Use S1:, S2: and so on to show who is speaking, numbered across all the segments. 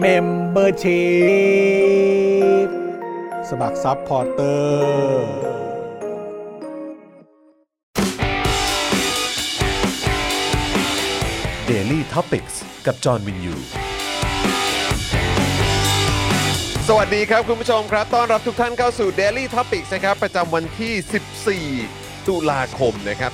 S1: เมมเบอร์ชีพสมัครซัพพอร์เตอร์
S2: Daily t o p i c กกับจอห์นวินยู
S3: สวัสดีครับ คุณผู้ชมครับ ต้อนรับทุกท่านเข้าสู่ Daily Topics นะครับ ประจำวันที่ 14 ตุลาคมนะครับ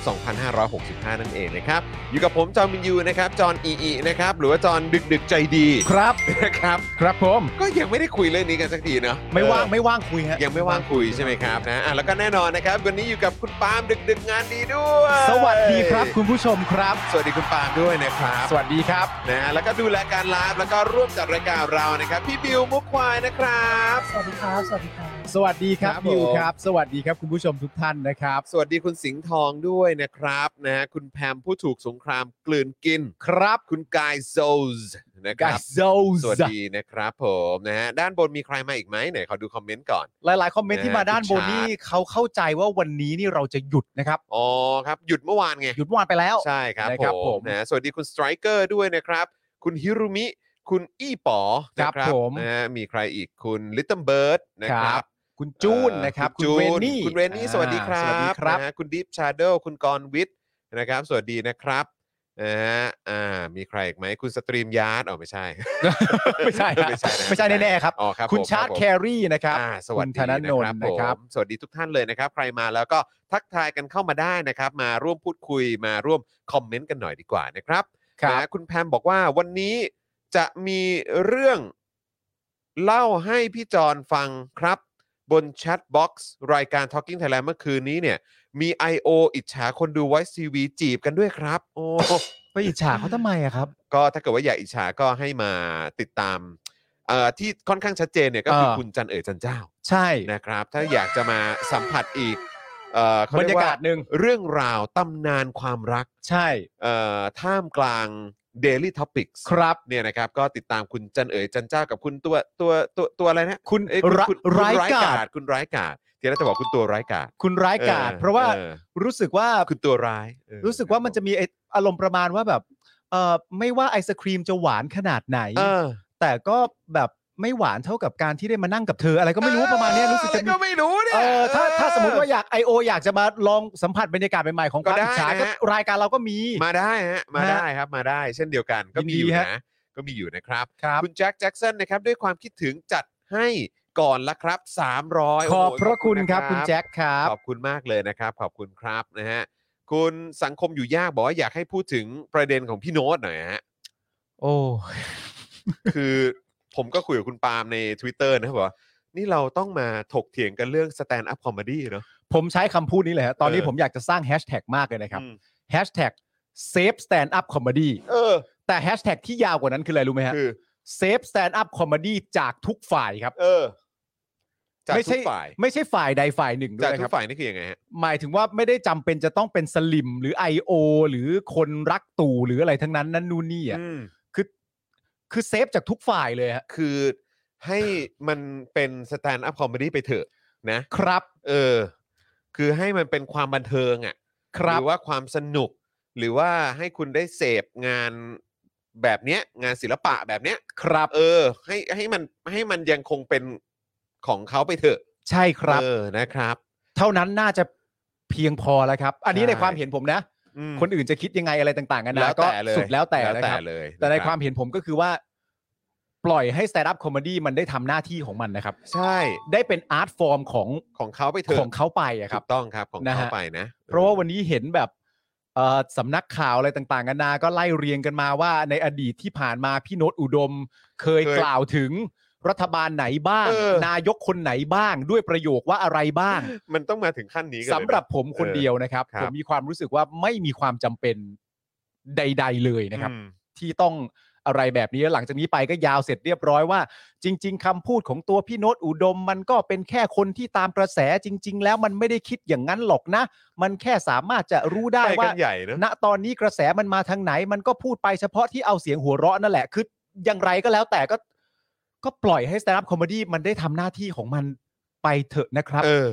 S3: 2565 นั่นเองนะครับ อยู่กับผมจอห์นวินยูนะครับ จอห์นอีอีนะครับ หรือว่าจอห์นดึกดึกๆใจดี
S4: ครับ
S3: นะครับ
S4: ครับผม
S3: ก็ยังไม่ได้คุยเรื่องนี้กันสักทีเนาะ
S4: ไม่ว่าง
S3: เอ
S4: ไม่ว่างคุยฮะ
S3: อยังไม่ว่างคุยใช่ไหมครับนะอ่ะแล้วก็แน่นอนนะครับ วันนี้อยู่กับคุณปาล์มดึกดึกๆงานดีด้วย
S4: สวัสดีครับคุณผู้ชมครับ
S3: สวัสดีคุณปาล์มด้วยนะครับ
S4: สวัสดีครับ
S3: นะฮะแล้วก็ดูแลการไลฟ์แล้วก็ร่วมจัดรายการเรานะครับ พี่บิวมุกควายนะครับ
S5: สวัสดีครับ สวัสดีครับ
S4: สวัสดีครั
S3: ค
S4: บ
S3: รับผม
S4: บิวครับ สวัสดีครับคุณผู้ชมทุกท่านนะครับ
S3: สวัสดีคุณสิงห์ทองด้วยนะครับนะฮะคุณแพมผู้ถูกสงครามกลืนกิน
S4: ครับ
S3: คุณกายโซสนะค
S4: กา
S3: รับ
S4: โซ
S3: สวัสดีนะครับผม นะฮะด้านบนมีใครมาอีกไหมไหนขอดูคอมเมนต์ก่อน
S4: หลาย ๆ คอมเมนต์ที่
S3: นะฮะ
S4: มาด้าน
S3: คุณ
S4: บ
S3: ชา
S4: น
S3: ร์ต
S4: นี่เขาเข้าใจว่าวันนี้นี่เราจะหยุดนะครับ
S3: อ๋อครับ หยุดเมื่อวานไง
S4: หยุดเมื่อวานไปแล้ว
S3: ใช่ครับ
S4: นะครับ
S3: ผม
S4: ผม
S3: นะฮะสวัสดีคุณสไตรเกอร์ด้วยนะครับ คุณฮิรุมิ คุณอี้ป๋อนะครับ
S4: ผม
S3: นะฮะมีใครอีกคุณลิตเติ้ลเบิร์ดนะครับ
S4: คุณจูน
S3: เอ่อ
S4: นะครับ
S3: จู
S4: คุณเรนนี่
S3: คุณเรนนี่
S4: อ่า
S3: สวัสดีครั
S4: สวัสดี
S3: บ
S4: ครับ
S3: นะฮะคุณดิฟชาร์เดลคุณกรณ์วิทย์นะครับ สวัสดีนะครับนะฮะอ่า มีใครอีกไหมคุณสตรีมยาร์ดอ๋อไม่ใช่
S4: ไม่ใช่ฮะ
S3: ไม่ใช่นะ
S4: ไม่ใช่แน่ๆครับ
S3: อ๋อครับ
S4: คุณ
S3: ผม
S4: ชาร์ต
S3: รับผม
S4: แครีนะครับ
S3: อ่าสวัส
S4: คุณ
S3: ดี
S4: ธนนน
S3: ครับ
S4: ท์
S3: ผ
S4: นะครับ
S3: มสวัสดีทุกท่านเลยนะครับ ใครมาแล้วก็ทักทายกันเข้ามาได้นะครับ มาร่วมพูดคุยมาร่วมคอมเมนต์กันหน่อยดีกว่านะครับ
S4: ครั
S3: นะ
S4: บ
S3: ฮะคุณแพมบอกว่าวันนี้จะมีเรื่องเล่าให้พี่จอนฟังครับ บนแชทบ็อกซ์รายการ Talking Thailand เมื่อคืนนี้เนี่ย มี I.O. อิจฉาคนดูไวซ์ทีวีจีบกันด้วยครับ โอ้
S4: ไปอิจฉาเขาทำไมอะครับ
S3: ก็ถ้าเกิดว่าอยากอิจฉาก็ให้มาติดตามเอ่อที่ค่อนข้างชัดเจนเนี่ยก็คือ
S4: เออ
S3: คุณจันเอ๋ยจันเจ้า
S4: ใช่
S3: นะครับ ถ้าอยากจะมาสัมผัสอีกเอ่อเข
S4: บรร
S3: เว่
S4: ยากาศหนึ่ง
S3: เรื่องราวตำนานความรัก
S4: ใช่
S3: เอ่อท่ามกลาง Daily Topics
S4: ครับ
S3: เนี่ยนะครับก็ติดตามคุณจันเอ๋ยจันเจ้ากับคุณตัวตัวตัวตัวอะไรนะ
S4: คุณ
S3: เอ้ยคุณ
S4: ระ
S3: คุณคุณ
S4: ร้ายกาจ
S3: คุณร้ายกาดทีนั้นจะบอกคุณตัวร้ายกาด
S4: คุณร้ายกาจ
S3: ออ
S4: เพราะว่า
S3: ออ
S4: รู้สึกว่า
S3: คุณตัวร้ายเออ
S4: รู้สึกว่ามันจะมีไอ้อารมณ์ประมาณว่าแบบเอ่อไม่ว่าไอศครีมจะหวานขนาดไหน
S3: เออ
S4: แต่ก็แบบไม่หวานเท่ากับการที่ได้มานั่งกับเธอ อะไรก็ไม่รู้ประมาณเนี้ยรู้สึกจะ
S3: อะไร
S4: มี
S3: ก็ไม่รู้เนี่ย
S4: เออถ้าถ้าสมมติว่าอยากไอโออยากจะมาลองสัมผัสบรรยากาศใหม่ๆของ
S3: ก็
S4: การ
S3: ได้
S4: อิจฉา
S3: นะ
S4: ก็รายการเราก็มี
S3: มาได้ฮะมา
S4: ฮะ
S3: ได้ครับมาได้เช่นเดียวกันก็มีอ
S4: ยิ
S3: น
S4: ดี
S3: ยู่
S4: ฮะ
S3: นะก็มีอยู่นะครับ
S4: ครับ
S3: คุณแจ็คแจ็คสันนะครับด้วยความคิดถึงจัดให้ก่อนละครับ 300
S4: ขอบ
S3: โโห
S4: พระคุณครับ
S3: นะ
S4: คุณแจ็คครับ
S3: ขอบคุณมากเลยนะครับ ขอบคุณครับนะฮะคุณสังคมอยู่ยากบอกว่าอยากให้พูดถึงประเด็นของพี่โน้ตหน่อยฮะ
S4: โอ้
S3: คือผมก็คุยกับคุณปาล์มใน Twitter นะครับบอกว่านี่เราต้องมาถกเถียงกันเรื่อง stand up comedy เนาะ
S4: ผมใช้คำพูดนี้เลยฮะตอนนี้
S3: เออ
S4: ผมอยากจะสร้างแฮชแท็กมากเลยนะครับ
S3: อืม
S4: แฮชแท็ก save stand up comedy
S3: เออ
S4: แต่แฮชแท็กที่ยาวกว่านั้นคืออะไรรู้ไหมฮะ
S3: คือ
S4: เซฟสแตนด์อัพคอมเมดี้จากทุกฝ่ายครับ
S3: เออจาก
S4: ไม่
S3: ทุ
S4: ใช่
S3: กฝ่าย
S4: ไม่ใช่ฝ่ายใดฝ่ายหนึ่งด้ว
S3: จาก
S4: ยนะ
S3: ทุ
S4: ค
S3: ก
S4: รับ
S3: ฝ่ายนี่คือยังไงฮะ
S4: หมายถึงว่าไม่ได้จำเป็นจะต้องเป็นสลิม หรือ I.O. หรือคนรักตู่หรืออะไรทั้งนั้นนั่นนู่นนี่อ่ะ
S3: อืม
S4: คือคือเซฟจากทุกฝ่ายเลยฮะ
S3: คือให้มันเป็นสแตนด์อัพคอมเมดี้ไปเถอะนะ
S4: ครับ
S3: เออ คือให้มันเป็นความบันเทิงอะ่ะ
S4: ครั
S3: ห
S4: บ
S3: รือว่าความสนุก หรือว่าให้คุณได้เสพงานแบบเนี้ย งานศิลปะแบบเนี้ย
S4: ครับ
S3: เออ ให้ให้มันให้มันยังคงเป็นของเขาไปเถอะ
S4: ใช่ครับ
S3: เออนะครับ
S4: เท่านั้นน่าจะเพียงพอแล้วครับ อันนี้
S3: ใช่
S4: ในความเห็นผมนะ
S3: อืม
S4: คนอื่นจะคิดยังไงอะไรต่างๆกัน
S3: แล้
S4: นะ
S3: ว
S4: ก็
S3: แต่เลย
S4: สุดแล้วแต่นะครับ
S3: เลย
S4: แต่ใน
S3: รับ
S4: ความเห็นผมก็คือว่า ปล่อยให้ stand up comedy มันได้ทำหน้าที่ของมันนะครับ
S3: ใช่
S4: ได้เป็นอาร์ตฟอร์มของ
S3: ของเขาไปเถอะ
S4: ของเขาไปอะครับ
S3: ถูกต้องครับของ
S4: นะ
S3: เขา
S4: ฮะ
S3: ไปนะ
S4: เพราะว่าวันนี้เห็นแบบเอ่อสำนักข่าวอะไรต่างๆกันานาก็ไล่เรียงกันมาว่าในอดีตที่ผ่านมาพี่โน้ตอุดม เคยกล่าวถึงรัฐบาลไหนบ้าง นายกคนไหนบ้าง ด้วยประโยคว่าอะไรบ้าง
S3: มันต้องมาถึงขั้นนี้กันเลยนะ
S4: สำหรับผมคน
S3: เออ
S4: เดียวนะครับ
S3: ครับ
S4: ผมมีความรู้สึกว่าไม่มีความจำเป็นใด ๆ เลยนะครับ
S3: อืม
S4: ที่ต้องอะไรแบบนี้แล้วหลังจากนี้ไปก็ยาวเสร็จเรียบร้อยว่า จริง ๆคำพูดของตัวพี่โน้ตอุดม มันก็เป็นแค่คนที่ตามกระแสจริง ๆ แล้วมันไม่ได้คิดอย่างนั้นหรอกนะ มันแค่สามารถจะรู้ได้
S3: ไป
S4: ว่า
S3: กันใหญ่เนอะ
S4: ณตอนนี้กระแสมันมาทางไหน มันก็พูดไปเฉพาะที่เอาเสียงหัวเราะนั่นแหละคืออย่างไรก็แล้วแต่ก็ ก็ปล่อยให้สแตนด์อัพคอมเมดี้มันได้ทำหน้าที่ของมันไปเถอะนะครับ
S3: เออ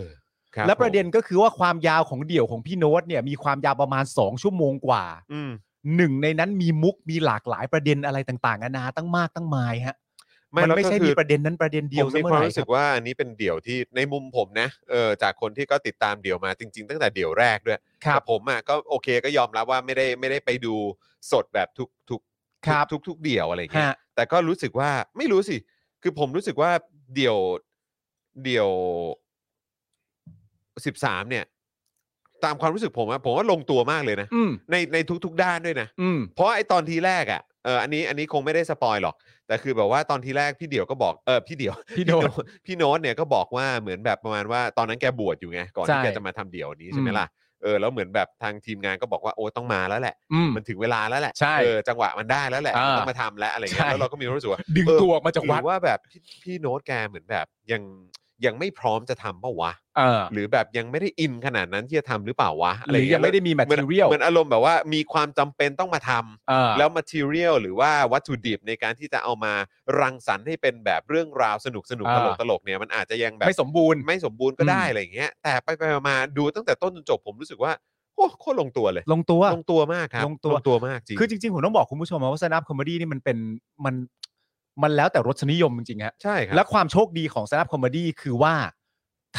S3: คบ
S4: และประเด็นก็คือว่าความยาวของเดี่ยวของพี่โน้ตเนี่ยมีความยาวประมาณ 2 ชั่วโมงกว่า
S3: ผมอืม
S4: หนึ่งในนั้นมีมุกมีหลากหลายประเด็นอะไรต่างๆนานาตั้งมากตั้งหมายฮะ
S3: ไม่
S4: มัน
S3: แล้ว
S4: ไม่ใช่
S3: ก็คือ
S4: มีประเด็นนั้นประเด็นเดียว
S3: ผม
S4: เส
S3: มี
S4: มอ
S3: ความ
S4: ไหร่
S3: รู้
S4: ค
S3: สึ
S4: รั
S3: ก
S4: บ
S3: ว่าอันนี้เป็นเดี่ยวที่ในมุมผมนะเออจากคนที่ก็ติดตามเดี่ยวมาจริง ๆ ตั้งแต่เดี่ยวแรกด้วย
S4: ครั
S3: แต่
S4: บ
S3: ผมอ่ะก็โอเคก็ยอมรับว่าไม่ได้ไม่ได้ไปดูสดแบบทุกทุก
S4: ครับ
S3: ทุกทุกเดี่ยวอะไรอย่างเงี้ย
S4: ฮะ
S3: แต่ก็รู้สึกว่าไม่รู้สิ คือผมรู้สึกว่าเดี่ยวเดี่ยวสิบสามเนี่ย ตามความรู้สึกผมอะผมว่าลงตัวมากเลยนะ
S4: อืม
S3: ในในทุกๆ ด้านด้วยนะ
S4: อืม
S3: เพราะไอตอนทีแรกอะเอออันนี้อันนี้คงไม่ได้สปอยหรอก แต่คือแบบว่าตอนทีแรกพี่เดี่ยวก็บอกเออพี่เดี่ยว
S4: พี่โน้ต
S3: พี่โน้ตเนี่ยก็บอกว่าเหมือนแบบประมาณว่าตอนนั้นแกบวชอยู่ไงก่อนที่
S4: ใช่
S3: แกจะมาทำเดี่ยวนี้ใช่ไหม
S4: อืม
S3: ล่ะเออแล้วเหมือนแบบทางทีมงานก็บอกว่าโอ้ต้องมาแล้วแหละ
S4: อืม
S3: มันถึงเวลาแล้วแหละ
S4: ใช่
S3: เออจังหวะมันได้แล้วแหละ
S4: อ่า
S3: ต้องมาทำแล้วอะไรเงี้ย
S4: ใช่
S3: แล้วเราก็มีความรู้สึกว่า
S4: ดึงตัวออกมา จากวัด
S3: หรือว่าแบบพี่พี่โน้ตแกเหมือนแบบยังยังไม่พร้อมจะทำเปล่าวะ
S4: เออ
S3: หรือแบบยังไม่ได้อินขนาดนั้นที่จะทำหรือเปล่าวะอะ
S4: ห
S3: ไร
S4: รือยังไม่ได้
S3: เ
S4: มีแมท
S3: เหมือน
S4: เทียล
S3: เหมือนอารมณ์แบบว่ามีความจำเป็นต้องมาทำ
S4: เออ
S3: แล้ว material หรือว่าวัตถุดิบในการที่จะเอามารังสรรค์ให้เป็นแบบเรื่องราวสนุกสนุกตลกตลกๆเนี่ยมันอาจจะยังแบบ
S4: ไม่สมบูรณ์
S3: ไม่สมบูรณ์ก็ได้
S4: อืม
S3: อะไรอย่างเงี้ยแต่ไปไปมาๆดูตั้งแต่ต้นจนจบผมรู้สึกว่าโอ้โคตรลงตัวเลย
S4: ลงตัว
S3: ลงตัวมากครับ
S4: ลงตัว
S3: มากจริง
S4: คือจริง ๆ ผมต้องบอกคุณผู้ชมว่าสแตนด์อัพคอมเมดี้นี่มันเป็นมันมันแล้วแต่รสนิยมจริงๆฮะ
S3: ใช่ครั
S4: และความโชคดีของสแตนด์อัพคอมเมดี้คือว่า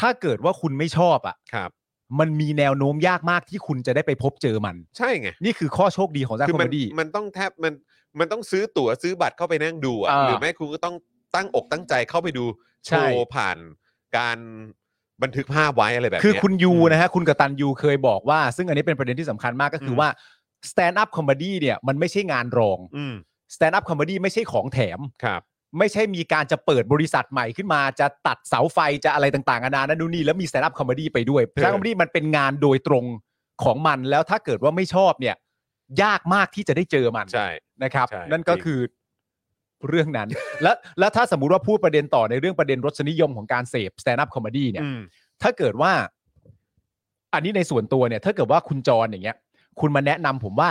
S4: ถ้าเกิดว่าคุณไม่ชอบอ่ะ
S3: ครับ
S4: มันมีแนวโน้มยากมากที่คุณจะได้ไปพบเจอมัน
S3: ใช่ไง
S4: นี่คือข้อโชคดีของสแตนด์
S3: คื
S4: อัพคอ
S3: มั
S4: มเมดี้
S3: มันต้องแทบมันมันต้องซื้อตั๋วซื้อบัตรเข้าไปนั่งดูอ่ะ
S4: อ่า
S3: หรือไม่คุณก็ต้องตั้งอกตั้งใจเข้าไปดูโช
S4: ใช่
S3: ว์ผ่านการบันทึกภาพไว้อะไรแบบเนี้ย
S4: คือคุณยู
S3: อืม
S4: นะฮะคุณกตันยูเคยบอกว่า ซึ่งอันนี้เป็นประเด็นที่สำคัญมากก็คือ
S3: ม
S4: ว่าสแตนด์อัพคอมเมดี้เนี่ยมันไม่ใช่งานรอง
S3: อืม
S4: สแตนด์อัพคอมเมดี้ไม่ใช่ของแถม
S3: ครับ
S4: ไม่ใช่มีการจะเปิดบริษัทใหม่ขึ้นมาจะตัดเสาไฟจะอะไรต่างๆนานานั่นนู่นนี่แล้วมีสแตนด์อัพคอมเมดี้ไปด้วยสแตนด์อัพคอมเมดี้มันเป็นงานโดยตรงของมันแล้วถ้าเกิดว่าไม่ชอบเนี่ย ยากมากที่จะได้เจอมัน
S3: ใช่
S4: นะครับ
S3: ใช่
S4: นั่นก็
S3: จริง
S4: คือเรื่องนั้น และและถ้าสมมุติว่าพูดประเด็นต่อในเรื่องประเด็นรสนิยมของการเสพสแตนด์อัพคอมดี้เนี่ย
S3: อืม
S4: ถ้าเกิดว่า อันนี้ในส่วนตัวเนี่ย ถ้าเกิดว่าคุณจรอย่างเงี้ย คุณมาแนะนำผมว่า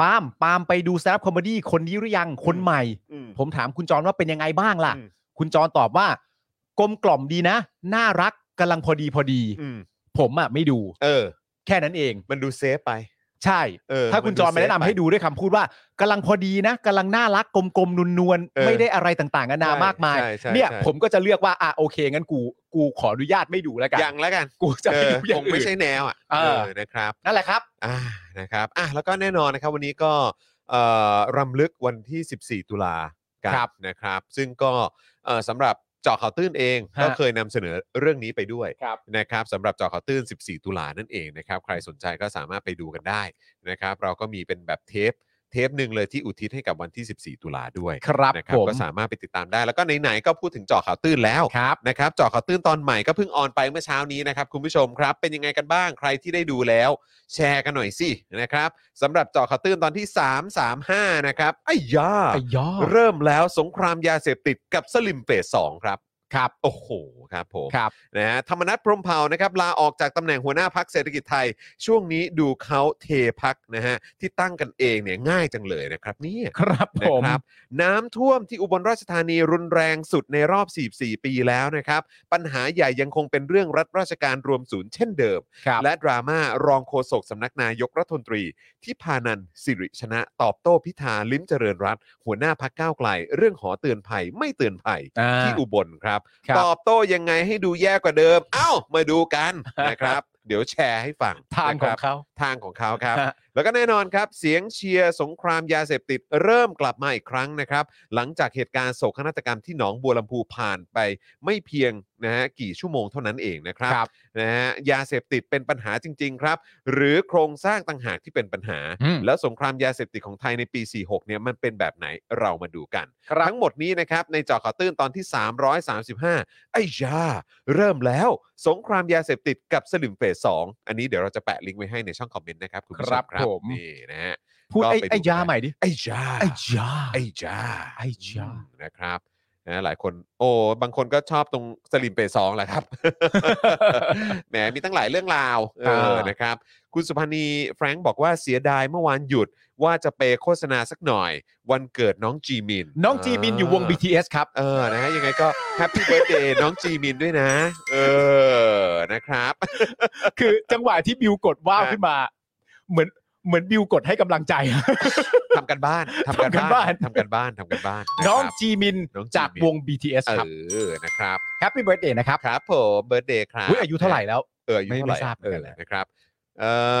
S4: ปาล์มปาล์มไปดูสแตนด์อัพคอมดี้คนนี้หรือยังคนใหม่
S3: อืม
S4: ผมถามคุณจรว่าเป็นยังไงบ้างล่ะ
S3: อืม
S4: คุณจรตอบว่า กลมกล่อมดีนะ น่ารักกำลังพอดีพอดี
S3: อืม
S4: ผมอ่ะไม่ดู
S3: เออ
S4: แค่นั้นเอง
S3: มันดูเซฟไป
S4: ใช่
S3: เออ
S4: ถ้าคุณจอห์น
S3: นดู
S4: มาแนะนำ
S3: เซฟไป
S4: ให้ดูด้วยคำพูดว่ากำลังพอดีนะกำลังน่ารักกลมๆนวล
S3: เออ
S4: ๆไม่ได้อะไรต่างๆนานามากมาย
S3: ใช่ใช่
S4: เนี่ย
S3: ใช่
S4: ผมก็จะเลือกว่าอ่ะโอเคงั้นกู กูขออนุญาตไม่ดูแล้วกัน
S3: อย่างแล้วกัน
S4: กูจะ
S3: เอ
S4: ไม่
S3: อค
S4: ดูอย่าง งอื่
S3: ไม่ใช่
S4: น
S3: แนวอ่ะ
S4: เออ
S3: นะครับ
S4: นั่นแหละครับ
S3: อ่านะครับอ่ะแล้วก็แน่นอนนะครับวันนี้ก็เอ่อรำลึกวันที่ 14 ตุลากัน
S4: ครับ
S3: นะครับ ซึ่งก็เอ่อสำหรับเจาะข่าวตื้นเองก็
S4: ฮะ
S3: เคยนำเสนอเรื่องนี้ไปด้วย
S4: ครับ
S3: นะครับสำหรับเจอข่าวตื้น 14 ตุลานั่นเองนะครับ ใครสนใจก็สามารถไปดูกันได้นะครับ เราก็มีเป็นแบบเทป เทปหนึ่งเลยที่อุทิศให้กับวันที่ 14 ตุลาด้วย
S4: ครับ
S3: นะครับ
S4: ผม
S3: ก็สามารถไปติดตามได้แล้วก็ไหนๆก็พูดถึงเจอข่าวตื้นแล้ว
S4: ครับ
S3: นะครับเจอข่าวตื้นตอนใหม่ก็เพิ่งออนไปเมื่อเช้านี้นะครับ คุณผู้ชมครับ เป็นยังไงกันบ้างใครที่ได้ดูแล้ว แชร์กันหน่อยสินะครับสำหรับเจอข่าวตื้นตอนที่ 335 นะครับไอ้ยา
S4: ไอ้ยอ
S3: เริ่มแล้วสงครามยาเสพติดกับสลิมเฟสสองครับ
S4: ครับ
S3: โอ้โหครับผม
S4: ครับ
S3: นะฮะธรรมนัฐพรหมเผ่านะครับลาออกจากตำแหน่งหัวหน้าพักเศรษฐกิจไทย ช่วงนี้ดูเขาเทพักนะฮะที่ตั้งกันเองเนี่ยง่ายจังเลยนะครับเนี่ย
S4: ครับผ
S3: นะ
S4: ม
S3: ครับน้ำท่วมที่อุบลราชธานีรุนแรงสุดในรอบ 44 ปีแล้วนะครับ ปัญหาใหญ่ยังคงเป็นเรื่องรัฐราชการรวมศูนย์เช่นเดิม
S4: ครับ
S3: และดราม่ารองโฆษกสำนักนายกรัฐมนตรี ที่พานันท์สิริชนะตอบโต้พิธาลิ้มเจริญรัตน์หัวหน้าพักก้าวไกล เรื่องหอเตือนภัยไม่เตือนภัย
S4: อ่า
S3: ที่อุบลครับ
S4: ครับ
S3: ตอบโต้ยังไงให้ดูแย่กว่าเดิม เอ้า มาดูกัน นะครับ เดี๋ยวแชร์ให้ฟัง
S4: ทางขอ
S3: นะค
S4: ง
S3: รับ
S4: เขา
S3: ทางของเขาครับ
S4: ฮะ
S3: แล้วก็แน่นอนครับ เสียงเชียร์สงครามยาเสพติดเริ่มกลับมาอีกครั้งนะครับ หลังจากเหตุการณ์โศกนาฏกรรมที่หนองบัวลำพูผ่านไปไม่เพียงนะฮะกี่ชั่วโมงเท่านั้นเองนะครับ
S4: ครับ
S3: นะฮะยาเสพติดเป็นปัญหาจริง ๆ ครับ หรือโครงสร้างต่างหากที่เป็นปัญหา
S4: อืม
S3: แล้วสงครามยาเสพติดของไทยในปี 46 เนี่ยมันเป็นแบบไหนเรามาดูกัน ทั้งหมดนี้นะครับ ในจอข่าวตื้นตอนที่ 335 ไอ้ยา เริ่มแล้วสงครามยาเสพติดกับสลิมเฟส2อันนี้เดี๋ยวเราจะแปะลิงก์ไว้ให้ในช่องคอมเมนต์นะครับคุณผู้ชม
S4: ครับ
S3: ครับ
S4: ผม
S3: นี่นะฮะ
S4: พูดไอ้
S3: ก็ไปดู
S4: ไอ้ยาใหม่ดิ
S3: ไอ้ยา
S4: ไอ้ยา
S3: ไอ้จ้า
S4: ไอ้จ้า
S3: อืมนะครับนะหลายคนโอ้บางคนก็ชอบตรงสลิมเปย์ซองแหละ ครับ แหมมีตั้งหลายเรื่องราวเออนะครับ คุณสุพนีแฟรงค์บอกว่าเสียดายเมื่อวานหยุดว่าจะเปย์โฆษณาสักหน่อย วันเกิดน้องจีมิน
S4: น้องจีบินอยู่วง BTS ครับ
S3: เออนะฮะยังไงก็แฮปปี้เบิร์ดเดย์น้องจีมินด้วยนะ เออนะครับ
S4: คือจังหวะที่บิวกดว้าว
S3: ฮะ
S4: ขึ้นมา เหมือนเหมือนบิวกดให้กำลังใจ
S3: ทำกันบ้านทำกัน
S4: ทำกัน
S3: บ้า
S4: บ้าน น
S3: ทำกันบ้านทำกันบ้านนะ
S4: น้อง
S3: ครับ
S4: จีมิน
S3: น้องจีมิน
S4: จากวง BTS ครับ
S3: เออนะครับ
S4: แฮปปี้เบิร์ดเดย์นะครับ
S3: ครับผมเบิร์ดเดย์ครับ
S4: อุ๊ยอายุเท่าไหร่แล้ว
S3: เอออายุ
S4: ไม่
S3: เท่าไหร่
S4: ไม่ทราบเหมื
S3: เอ
S4: อนกั
S3: อน
S4: แหละ
S3: นะครับเออ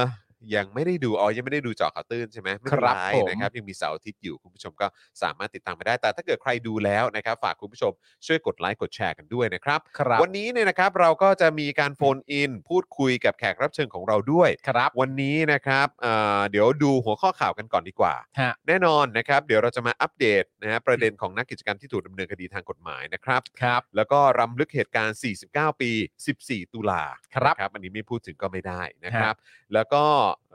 S3: ยังไม่ได้ดูอ๋อยังไม่ได้ดูเจาะข่าวตื้นใช่ไหมไม่เป็น
S4: ครับ
S3: ไร
S4: ผม
S3: นะครับยังมีเสาร์อาทิตย์อยู่คุณผู้ชมก็สามารถติดตามไปได้ แต่ถ้าเกิดใครดูแล้วนะครับ ฝากคุณผู้ชมช่วยกดไลค์กดแชร์กันด้วยนะครับ
S4: ครับ
S3: วันนี้เนี่ยนะครับเราก็จะมีการโฟนอิน พูดคุยกับแขกรับเชิญของเราด้วย
S4: ครับ
S3: วันนี้นะครับเอ่อเดี๋ยวดูหัวข้อข่าวกันก่อนดีกว่า
S4: ฮะ
S3: แน่นอนนะครับเดี๋ยวเราจะมาอัปเดตนะฮะประเด็นของนักกิจกรรมที่ถูกดำเนินคดีทางกฎหมายนะครับ
S4: ครับ
S3: แล้วก็รำลึกเหตุการณ์ 49 ปี 14 ตุลา
S4: ครับ
S3: นะอันนี้ไม่พูดถึงก็ไม่ได้นะครับ แล้วก็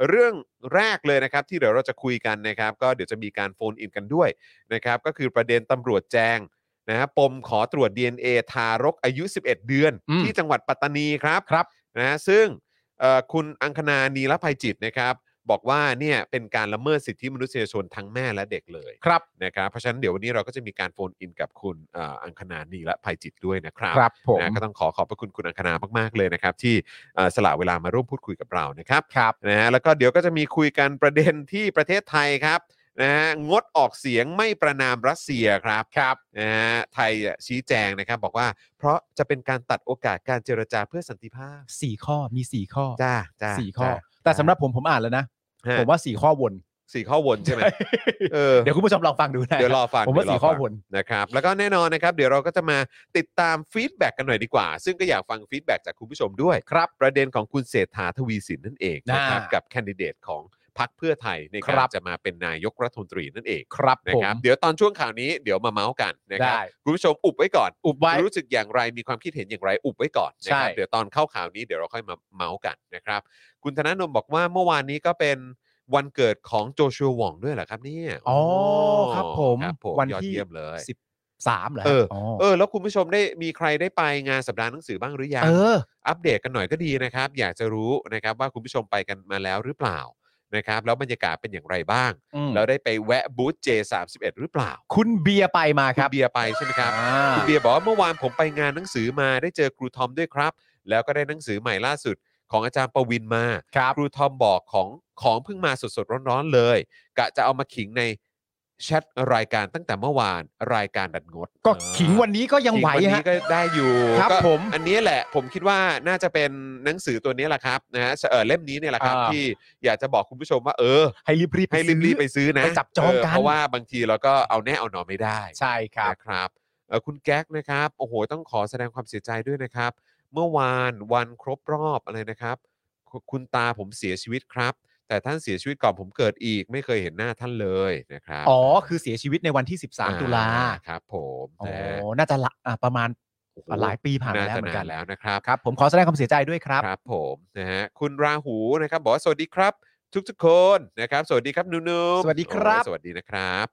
S3: เรื่องแรกเลยนะครับที่เดี๋ยวเราจะคุยกันนะครับ ก็เดี๋ยวจะมีการโฟนอินกันด้วยนะครับ ก็คือประเด็นตำรวจแจงนะฮะปมขอตรวจ DNA ทารกอายุ 11 เดือน
S4: อืม
S3: ที่จังหวัดปัตตานีครับ
S4: ครับ
S3: นะฮะซึ่งเอ่อคุณอังคณานีรภัยจิตนะครับ บอกว่าเนี่ยเป็นการละเมิดสิทธิมนุษยชนทั้งแม่และเด็กเลย
S4: ครับ
S3: นะครับเพราะฉะนั้นเดี๋ยววันนี้เราก็จะมีการโฟนอินกับคุณเอ่ออังคณานีรภัยจิตด้วยนะครับ
S4: ครับผม
S3: นะก็ต้องขอขอบพระคุณคุณอังคณามากๆเลยนะครับ ที่เอ่อสละเวลามาร่วมพูดคุยกับเรานะครับ
S4: ครับ
S3: นะฮะแล้วก็เดี๋ยวก็จะมีคุยกันประเด็นที่ประเทศไทยครับนะฮะงดออกเสียงไม่ประนามรัสเซียครับ
S4: ครับ
S3: นะฮะไทยอ่ะชี้แจงนะครับ บอกว่าเพราะจะเป็นการตัดโอกาสการเจรจาเพื่อสันติภาพ
S4: สี่ข้อมีสี่ข้อ
S3: จ้าจ้า
S4: สี่ข้อ
S3: จ้า
S4: แต่สำหรับผมผมอ่านแล้วนะ
S3: ฮะ
S4: ผมว่าสี่ข้อวน
S3: สี่ข้อวนใช่ไหมเออ
S4: เดี๋ยวคุณผู้ชมลองฟังดูนะ
S3: เดี๋ยวรอฟัง
S4: ผมว่า
S3: เดี๋ย
S4: สี่ข้อ
S3: รฟัง
S4: วน
S3: นะครับ แล้วก็แน่นอนนะครับ เดี๋ยวเราก็จะมาติดตามฟีดแบ็กกันหน่อยดีกว่า ซึ่งก็อยากฟังฟีดแบ็กจากคุณผู้ชมด้วย
S4: ครับ
S3: ประเด็นของคุณเศรษฐาทวีสินนั่นเองนะครับ
S4: น่ากั
S3: กับแคนดิเดตของพรรคเพื่อไทยในกา
S4: ครั
S3: ร
S4: บ
S3: จะมาเป็นนายกรัฐมนตรีนั่นเอง
S4: ครับ
S3: นะค
S4: ผม
S3: รับ เดี๋ยวตอนช่วงข่าวนี้เดี๋ยวมาเมาส์กันนะครับ
S4: ได้
S3: คุณผู้ชมอุบไว้ก่อน
S4: อุบไว้
S3: รู้สึกอย่างไรมีความคิดเห็นอย่างไรอุบไว้ก่อนนะครับ
S4: ใช่
S3: เดี๋ยวตอนเข้าข่าวนี้เดี๋ยวเราค่อยมาเมาส์กันนะครับ คุณธนาโนมบอกว่าเมื่อวานนี้ก็เป็นวันเกิดของโจชัวหว่องด้วยเหรอครับเนี่ย
S4: อ๋อ
S3: โ
S4: ครับผม
S3: ครับผม
S4: วัน
S3: ยอด
S4: ที่
S3: เยี่ยมเลย
S4: สิบสามเหรอ
S3: เอ
S4: อ
S3: เออแล้วคุณผู้ชมได้มีใครได้ไปงานสัปดาห์หนังสือบ้างหรือยัง
S4: เออ
S3: อัปเดตกันหน่อยก็ดีนะครับ อยากจะรู้นะครับว่าคุณผู้ชมไปกันมาแล้วหรือเปล่านะครับ แล้วบรรยากาศเป็นอย่างไรบ้าง
S4: อืม
S3: แล้วได้ไปแวะบูธ J31 หรือเปล่า
S4: คุณเบียร์ไปมาครับ
S3: ณเบียร์ไปใช่ไหมครับ
S4: อ่า
S3: คุณเบียร์บอกว่าเมื่อวานผมไปงานหนังสือมาได้เจอครูทอมด้วยครับ แล้วก็ได้หนังสือใหม่ล่าสุดของอาจารย์ประวินมา
S4: ครับ
S3: ครูทอมบอกของของเพิ่งมาสดๆร้อนๆเลยกะจะเอามาขิงในแชทรายการตั้งแต่เมื่อวานรายการดัดงด
S4: ก็ขิงวันนี้ก็ยัง
S3: ขิ
S4: ไหว
S3: วัน
S4: ฮะ
S3: นี้ก็ได้อยู่
S4: ครับ
S3: ก็
S4: ผม
S3: อันนี้แหละผมคิดว่าน่าจะเป็นหนังสือตัวนี้แหละครับนะฮะเอ่อเล่มนี้เนี่ยแหละครับ
S4: อ่า
S3: ที่อยากจะบอกคุณผู้ชมว่าเออ
S4: ให้รีบรีบ
S3: ให้รีบๆไปซื้อนะ
S4: ไปจับจองกัน
S3: เเพราะว่าบางทีเราก็เอาแน่เอานอนไม่ได้
S4: ใช่ครับ
S3: นะครับเอ่อคุณแก๊กนะครับโอ้โหต้องขอแสดงความเสียใจด้วยนะครับ เมื่อวานวันครบรอบอะไรนะครับคุคุณตาผมเสียชีวิตครับ แต่ท่านเสียชีวิตก่อนผมเกิดอีก ไม่เคยเห็นหน้าท่านเลยนะครับ
S4: อ๋อ คือเสียชีวิตในวันที่
S3: อ่
S4: 13 ตุลา
S3: ครับ ผม
S4: โอ้
S3: แต่
S4: น่าจะละอ่ะประมาณ
S3: โอ้โ
S4: หลายปีผ่านมาแล้ว
S3: จะ
S4: เหมือนกัน
S3: แล้วนะครับ
S4: ครับ ผมขอแสดงความเสียใจด้วยครับ
S3: ครับผมนะฮะคุณราหูนะครับบอกว่าสวัสดีครับ ทุกๆคนนะครับ สวัสดีครับหนุ่มๆ
S4: สวัสดีครับ
S3: โอ้สวัสดีนะครับ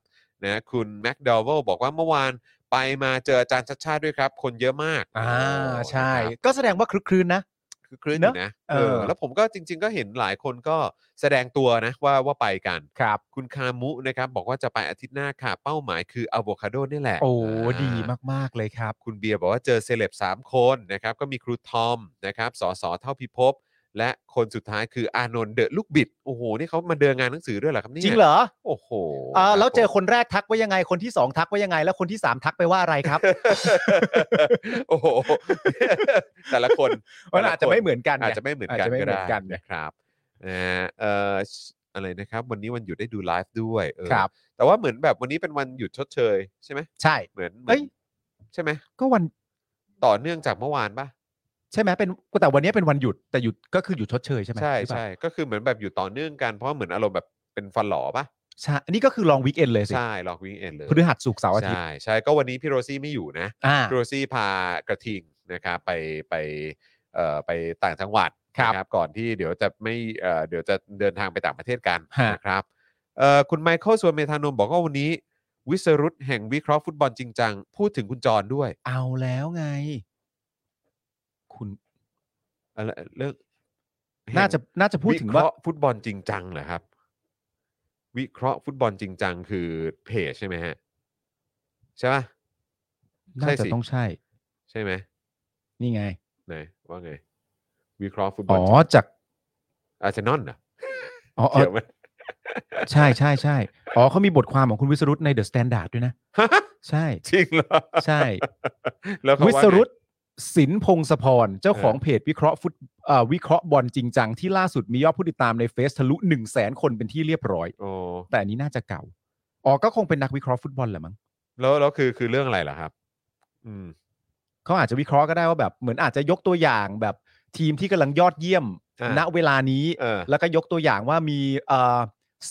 S3: นะคุณแม็กดอวลบอกว่าเมื่อวานไปมาเจออาจารย์ชัดชาติด้วยครับ คนเยอะมาก
S4: อ่า
S3: โอ้
S4: ใช่
S3: นะครับ
S4: ก็แสดงว่าคลึกครื้นนะ
S3: คือคลื่นอยู่
S4: เนอะ
S3: นะ
S4: เออ
S3: แล้วผมก็จริง ๆ ก็เห็นหลายคนก็แสดงตัวนะว่าว่าไปกัน
S4: ครับ
S3: คุณคามุนะครับ บอกว่าจะไปอาทิตย์หน้าค่ะ เป้าหมายคืออะโวคาโดนี่แหละ
S4: โอ้
S3: อ่า
S4: ดีมาก ๆ เลยครับ
S3: คุณเบียร์บอกว่าเจอเซเลบ3 คนนะครับ ก็มีครูทอมนะครับสอสอเท่าพิภพและคนสุดท้ายคืออานนท์เดอะลูกบิด โอ้โห นี่เขามาเดินงานหนังสือด้วยเหรอครับเนี่ย
S4: จริงเหรอ
S3: โอ้โห
S4: อ่าแล้วเจอ
S3: รับผม
S4: คนแรกทักว่ายังไง คนที่สองทักว่ายังไง แล้วคนที่สามทักไปว่าอะไรครับ
S3: โอ้โหแต่ ละคน
S4: มันอาจจะไม่เหมือนกันไง
S3: อาจจะไม่เหมือนกัน
S4: อาจจะไม่
S3: ก็
S4: เหมื
S3: ได้
S4: อนกันไง
S3: นะครับนะฮะเอ่ออะไรนะครับ วันนี้วันหยุดได้ดูไลฟ์ด้วยเออ
S4: ครับ
S3: แต่ว่าเหมือนแบบวันนี้เป็นวันหยุดชดเชยใช่ไหม
S4: ใช่
S3: เหมือนหมือน
S4: เอ้ย
S3: ใช่ไหม
S4: ก็วัน
S3: ต่อเนื่องจากเมื่อวานปะ
S4: ใช่ไหมเป็นแต่วันนี้เป็นวันหยุดแต่หยุดก็คือหยุดชดเชยใช่ไหม
S3: ใช่
S4: หรือเปล่า
S3: ใช่ก็คือเหมือนแบบอยู่ต่อเนื่องกันเพราะเหมือนอารมณ์แบบเป็นฟันหลอปะ
S4: ใช่อันนี้ก็คือลองวีคเอนเลยสิ
S3: ใช่หลอกวิ่งเอ็นเลย
S4: พฤหัสศุกร์เสาร์อาทิตย์
S3: ใช่ใช่ก็วันนี้พี่โรซี่ไม่อยู่นะ
S4: อ่า
S3: ครูซี่พากระทิงนะครับไปไปเอ่อไปต่างจังหวัด
S4: ครับ
S3: นะครับก่อนที่เดี๋ยวจะไม่เอ่อเดี๋ยวจะเดินทางไปต่างประเทศกัน
S4: ฮะ
S3: นะครับเอ่อคุณไมเคิลสวนเมธานนท์บอกว่าวันนี้ วิสรุตแห่งวิเคราะห์ฟุตบอลจริงจัง พูดถึงคุณจรด้วย
S4: เอาแล้วไง คุณ
S3: อะไรเรื่อง
S4: น่าจะน่าจะพูดถึง
S3: เค
S4: ว่า
S3: ระห์ฟุตบอลจริงจังเหรอครับ วิเคราะห์ฟุตบอลจริงจังคือเพจใช่ไหมฮะใช่ปะ ใช่
S4: น่า
S3: สิ
S4: จะต้องใช่
S3: ใช่ไหม
S4: นี่ไง
S3: ไหนว่าไง วิเคราะห์ฟุตบอล
S4: อ๋อจาก
S3: อาร์เซนอลเหรอ
S4: อ๋ออ๋อ
S3: เกี่ยวไหม
S4: ใช่ใช่ใช่อ๋อเขามีบทความของคุณวิสรุตในเดอะสแตนดาร์ดด้วยนะ ใช่
S3: จริงเหรอ
S4: ใช่
S3: แล้วเขา
S4: วิ
S3: ว่าไง
S4: สรุตสินพงศพร เจ้าของ
S3: เออ
S4: เพจวิเคราะห์ฟุตเอ่อวิเคราะห์บอลจริงจังที่ล่าสุดมียอดผู้ติดตามในเฟซทะลุ1 0 0 0 0แสนคนเป็นที่เรียบร้อย
S3: โอ้
S4: แต่อันนี้น่าจะเก่า อ๋อก็คงเป็นนักวิเคราะห์ฟุตบอลแหละมั้ง
S3: แล้วแล้วคือคือเรื่องอะไรล่ะครับ อืม
S4: เขาอาจจะวิเคราะห์ก็ได้ว่าแบบเหมือนอาจจะยกตัวอย่างแบบทีมที่กำลังยอดเยี่ยม
S3: อ่า
S4: ณเวลานี้
S3: เออ
S4: แล้วก็ยกตัวอย่างว่ามีเอ่อ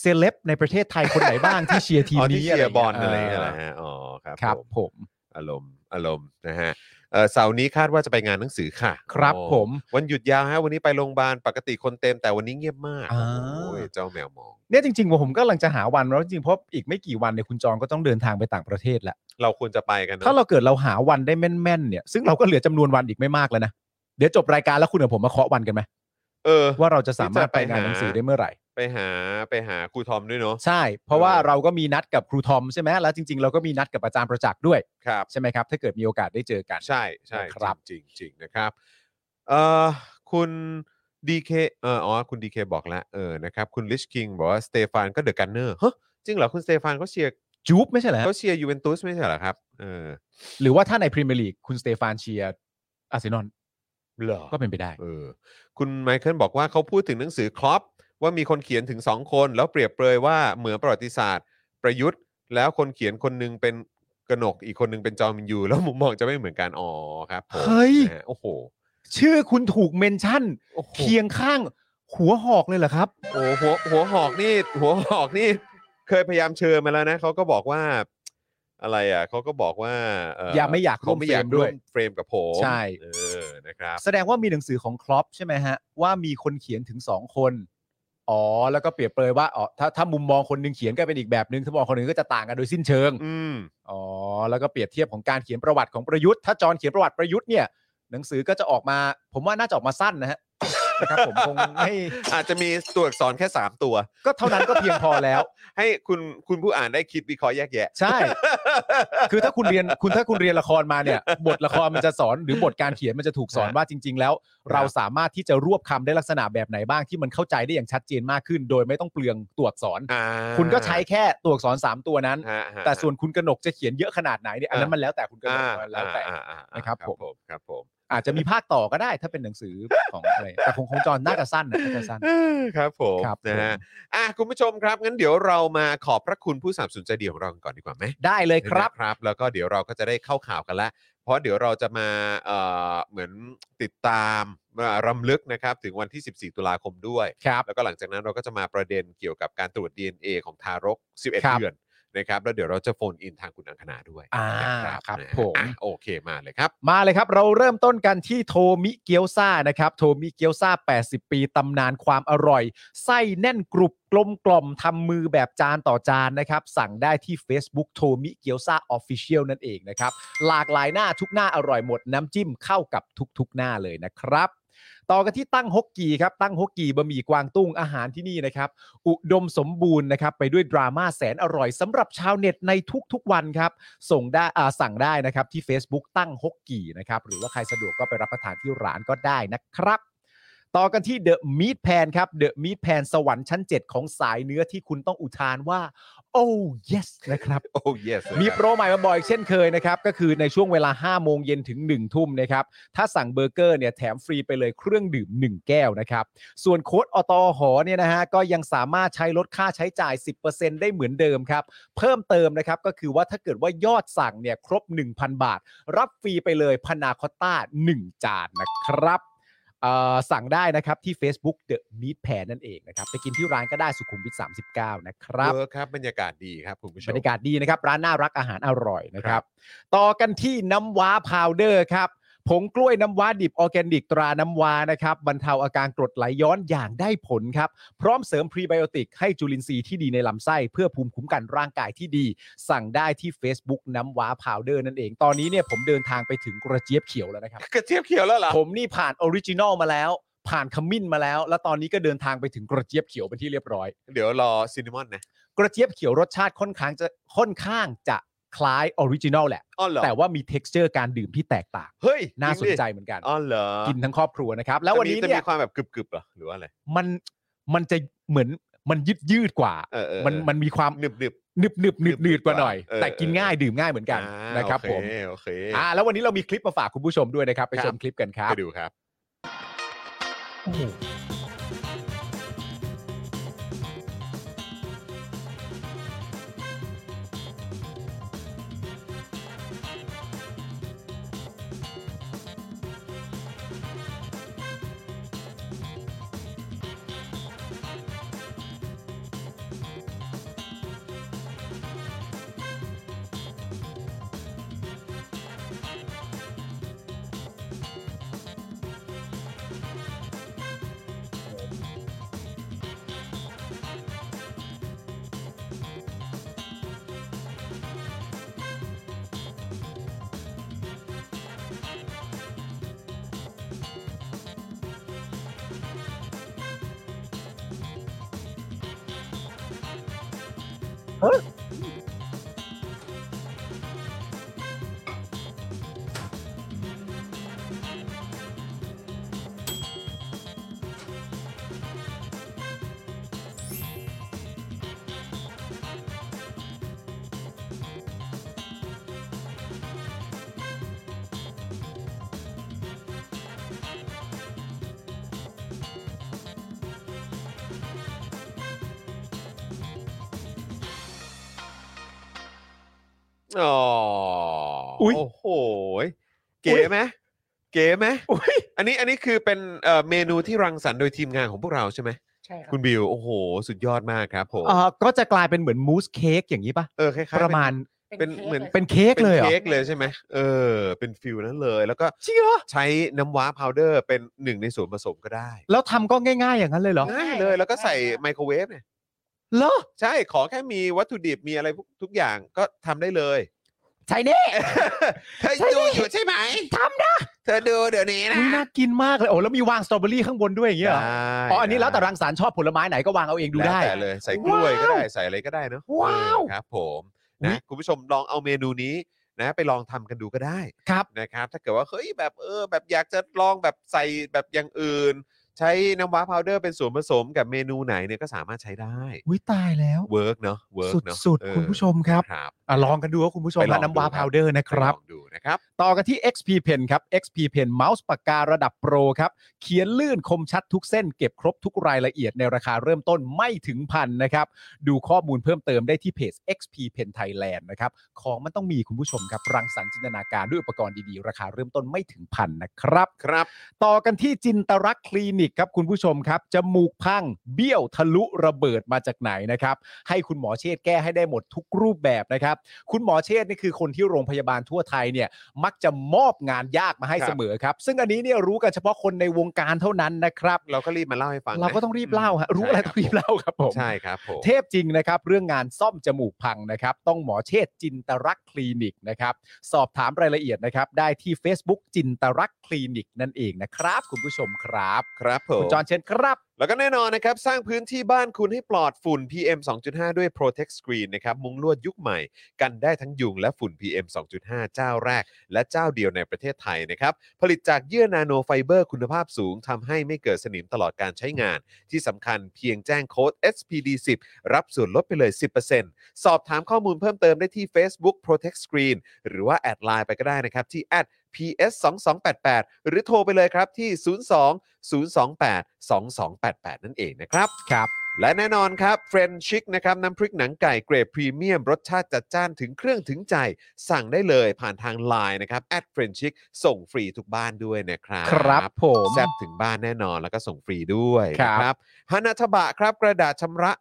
S4: เซเลบในประเทศไทยคนไหนบ้างที่เชียร์ทีม
S3: อ๋อ
S4: นี้
S3: เชียร์บอลอะไร
S4: ย่าง
S3: เงี้ย
S4: เงี้ย
S3: แหละฮะอ๋อครับ
S4: ครับ
S3: ผม
S4: ผม
S3: อารมณ์อารมณ์นะฮะเออเสาร์นี้คาดว่าจะไปงานหนังสือค่ะ
S4: ครับ
S3: โอ้
S4: ผม
S3: วันหยุดยาวฮะวันนี้ไปโรงพยาบาลปกติคนเต็มแต่วันนี้เงียบมาก
S4: อ่า
S3: โอ้ยเจ้าแมวมอง
S4: เนี่ยจริงๆว่าผมก็กำลังจะหาวันแล้วจริงๆเพราะอีกไม่กี่วันเนี่ยคุณจองก็ต้องเดินทางไปต่างประเทศแล้ว
S3: เราควรจะไปกันนะ
S4: ถ้าเราเกิดเราหาวันได้แม่นๆเนี่ยซึ่งเราก็เหลือจำนวนวันอีกไม่มากแล้วนะ เดี๋ยวจบรายการแล้วคุณกับผมมาเคาะวันกัน ไหม
S3: เออ
S4: ว่าเราจะสามารถไปงานหนังสือได้เมื่อไหร่
S3: ไปหาไปหาครูทอมด้วยเนาะ
S4: ใช่ เพราะว่า
S3: เออ
S4: เราก็มีนัดกับครูทอมใช่ไหมแล้วจริงๆ เราก็มีนัดกับอาจารย์ประจักษ์ด้วย
S3: ครับ
S4: ใช่ไหมครับ ถ้าเกิดมีโอกาสได้เจอกัน
S3: ใช่ใช่จง
S4: นะครับ
S3: จริงจริงนะครับเอ่อคุณดีเคเอ่ออ๋อคุณดีเคบอกแล้วเออนะครับคุณลิชคิงบอกว่าสเตฟานก็เดอะกันเนอร์ฮะจริงเหรอ คุณสเตฟานเขาเชียร์
S4: จูบไม่ใช่เหรอฮะ
S3: เขาเชียร์ยูเวนตุสไม่ใช่เหรอครับเออ
S4: หรือว่าถ้าในพรีเมียร์ลีกคุณสเตฟานเชียร์อาร์เซนอล
S3: เหรอ
S4: ก็เป็นไปได้
S3: เออคุณไมเคิลบอกว่าเขาพูดถึงหนังสือคลอปว่ามีคนเขียนถึง 2 คน แล้วเปรียบเปรยว่าเหมือนประวัติศาสตร์ประยุทธ์ แล้วคนเขียนคนหนึงเป็นกนกอีกคนหนึงเป็นจอมินยู แล้วมุมมองจะไม่เหมือนกันอ๋อครับผม
S4: เฮ้ย
S3: นะฮะโอ้โห
S4: ชื่อคุณถูกเมนชั่น
S3: โอ้โห
S4: เคียงข้างหัวหอกเลยเหรอครับ
S3: โอ้โหหัวหัวหอกนี่หัวหอกนี่เคยพยายามเชิญมาแล้วนะเขาก็บอกว่า อะไรอ่ะเขาก็บอกว่าเ
S4: อย่าไม่อยากร่
S3: เขา
S4: วม
S3: ไม่อยาก
S4: เฟรมด้
S3: ร่ว
S4: วย
S3: มเฟรมกับผม
S4: ใช่
S3: เออนะครับ
S4: แสดงว่ามีหนังสือของครอปใช่ไหมฮะ ว่ามีคนเขียนถึงสองคน อ๋อ แล้วก็เปรียบเปรยว่าอ๋อถ้าถ้ามุมมองคนหนึงเขียนก็เป็นอีกแบบหนึ่งถ้ามองคนหนึงก็จะต่างกันโดยสิ้นเชิง
S3: อืม
S4: อ๋อแล้วก็เปรียบเทียบของการเขียนประวัติของประยุทธ์ถ้าจอห์นเขียนประวัติประยุทธ์เนี่ยหนังสือก็จะออกมา ผมว่าน่าจะออกมาสั้นนะฮะ นะครับผมคงไม่
S3: อาจจะมีตัวอักษรแค่ 3 ตัว
S4: ก็เท่านั้นก็เพียงพอแล้ว
S3: ให้คุณคุณผู้อ่านได้คิดวิเคราะห์แยกแยะ
S4: ใช่ คือถ้าคุณเรียนคุณถ้าคุณเรียนละครมาเนี่ย บทละครมันจะสอนหรือบทการเขียนมันจะถูกสอนว่าจริง ๆ แล้ว เราสามารถที่จะรวบคำได้ลักษณะแบบไหนบ้างที่มันเข้าใจได้อย่างชัดเจนมากขึ้น โดยไม่ต้องเปลืองตัวอักษร
S3: อ่า
S4: คุณก็ใช้แค่ตัวอักษรสามตัวนั้น
S3: ฮะฮะ
S4: แต่ส่วนคุณกนกจะเขียนเยอะขนาดไหนเนี่ยอันนั้น
S3: อ่ามั
S4: มันแล้วแต่คุณกน
S3: อ่าก
S4: แล้วแต่
S3: อ่าอ่าอ่า
S4: นะครับผม
S3: ครับผม
S4: อาจจะมีภาคต่อก็ได้ถ้าเป็นหนังสือของอะไรแต่คงคงจรน่าจะสั้นนะน่าจะสั้น
S3: เออครับผม
S4: ครับ
S3: นะฮะ
S4: ผม
S3: อ่ะคุณผู้ชมครับงั้นเดี๋ยวเรามาขอบพระคุณผู้สนับสนุนใจดีของเรากันก่อนดีกว่าไหม
S4: ได้เลยครับ
S3: นะครับแล้วก็เดี๋ยวเราก็จะได้เข้าข่าวกันละเพราะเดี๋ยวเราจะมาเอ่อเหมือนติดตามมารำลึกนะครับถึงวันที่ 14 ตุลาคมด้วย
S4: ครับ
S3: แล้วก็หลังจากนั้นเราก็จะมาประเด็นเกี่ยวกับการตรวจ DNA ของทารก
S4: ค
S3: 11
S4: รับ
S3: เดือนนะครับแล้วเดี๋ยวเราจะโฟนอินทางคุณอังคณาด้วย
S4: อ่า
S3: นะครับ นะฮะ
S4: ผม
S3: อ่ะโอเคมาเลยครับ
S4: มาเลยครับ เราเริ่มต้นกันที่โทมิเกียวซานะครับ โทมิเกียวซา80 ปี ตำนานความอร่อย ไส้แน่นกรุบกลมกล่อมทำมือแบบจานต่อจานนะครับ สั่งได้ที่ Facebook โทมิเกียวซาออฟฟิเชียลนั่นเองนะครับ หลากหลายหน้าทุกหน้าอร่อยหมดน้ำจิ้มเข้ากับทุกๆหน้าเลยนะครับ ต่อกันที่ตั้งฮกกีครับ ตั้งฮกกีบะหมี่กวางตุ้งอาหารที่นี่นะครับ อุดมสมบูรณ์นะครับ ไปด้วยดราม่าแสนอร่อยสำหรับชาวเน็ตในทุกๆวันครับ ส่งได้อ่าสั่งได้นะครับ ที่ Facebook ตั้งฮกกี่นะครับ หรือว่าใครสะดวกก็ไปรับประทานที่ร้านก็ได้นะครับ ต่อกันที่เดอะม a ทแพนครับเดอะม a ทแพนสวรรค์ชั้น 7 ของสายเนื้อที่คุณต้องอุทานว่า โอ้ yes นะครับ
S3: โอ้ yes
S4: มีโปรใหม่มาบ่อยเช่นเคยนะครับ ก็คือในช่วงเวลา 5 โมงเย็นถึง 1 ทุ่มนะครับ ถ้าสั่งเบอร์เกอร์เนี่ยแถมฟรีไปเลยเครื่องดื่ม 1 แก้วนะครับ ส่วนโค้ดอตอหอเนี่ยนะฮะก็ยังสามารถใช้ลดค่าใช้จ่าย 10%ได้เหมือนเดิมครับ เพิ่มเติมนะครับ ก็คือว่าถ้าเกิดว่ายอดสั่งเนี่ยครบ 1,000 บาท รับฟรีไปเลยพนาคอตต้า 1 จานนะครับเอ่อสั่งได้นะครับที่ Facebook The Meat Pan นั่นเองนะครับไปกินที่ร้านก็ได้สุขุมวิท39 นะครับ
S3: เวิร์คครับบรรยากาศดีครับคุณผู้ช
S4: บร
S3: ม
S4: รยากาศดีนะครับ ร้านน่ารักอาหารอร่อยนะครับ ต่อกันที่น้ำว้าพาวเดอร์ครับผงกล้วยน้ำว้าดิบออร์แกนิกตราน้ำว้านะครับบรรเทาอาการกรดไหลย้อนอย่างได้ผลครับ พร้อมเสริมพรีไบโอติกให้จุลินทรีย์ที่ดีในลำไส้เพื่อภูมิคุ้มกันร่างกายที่ดี สั่งได้ที่ Facebook น้ำว้าพาวเดอร์นั่นเอง ตอนนี้เนี่ยผมเดินทางไปถึงกระเจี๊ยบเขียวแล้วนะครับ
S3: กระเจี๊ยบเขียวแล้วเหรอ
S4: ผมนี่ผ่านออริจินอลมาแล้ว ผ่านขมิ้นมาแล้ว แล้วตอนนี้ก็เดินทางไปถึงกระเจี๊ยบเขียวเป็นที่เรียบร้อย
S3: เดี๋ยวรอซินนามอนนะ
S4: กระเจี๊ยบเขียวรสชาติค่อนข้างจะค่อนข้างจะคล้ายออริจินอลแหละ
S3: อ้อเหรอ
S4: แต่ว่ามี t e x t อร์การดื่มที่แตกต่าง
S3: เฮ้ย
S4: น่าสนใจ
S3: จริง
S4: เหมือนกัน
S3: ดิอ้อเหรอ
S4: กินทั้งครอบครัวนะครับ แล้ววันนี้
S3: จะมี
S4: เนี่
S3: จะ
S4: ย
S3: มีความแบบกรึบกรึบๆเหรอหรือว่าอะไร
S4: มันมันจะเหมือนมันยืดยืดๆกว่า
S3: เออเออ
S4: มันมันมีความ
S3: หนึบหนึบ
S4: หนึบหนึบหนืดหนื
S3: หนึ
S4: ด
S3: บๆ
S4: กว่าหน่อย
S3: เออ
S4: แต่กินง่ายดื่มง่ายเหมือน
S3: ๆ
S4: กัน
S3: อ่า
S4: นะครับ
S3: โอเ
S4: ผม
S3: โอเค
S4: อ่าแล้ววันนี้เรามีคลิปมาฝากคุณผู้ชมด้วยนะครับ ไป
S3: ครับ
S4: ชมคลิปกันครับ
S3: ไปดูครับ อ๋ออย โอ้โหยเก๋ไหมเก๋ไหม
S4: อุ๊ย
S3: อันนี้อันนี้คือเป็นเอ่อเมนูที่รังสรรค์โดยทีมงานของพวกเราใช่ไหม
S5: ใช่ครับ
S3: คุณบิวโอ้โห สุดยอดมากครับผม
S4: เอ่อก็จะกลายเป็นเหมือนมูสเค้กอย่างนี้ป่ะ
S3: เออคล้ายๆ
S4: ประมาณ
S3: เป็นเหมือน
S4: เป็นเค้กเลยเหรอ
S3: เค้กเลยใช่ไหมเออ เป็นฟิลนั้นเลย แล้วก็
S4: จริงเหรอ
S3: ใช้น้ำว้าพาวเดอร์เป็นหนึ่งในส่วนผสมก็ได้
S4: แล้วทำก็ง่าย ๆ อย่างนั้นเลยเหรอ
S3: ง่ายเลยแล้วก็ใส่ไมโครเวฟเนี่ย
S4: เหรอ
S3: ใช่ขอแค่มีวัตถุดิบมีอะไรพวกทุกอย่างก็ทำได้เลย
S4: ใช่เนี่ย
S3: เธอ
S4: ใช่
S3: ดู
S4: ดิ
S3: อยู่ใช่ไหม
S4: ทำนะ
S3: เธอดูเดี๋ยวนี้นะ
S4: อุ๊ยน่ากินมากเลย โอ้แล้วมีวางสตรอเบอรี่ข้างบนด้วยอย่างเงี้ยเหรอ
S3: ได้
S4: อ๋ออันนี้แล้วแต่
S3: ได้
S4: รังสรรค์ชอบผลไม้ไหนก็วางเอาเองดูได้
S3: แล้วแต่เลยใส่กล้วยก็ได้
S4: ว้าว
S3: ใส่อะไรก็ได้เนอะ
S4: ว้าว
S3: เออครับผมนะคุณผู้ชมลองเอาเมนูนี้นะไปลองทำกันดูก็ได้
S4: ครับ
S3: นะครับ ถ้าเกิดว่าเฮ้ยแบบเออแบบอยากจะลองแบบใส่แบบอย่างอื่น ใช้น้ำว้าพาวเดอร์เป็นส่วนผสมกับเมนูไหนเนี่ยก็สามารถใช้ได้
S4: อุ้ยตายแล้ว
S3: เวิร์กเนาะเวิร์กเนาะ
S4: สุด
S3: เออ
S4: ๆ คุณผู้ชมครับ
S3: ครับ
S4: อ่ะลองกันดูว่าคุณผู้ชม
S3: ไปลอ
S4: นะ
S3: ง
S4: น้ำว้า
S3: ดู
S4: พาวเดอร์นะครับ
S3: ไปลองดูนะครับ
S4: ต่อกันที่ XP Pen ครับ XP Pen เมาส์ปากการะดับโปรครับ เขียนลื่นคมชัดทุกเส้นเก็บครบทุกรายละเอียดในราคาเริ่มต้นไม่ถึงพันนะครับ ดูข้อมูลเพิ่มเติมได้ที่เพจ XP Pen Thailand นะครับ ของมันต้องมีคุณผู้ชมครับ รังสรรค์จินตนาการด้วยอุปกรณ์ดีๆ ราคาเริ่มต้นไม่ถึงพันนะครับ
S3: ครับ
S4: ต่อกันที่จินตรักษณ์คลินิกครับคุณผู้ชมครับ จมูกพังเบี้ยวทะลุระเบิดมาจากไหนนะครับ ให้คุณหมอเชษฐ์แก้ให้ได้หมดทุกรูปแบบนะครับ คุณหมอเชษฐ์นี่คือคนที่โรงพยาบาลทั่วไทยเนี่ยมักจะมอบงานยากมาให้เสมอครับ ซึ่งอันนี้เนี่ยรู้กันเฉพาะคนในวงการเท่านั้นนะครับ
S3: เราก็รีบมาเล่าให้ฟังนะ
S4: เราก็ต้องรีบเล่าฮะรู้อะไรต้องรีบเล่าครับผม
S3: ใช่ครับผม
S4: เทพจริงนะครับ เรื่องงานซ่อมจมูกพังนะครับ ต้องหมอเชษจินตรักษณ์คลินิกนะครับ สอบถามรายละเอียดนะครับ ได้ที่ Facebook จินตรักษณ์คลินิกนั่นเองนะครับ คุณผู้ชมครับ
S3: ครับผม
S4: คุณจอห์นเชนครับ
S3: แล้วก็แน่นอนนะครับ สร้างพื้นที่บ้านคุณให้ปลอดฝุ่น PM 2.5 ด้วย Protect Screen นะครับ มุ้งลวดยุคใหม่ กันได้ทั้งยุงและฝุ่น PM 2.5 เจ้าแรก และเจ้าเดียวในประเทศไทยนะครับ ผลิตจากเยื่อนาโนไฟเบอร์คุณภาพสูงทำให้ไม่เกิดสนิมตลอดการใช้งาน ที่สำคัญเพียงแจ้งโค้ด SPD10 รับส่วนลดไปเลย 10%สอบถามข้อมูลเพิ่มเติมได้ที่ Facebook Protect Screen หรือว่าแอดไลน์ไปก็ได้นะครับ ที่ @ps 2 2 8 8หรือโทรไปเลยครับที่ 02 028 2288 นั่นเองนะครับ
S4: ครับ
S3: และแน่นอนครับเฟรนชิกนะครับน้ำพริกหนังไก่เกรดพรีเมียม รสชาติจัดจ้านถึงเครื่องถึงใจ สั่งได้เลยผ่านทาง Line นะครับแอดเฟรนชิกส่งฟรีทุกบ้านด้วยนะครับ
S4: ครับผม
S3: แซบถึงบ้านแน่นอนแล้วก็ส่งฟรีด้วย
S4: ครับ
S3: นะครับฮานาทบะครับกระดาษชำระ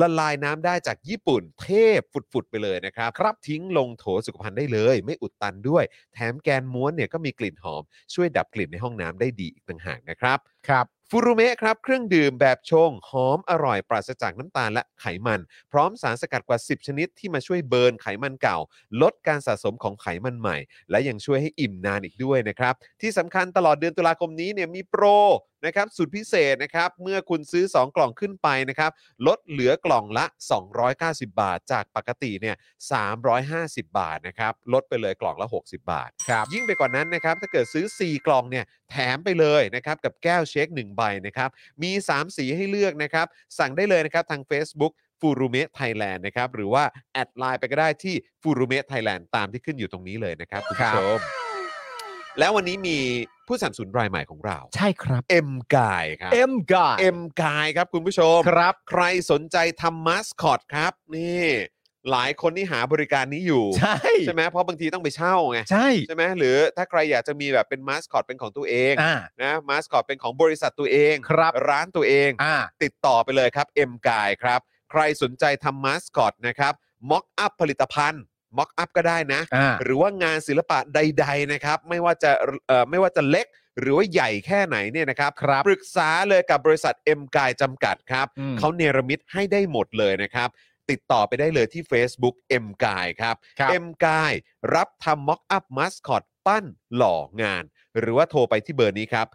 S3: ละลายน้ำได้จากญี่ปุ่น เทพฝุดๆไปเลยนะครับครับทิ้งลงโถสุขภัณฑ์ได้เลย ไม่อุดตันด้วย แถมแกนม้วนเนี่ยก็มีกลิ่นหอม ช่วยดับกลิ่นในห้องน้ำได้ดีอีกต่างหากนะครับ
S4: ครับ
S3: ฟูรุเมะครับ เครื่องดื่มแบบชง หอมอร่อยปราศจากน้ำตาลและไขมัน พร้อมสารสกัดกว่า 10 ชนิดที่มาช่วยเบิร์นไขมันเก่า ลดการสะสมของไขมันใหม่ และยังช่วยให้อิ่มนานอีกด้วยนะครับ ที่สำคัญตลอดเดือนตุลาคมนี้เนี่ยมีโปรนะครับสุดพิเศษนะครับ เมื่อคุณซื้อ 2 กล่องขึ้นไปนะครับ ลดเหลือกล่องละ 290 บาท จากปกติเนี่ย350 บาทนะครับลดไปเลยกล่องละ 60 บาท
S4: ครับ
S3: ยิ่งไปกว่านั้นนะครับ ถ้าเกิดซื้อ 4 กล่องเนี่ยแถมไปเลยนะครับ กับแก้วเช็ค 1 ใบนะครับ มี 3 สีให้เลือกนะครับ สั่งได้เลยนะครับ ทาง Facebook ฟูรูเม t ไทยแลนด์นะครับ หรือว่า แอดไลน์ไปก็ได้ที่ฟูรูเม t ไทยแลนด์ตามที่ขึ้นอยู่ตรงนี้เลยนะครับ คุณผู้ชม แล้ววันนี้มีผู้สนัมสูนรายใหม่ของเรา
S4: ใช่ครับ
S3: เอ็มกายครับ
S4: เอ็มกาย
S3: เอ็มกายครับคุณผู้ชม
S4: ครับ
S3: ใครสนใจทำมาสคอตครับ นี่ หลายคนที่หาบริการนี้อยู่
S4: ใช่
S3: ใช่ไหมเพราะบางทีต้องไปเช่าไง
S4: ใช่
S3: ใช่ไหมหรือถ้าใครอยากจะมีแบบเป็นมาสคอตเป็นของตัวเอง
S4: อ่า
S3: นะมาสคอตเป็นของบริษัทตัวเอง
S4: ครับ
S3: ร้านตัวเอง
S4: อ่า
S3: ติดต่อไปเลยครับ M กายครับ ใครสนใจทำมาสคอตนะครับม็อกอัพผลิตภัณฑ์ม็อกอัพก็ได้นะ
S4: อ่า
S3: หรือว่างานศิลปะใด ๆนะครับ ไม่ว่าจะเอ่อไม่ว่าจะเล็ก หรือว่าใหญ่แค่ไหนเนี่ยนะครับ
S4: ครับ
S3: ปรึกษาเลยกับบริษัท M กายจำกัดครับ
S4: อืม
S3: เขาเนรมิตให้ได้หมดเลยนะครับ ติดต่อไปได้เลยที่ Facebook M กายครับ
S4: ครับ
S3: M กายรับทำม็อกอัพมัสคอตปั้นหล่องาน หรือว่าโทรไปที่เบอร์นี้ครับ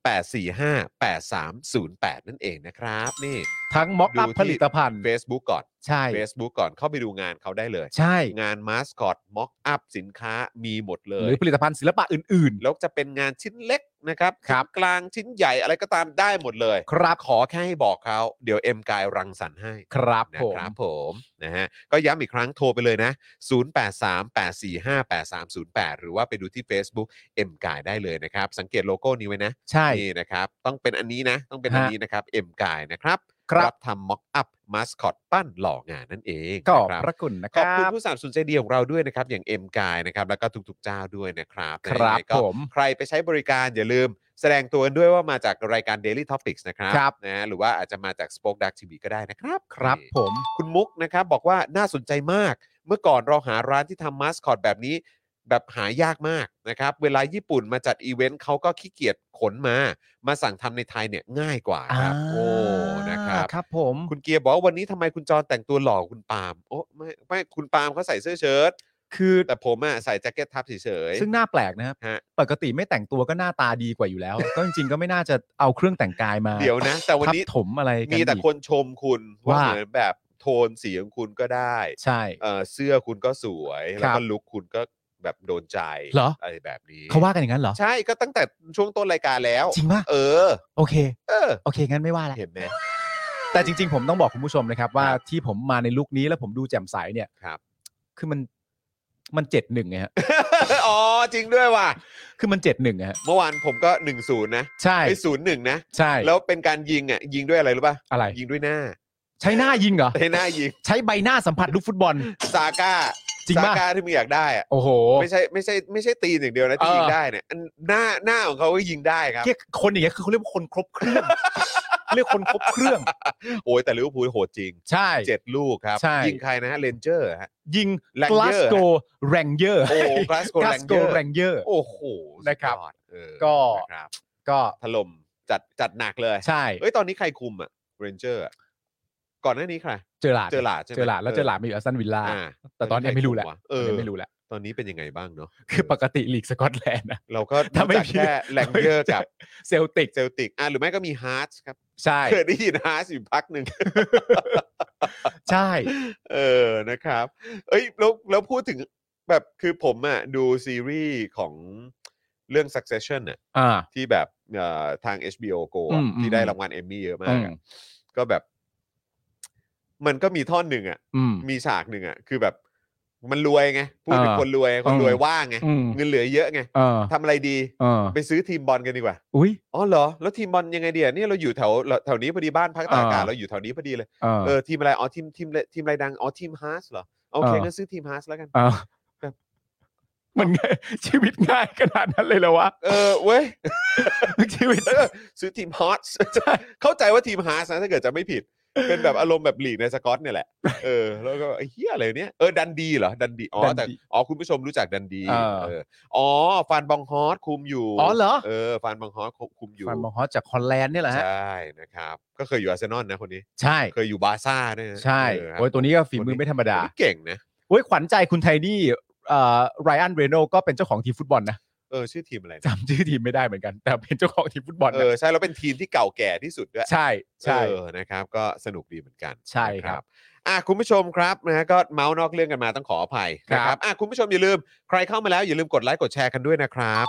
S3: 083 845 8308 นั่นเองนะครับ นี่
S4: ทั้งม็อกอัพ
S3: ดูที่
S4: ผลิตภัณฑ์
S3: Facebook ก่อน
S4: ใช่
S3: Facebook ก่อนเข้าไปดูงานเขาได้เลย
S4: ใช่
S3: งานมาสคอตม็อกอัพสินค้ามีหมดเล
S4: ห
S3: ย
S4: รือผลิตภัณฑ์ศิลปะอื่น
S3: แล้วจะเป็นงานชิ้นเล็กนะครับ
S4: ครับ
S3: ชิ้นกลางชิ้นใหญ่อะไรก็ตามได้หมดเลย
S4: ๆ ครับ
S3: ขอแค่ให้บอกเขาเดี๋ยวเอ็มกายรังสรรค์ให้
S4: ครับ
S3: นะ
S4: ผม
S3: ครับผมนะฮะก็ย้ำอีกครั้งโทรไปเลยนะ 0838458308 หรือว่าไปดูที่ Facebook M กายได้เลยนะครับ สังเกตโลโก้นี้ไว้นะ
S4: ใช่
S3: นี่นะครับ ต้องเป็นอันนี้นะ ต้องเป็นอันนี้นะครับ M กายนะครับ
S4: ครับ
S3: ทำม็อกอัพมาสคอตปั้นหล่องานนั่นเอง
S4: ขอบ
S3: นะ
S4: พระคุณนะค
S3: ขอบ
S4: รั
S3: คุณ
S4: บ
S3: ผู้สนับสนุนใจดีของเราด้วยนะครับ อย่าง M กายนะครับแล้วก็ทุกๆเจ้าด้วยนะครับ
S4: ค
S3: นะ
S4: รับ
S3: ยังไงก็
S4: ผม
S3: ใครไปใช้บริการอย่าลืม แสดงตัวกันด้วยว่ามาจากรายการ Daily Topics นะครับ
S4: ครับ
S3: นะฮะหรือว่าอาจจะมาจาก Spoke Dark TV ก็ได้นะครับ
S4: ครับ
S3: นี่
S4: ผม
S3: คุณมุกนะครับบอกว่าน่าสนใจมาก เมื่อก่อนเราหาร้านที่ทำมาสคอตแบบนี้แบบหายากมากนะครับ เวลาญี่ปุ่นมาจัดอีเวนต์เขาก็ขี้เกียจขนมา มาสั่งทำในไทยเนี่ยง่ายกว่าครับ
S4: อ่า
S3: โอ้ นะครับ
S4: ครับผม
S3: คุณเกียร์บอกว่าวันนี้ทำไมคุณจรแต่งตัวหล่อคุณปาล์มโอ้ไม่ไม่คุณปาล์มเขาใส่เสื้อเชิ้ต
S4: คือ
S3: แต่ผมอะใส่แจ็คเก็ตทับเฉย
S4: ซึ่งน่าแปลกนะครับ
S3: ฮะ
S4: ปกติไม่แต่งตัวก็หน้าตาดีกว่าอยู่แล้ว ก็จริงๆก็ไม่น่าจะเอาเครื่องแต่งกายมา
S3: ๆเดี๋ยวนะ แต่วัน
S4: ทับ
S3: นี้
S4: ถมอะไรกัน
S3: มีแต่
S4: อีก
S3: คนชมคุณว่า
S4: ว่า
S3: เหมือนแบบโทนสีของคุณก็ได้
S4: ใช่
S3: เอ่อเสื้อคุณก็สวย แล้ว
S4: ครั
S3: ก็
S4: บ
S3: ลุคคุณก็แบบโดนใจ
S4: เหรออ
S3: ไรแบบนี้
S4: เขาว่ากันอย่างนั้นเหรอ
S3: ใช่ก็ตั้งแต่ช่วงต้นรายการแล้ว
S4: จริงป่ะ
S3: เออ
S4: โอเค
S3: เออ
S4: โอเค งั้นไม่ว่าแล้ว
S3: เห็นไหม
S4: แต่จริง ๆ ผมต้องบอกคุณผู้ชมนะครับ ว่า
S3: ครับ
S4: ที่ผมมาในลุคนี้แล้วผมดูแจ่มใสเนี่ย
S3: ครับ
S4: คือมันมันเจ็ดหนึ่ง ไงฮะ
S3: อ๋อ จริงด้วยว่ะ
S4: คือมันเจ็ดหนึ่งฮะ
S3: เมื่อวานผมก็1นศูนย์นะ
S4: ใช่
S3: ไปศูนย์หนึ่งนะ
S4: ใช่
S3: แล้วเป็นการยิงอ่ะ ยิงด้วยอะไรรู้ป่ะ
S4: อะไร
S3: ยิงด้วยหน้า
S4: ใช้หน้ายิงเหรอ
S3: ใช้หน้ายิง
S4: ใช้ใบหน้าสัมผัสลูกฟุตบอล
S3: ซาก้า
S4: จริง
S3: ซา
S4: ป่ะ
S3: ก้าที่มึงอยากได้อ่ะ
S4: โอ้โห
S3: ไม่ใช่ไม่ใช่ไม่ใช่ตีนอย่างเดียวนะที่
S4: เออ
S3: ยิงได้เนี่ยอันหน้าหน้าของเขาก็ยิงได้ครับ
S4: เรียกคนอย่างเงี้ยคือเขาเรียกว่าคนครบเครื่อง เรียกคนครบเครื่อง
S3: โอ้ยแต่ลิเวอร์พูลโหดจริง
S4: ใช่
S3: เจ็ดลูกครับ
S4: ใช่
S3: ยิงใครนะฮะเลนเจอร์ฮะ
S4: ยิง
S3: Ranger
S4: กลาสโกแรงเยอร์
S3: โอ้กลาส โก
S4: กลา
S3: แร
S4: ส
S3: ง
S4: โก
S3: เยอร์
S4: แรงเยอร์
S3: โอ้โหสุดยอด
S4: นะครับ
S3: เออ
S4: ก็
S3: นะครับ
S4: ก็
S3: ถล่มจัดจัดหนักเลย
S4: ใช่
S3: เอ้ยตอนนี้ใครคุมอะเรนเจอร์ก่อนหน้านี้ใคร
S4: เจอหลาด
S3: เจอหลาดใช่ไหม
S4: เจอหลาดแล้วเจอหลาดมาอยู่อาร์เซนวิลล่า
S3: อ่า
S4: แต่ตอนนี้ไม่รู้แหละ
S3: เออ
S4: ตอนนี้ไม่รู้แหละ
S3: ตอนนี้เป็นยังไงบ้างเนาะ
S4: คือปกติลีกสกอตแลนด์นะ
S3: เราก็
S4: ถ้า
S3: รู้
S4: ไม่
S3: จัก
S4: ผิด
S3: แค่แลงเยอร์กับ
S4: เซลติก
S3: เซลติกอ่ะหรือไม่ก็มีฮาร์ทครับ
S4: ใช่
S3: เคยได้ยินฮาร์ทอยู่พักหนึ่ง
S4: ใช่
S3: เออ นะครับ เอ้ย แล้ว แล้วพูดถึง แบบ คือผมอะดูซีรีส์ของเรื่อง Succession น่ะ
S4: อ่า
S3: ที่แบบเอ่อทาง HBO Go อะ
S4: อืมอืม
S3: ที่ได้รางวัลเอมมี่เยอะมากอะ
S4: อืม
S3: ก็แบบ มันก็มีท่อนหนึ่งอะ
S4: อืม
S3: มีฉากหนึ่งอะคือแบบ มันรวยไง พูดถึง
S4: อ่า
S3: คนรวย คนรวย
S4: อืม
S3: ว่างไง
S4: อืม
S3: เงินเหลือเยอะไง
S4: เออ
S3: ทำอะไรดี
S4: เออ
S3: ไปซื้อทีมบอลกันดีกว่า
S4: อุ้ย
S3: อ๋อเหรอ แล้วทีมบอลยังไงเดียนี่ยเราอยู่แถว แถวนี้พอดีบ้านพักตากอากาศ
S4: อ่า
S3: เราอยู่แถวนี้พอดีเลย
S4: เออ
S3: เออ ทีมอะไร อ๋อ ทีม ทีมอะไรทีมอะไรดัง อ๋อ ทีมฮาร์สเหรอ โอเค
S4: อ่างั้
S3: งั้นซื้อทีมฮาร์สแล้วกัน
S4: เออ
S3: แบบ
S4: มันง่าย ชีวิตง่ายขนาดนั้นเลยเหรอวะ
S3: เออเว้ย
S4: ชีวิต
S3: เออซื้อทีมฮาร์ส เข้าใจว่าทีมฮาร์สนะถ้าเกิดจะไม่ผิด เป็นแบบอารมณ์แบบลีกในสกอตเนี่ยแหละเออแล้วก็ไอ้เฮียอะไรเนี่ยเออดันดีเหรอดันดีอ๋อ
S4: ดันดี
S3: แต่อ๋อคุณผู้ชมรู้จักดันดี
S4: เออ
S3: เอออ๋อฟานบองฮอสคุมอยู่
S4: อ๋อเหรอ
S3: เออฟานบองฮอสคุมอยู่
S4: ฟานบองฮอสจากฮอลแลนด์เนี่ยแหละ
S3: ใช
S4: ฮะ
S3: ่นะครับก็เคยอยู่อาร์เซนอลนะคนนี้
S4: ใช่
S3: เคยอยู่บาร์ซ่าด้วยนะ
S4: ใช่
S3: เครับ
S4: โอ้ยตัวนี้ก็ฝีมือไม่ธรรมดา
S3: คนนี้เก่งนะ
S4: โอ้ยขวัญใจคุณไทนี่เอ่อไรอันเรโนก็เป็นเจ้าของทีมฟุตบอลนะ
S3: เออชื่อทีมอะไรนะ
S4: จำชื่อทีมไม่ได้เหมือนกัน แต่เป็นเจ้าของทีมฟุตบอล
S3: เอ
S4: นะ
S3: อใช่แล้วเป็นทีมที่เก่าแก่ที่สุดด้วย
S4: ใช่ใช่
S3: เออนะครับ ก็สนุกดีเหมือนกัน
S4: ใช่
S3: นะครับ อ่ะคุณผู้ชมครับนะฮะก็เมาส์นอกเรื่องกันมาต้องขออภัย
S4: ครับ
S3: นะอ่ะคุณผู้ชมอย่าลืมใครเข้ามาแล้วอย่าลืมกดไลค์กดแชร์กันด้วยนะครับ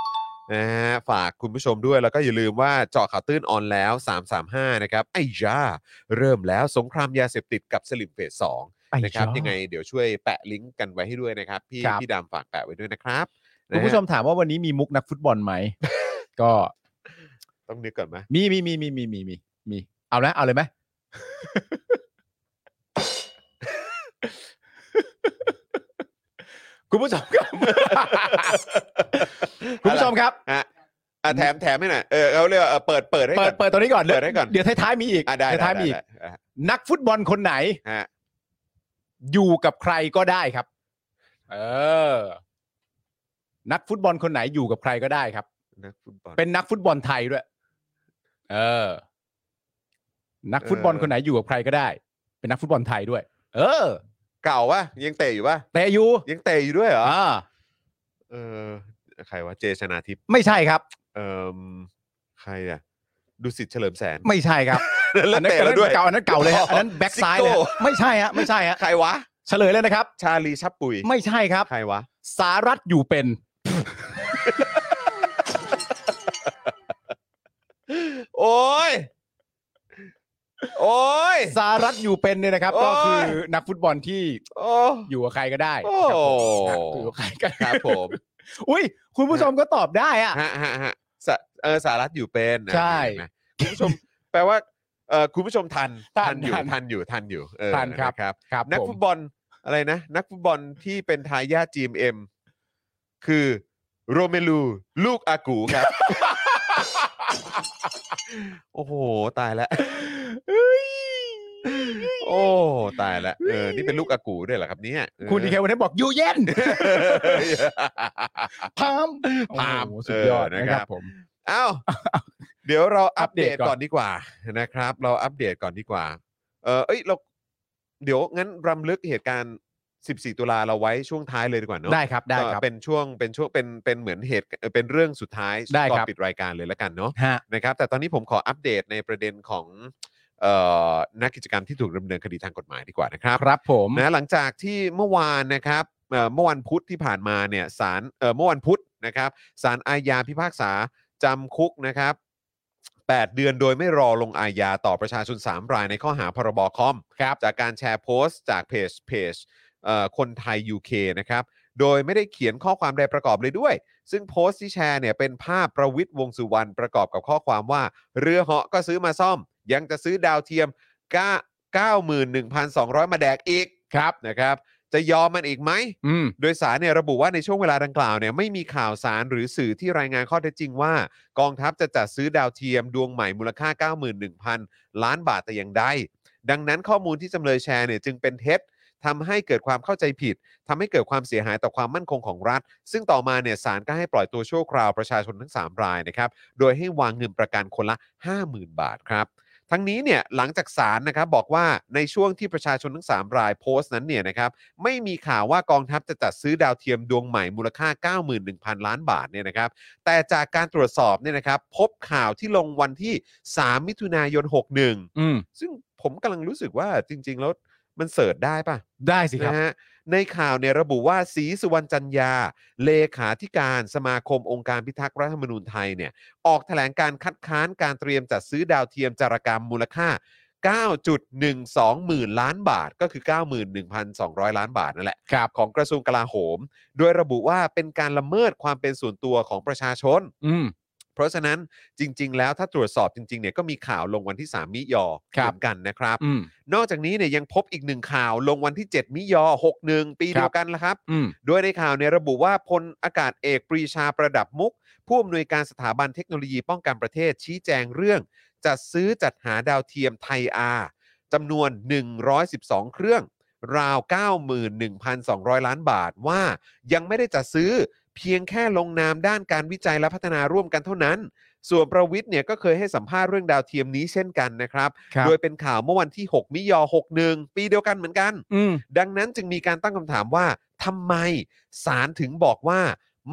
S3: นะฮะฝากคุณผู้ชมด้วยแล้วก็อย่าลืมว่าเจาะข่าวตื้นออนแล้ว 335 นะครับไอ้ยาเริ่มแล้วสงครามยาเสพติดกับสลิมเฟสสองนะครับ
S4: อ้ย
S3: ยังไงเดี๋ยวช่วยแปะลิงก์กันไว้ให้ด้วยนะครับ พี่
S4: ครับ
S3: พี่ดำฝากแปะไว้ด้วยนะครับ
S4: คุณผู้ชมถามว่าวันนี้มีมุกนักฟุตบอลไหม ก็
S3: ต้องนึกก่อนไหม
S4: มีมีมีมีมีมีมีมีเอาละเอา เลยไหม คุณผู้ชมครับ คุณผู้ชมครับ
S3: อ่ะอ่ะแถมแถมให้หน่อยเออเขาเรียกว่าเออเปิดเปิดให้
S4: เปิ
S3: ก่
S4: ด
S3: อน
S4: เปิดตัวนี้ก่อน
S3: เปิดให้ก่อน
S4: เดี๋ยวท้ายๆมีอีก
S3: อ่ะได้ได้
S4: ท้ายๆ
S3: ได้
S4: มีอีก
S3: ได้
S4: นักฟุตบอลคนไหน
S3: ฮะ
S4: อยู่กับใครก็ได้ครับ เออ นักฟุตบอลคนไหนอยู่กับใครก็ได้ครับ
S3: นักฟุตบอล
S4: เป็นนักฟุตบอลไทยด้วย เออ นักฟุตบอล
S3: เออ
S4: คนไหนอยู่กับใครก็ได้ เป็นนักฟุตบอลไทยด้วย เออ
S3: เก่าปะยังเตะอยู่ปะ
S4: แต่อยู่
S3: ยังเตะอยู่ด้วยเหรอ
S4: อ่า
S3: เออใครวะเจชนาทิพย์
S4: ไม่ใช่ครับ
S3: เอ่อใครอะดุสิตเฉลิมแสน
S4: ไม่ใช่ครับ
S3: แล้ว เตะแล้วด้วย
S4: เก่าอันนั้นเก่าเลยฮะอันนั้นแบ็กซ้าย
S3: ซิ
S4: เลยฮะ
S3: โก้
S4: ไม่ใช่ฮะไม่ใช่ฮะ
S3: ใครวะ
S4: เฉลยเลยนะครับ
S3: ชาลีชับปุย
S4: ไม่ใช่ครับ
S3: ใครวะ
S4: สารัฐอยู่เป็น
S3: โอ้ยโอ้ ย
S4: สารัฐอยู่เป็นเนี่ยนะครับ
S3: โอ้ย
S4: ก็คือนักฟุตบอลที่
S3: โอ้
S4: อยู่กับใครก็ได้
S3: โอ้
S4: ครับผมครับอยู่กับใครก็
S3: ครับผม
S4: อุ้ยคุณผู้ชมก็ตอบได้อะ
S3: ฮะฮะฮะสะเออสารัฐอยู่เป็นนะ
S4: ใช่
S3: เห็นไหมคุณผู้ชมแปลว่าเออคุณผู้ชมทัน
S4: ทัน
S3: อยู่
S4: ทัน
S3: ทันอยู่ทันอยู่เออ
S4: ทันครับ
S3: ะครับ
S4: ครับ
S3: นัก
S4: ผม
S3: ฟุตบอลอะไรนะ นักฟุตบอลที่เป็นทายาท GMM คือโรเมลูลูกอากูครับ โอ้โห ตายแล้ว
S4: เอ้ย
S3: โอ้ตายแล้วเออนี่เป็นลูกอากูด้วยเหรอครับเนี่ยเออ
S4: คุณ ดีแควันนี้บอกอยู่เย็น พาม
S3: พาม
S4: โอ้โหสุดยอด
S3: เออ
S4: นะ
S3: นะ
S4: ค
S3: ครั
S4: รับ บผม
S3: เอ้า เดี๋ยวเราอัปเดต
S4: อัปเดตก่อน
S3: ก่อนดีกว่านะครับ เราอัปเดตก่อนดีกว่า เออเอ้ยเรา เดี๋ยวงั้นรำลึกเหตุการณ์ 14 ตุลาเราไว้ช่วงท้ายเลยดีกว่าเนอะ
S4: ได้ครับได้ครับ
S3: ก็เป็นช่วงเป็นช่วงเป็นเป็นเหมือนเหตุเอ่อเป็นเรื่องสุดท้าย
S4: ได้
S3: ก่อ
S4: ครับ
S3: นปิดรายการเลยละกันเนาะ
S4: ฮะ
S3: นะครับ แต่ตอนนี้ผมขออัปเดตในประเด็นของเอ่อนักกิจกรรมที่ถูกดำเนินคดีทางกฎหมายดีกว่านะครับ
S4: ครับผม
S3: นะหลังจากที่เมื่อวานนะครับเอ่อเมื่อวันพุธที่ผ่านมาเนี่ยศาลเอ่อเมื่อวันพุธนะครับศาลอาญาพิพากษาจำคุกนะครับ 8 เดือนโดยไม่รอลงอาญาต่อประชาชน 3 รายในข้อหาพรบคอม
S4: ครับ
S3: จากการแชร์โพสต์จากเพจเพจเอ่อคนไทย UK นะครับ โดยไม่ได้เขียนข้อความใดประกอบเลยด้วย ซึ่งโพสต์ที่แชร์เนี่ยเป็นภาพประวิทย์วงษ์สุวรรณประกอบกับข้อความว่า เรือเหาะก็ซื้อมาซ่อม ยังจะซื้อดาวเทียม91,200 มาแดกอีก
S4: ครับ
S3: นะครับ จะยอมมันอีกไหม
S4: อืม
S3: โดยสารเนี่ยระบุว่าในช่วงเวลาดังกล่าวเนี่ยไม่มีข่าวสารหรือสื่อที่รายงานข้อเท็จจริงว่า กองทัพจะจัดซื้อดาวเทียมดวงใหม่มูลค่า 91,000 ล้านบาทแต่อย่างใดดังนั้นข้อมูลที่จำเลยแชร์เนี่ยจึงเป็นเท็จทำให้เกิดความเข้าใจผิดทำให้เกิดความเสียหายต่อความมั่นคงของรัฐ ซึ่งต่อมาเนี่ยศาลก็ให้ปล่อยตัวชั่วคราวประชาชนทั้ง 3 รายนะครับ โดยให้วางเงินประกันคนละ 50,000 บาทครับ ทั้งนี้เนี่ยหลังจากศาลนะครับบอกว่าในช่วงที่ประชาชนทั้ง 3 รายโพสต์นั้นเนี่ยนะครับไม่มีข่าวว่ากองทัพจะจัดซื้อดาวเทียมดวงใหม่มูลค่า 91,000 ล้านบาทเนี่ยนะครับแต่จากการตรวจสอบเนี่ยนะครับพบข่าวที่ลงวันที่ 3 มิถุนายน
S4: อืม
S3: 61 ซึ่งผมกำลังรู้สึกว่าจริง ๆ แล้วมันเสิร์ชได้ปะ
S4: ได้สิครับ
S3: นะฮะในข่าวเนี่ยระบุว่าศรีสุวรรณจันยา เลขาธิการสมาคมองค์การพิทักษ์รัฐธรรมนูญไทยเนี่ยออกแถลงการคัดค้านการเตรียมจัดซื้อดาวเทียมจารกรรมมูลค่า 9.12 หมื่นล้านบาทก็คือ 91,200 ล้านบาทนั่นแหละ
S4: ครับ
S3: ของกระทรวงกลาโหม โดยระบุว่าเป็นการละเมิดความเป็นส่วนตัวของประชาชน
S4: อืม
S3: เพราะฉะนั้นจริง ๆ แล้วถ้าตรวจสอบจริงๆเนี่ยก็มีข่าวลงวันที่ 3 มิยอ
S4: ครั
S3: เหมื
S4: บ
S3: อนกันนะครับ
S4: อืม
S3: นอกจากนี้เนี่ยยังพบอีกหนึ่งข่าวลงวันที่ 7 มิยอ 61 ปี
S4: ครับ
S3: เดียวกันละครับ
S4: อืม
S3: โดยในข่าวเนี่ยระบุว่าพลอากาศเอกปรีชาประดับมุก ผู้อำนวยการสถาบันเทคโนโลยีป้องกันประเทศชี้แจงเรื่อง จัดซื้อจัดหาดาวเทียมไทยอาจำนวน 112 เครื่อง ราว 91,200 ล้านบาทว่ายังไม่ได้จัดซื้อเพียงแค่ลงนามด้านการวิจัยและพัฒนาร่วมกันเท่านั้น ส่วนประวิทย์เนี่ยก็เคยให้สัมภาษณ์เรื่องดาวเทียมนี้เช่นกันนะครับ
S4: ครับ
S3: โดยเป็นข่าวเมื่อวันที่ 6 มิยอ 61 ปีเดียวกันเหมือนกัน
S4: อืม
S3: ดังนั้นจึงมีการตั้งคำถามว่าทำไมศาลถึงบอกว่า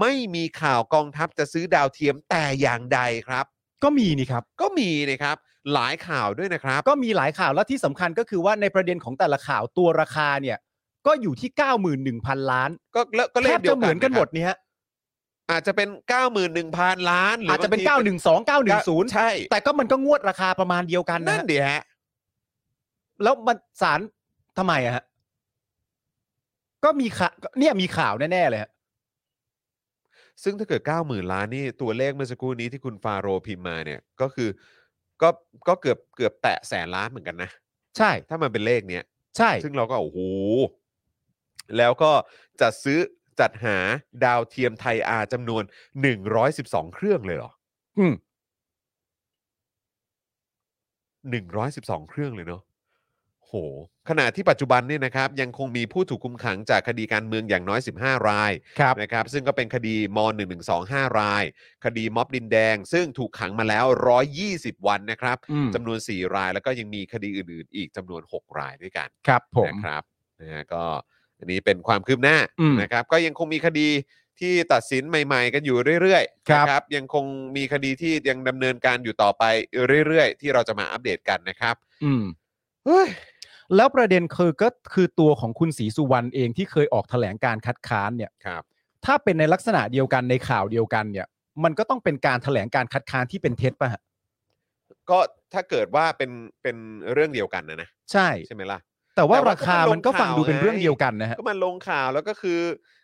S3: ไม่มีข่าวกองทัพจะซื้อดาวเทียมแต่อย่างใดครับ
S4: ก็มีนี่ครับ
S3: ก็มีนะครับ หลายข่าวด้วยนะครับ
S4: ก็มีหลายข่าวแล้วที่สำคัญก็คือว่าในประเด็นของแต่ละข่าวตัวราคาเนี่ย ก็อยู่ที่ 91,000 ล้าน
S3: ก็แล้วก็เล
S4: แท
S3: ข
S4: บ
S3: เดีย
S4: จะ
S3: ว
S4: เหมือนกันหมดเนี่ยฮะ
S3: นะครับอาจจะเป็น 91,000 ล้านหรื
S4: อาจจะเป็น
S3: บงที
S4: 912 910
S3: ใช่
S4: แต่ก็มันก็งวดราคาประมาณเดียวกันนะ
S3: นั่น
S4: ฮะ
S3: ดิฮะ
S4: แล้วมันสารทำไมอะฮะก็มีข่าวเนี่ยมีข่าวแน่ๆเลยฮะ
S3: ซึ่งถ้าเกิด 90,000 ล้านนี่ตัวเลขเมื่อสักครู่นี้ที่คุณฟาโรห์พิมพ์มาเนี่ยก็คือก็ก็เกือบเกือบแตะแสนล้านเหมือนกันนะ
S4: ใช่
S3: ถ้ามันเป็นเลขเนี้ย
S4: ใช่
S3: ซึ่งเราก็โอ้โห แล้วก็จัดซื้อจัดหาดาวเทียมไทยอาจำนวน 112 เครื่องเลยเหรอ
S4: อืม
S3: 112 เครื่องเลยเนาะโห ขณะที่ปัจจุบันเนี่ยนะครับ ยังคงมีผู้ถูกคุมขังจากคดีการเมืองอย่างน้อย 15 ราย
S4: ครับ
S3: นะครับ ซึ่งก็เป็นคดีม .112 5 ราย คดีม็อบดินแดง ซึ่งถูกขังมาแล้ว 120 วันนะครับ
S4: อืม
S3: จำนวน 4 ราย แล้วก็ยังมีคดีอื่น ๆ อีกจำนวน 6 รายด้วยกัน
S4: ครับผม
S3: นะครับนะฮะก็อันนี้เป็นความคืบหน้า
S4: อืม
S3: นะครับ ก็ยังคงมีคดีที่ตัดสินใหม่ ๆ กันอยู่เรื่อยๆ
S4: ครับ
S3: นะยังคงมีคดีที่ยังดำเนินการอยู่ต่อไปเรื่อยๆ ที่เราจะมาอัปเดตกันนะครับ
S4: อืม
S3: เฮ้ย
S4: แล้วประเด็นคือก็คือตัวของคุณศรีสุวรรณเองที่เคยออกแถลงการคัดค้านเนี่ย
S3: ครับ
S4: ถ้าเป็นในลักษณะเดียวกันในข่าวเดียวกันเนี่ย มันก็ต้องเป็นการแถลงการคัดค้านที่เป็นเท็จป่ะฮะ
S3: ก็ถ้าเกิดว่าเป็นเป็นเรื่องเดียวกันนะนะ
S4: ใช่
S3: ใช่ไหมล่ะ
S4: แต่ว่า
S3: แต่ว่า
S4: ราคามันก็ฟังดูเป็นเรื่องเดียวกันนะฮะ
S3: ก็มันลงข่าวแล้วก็คือ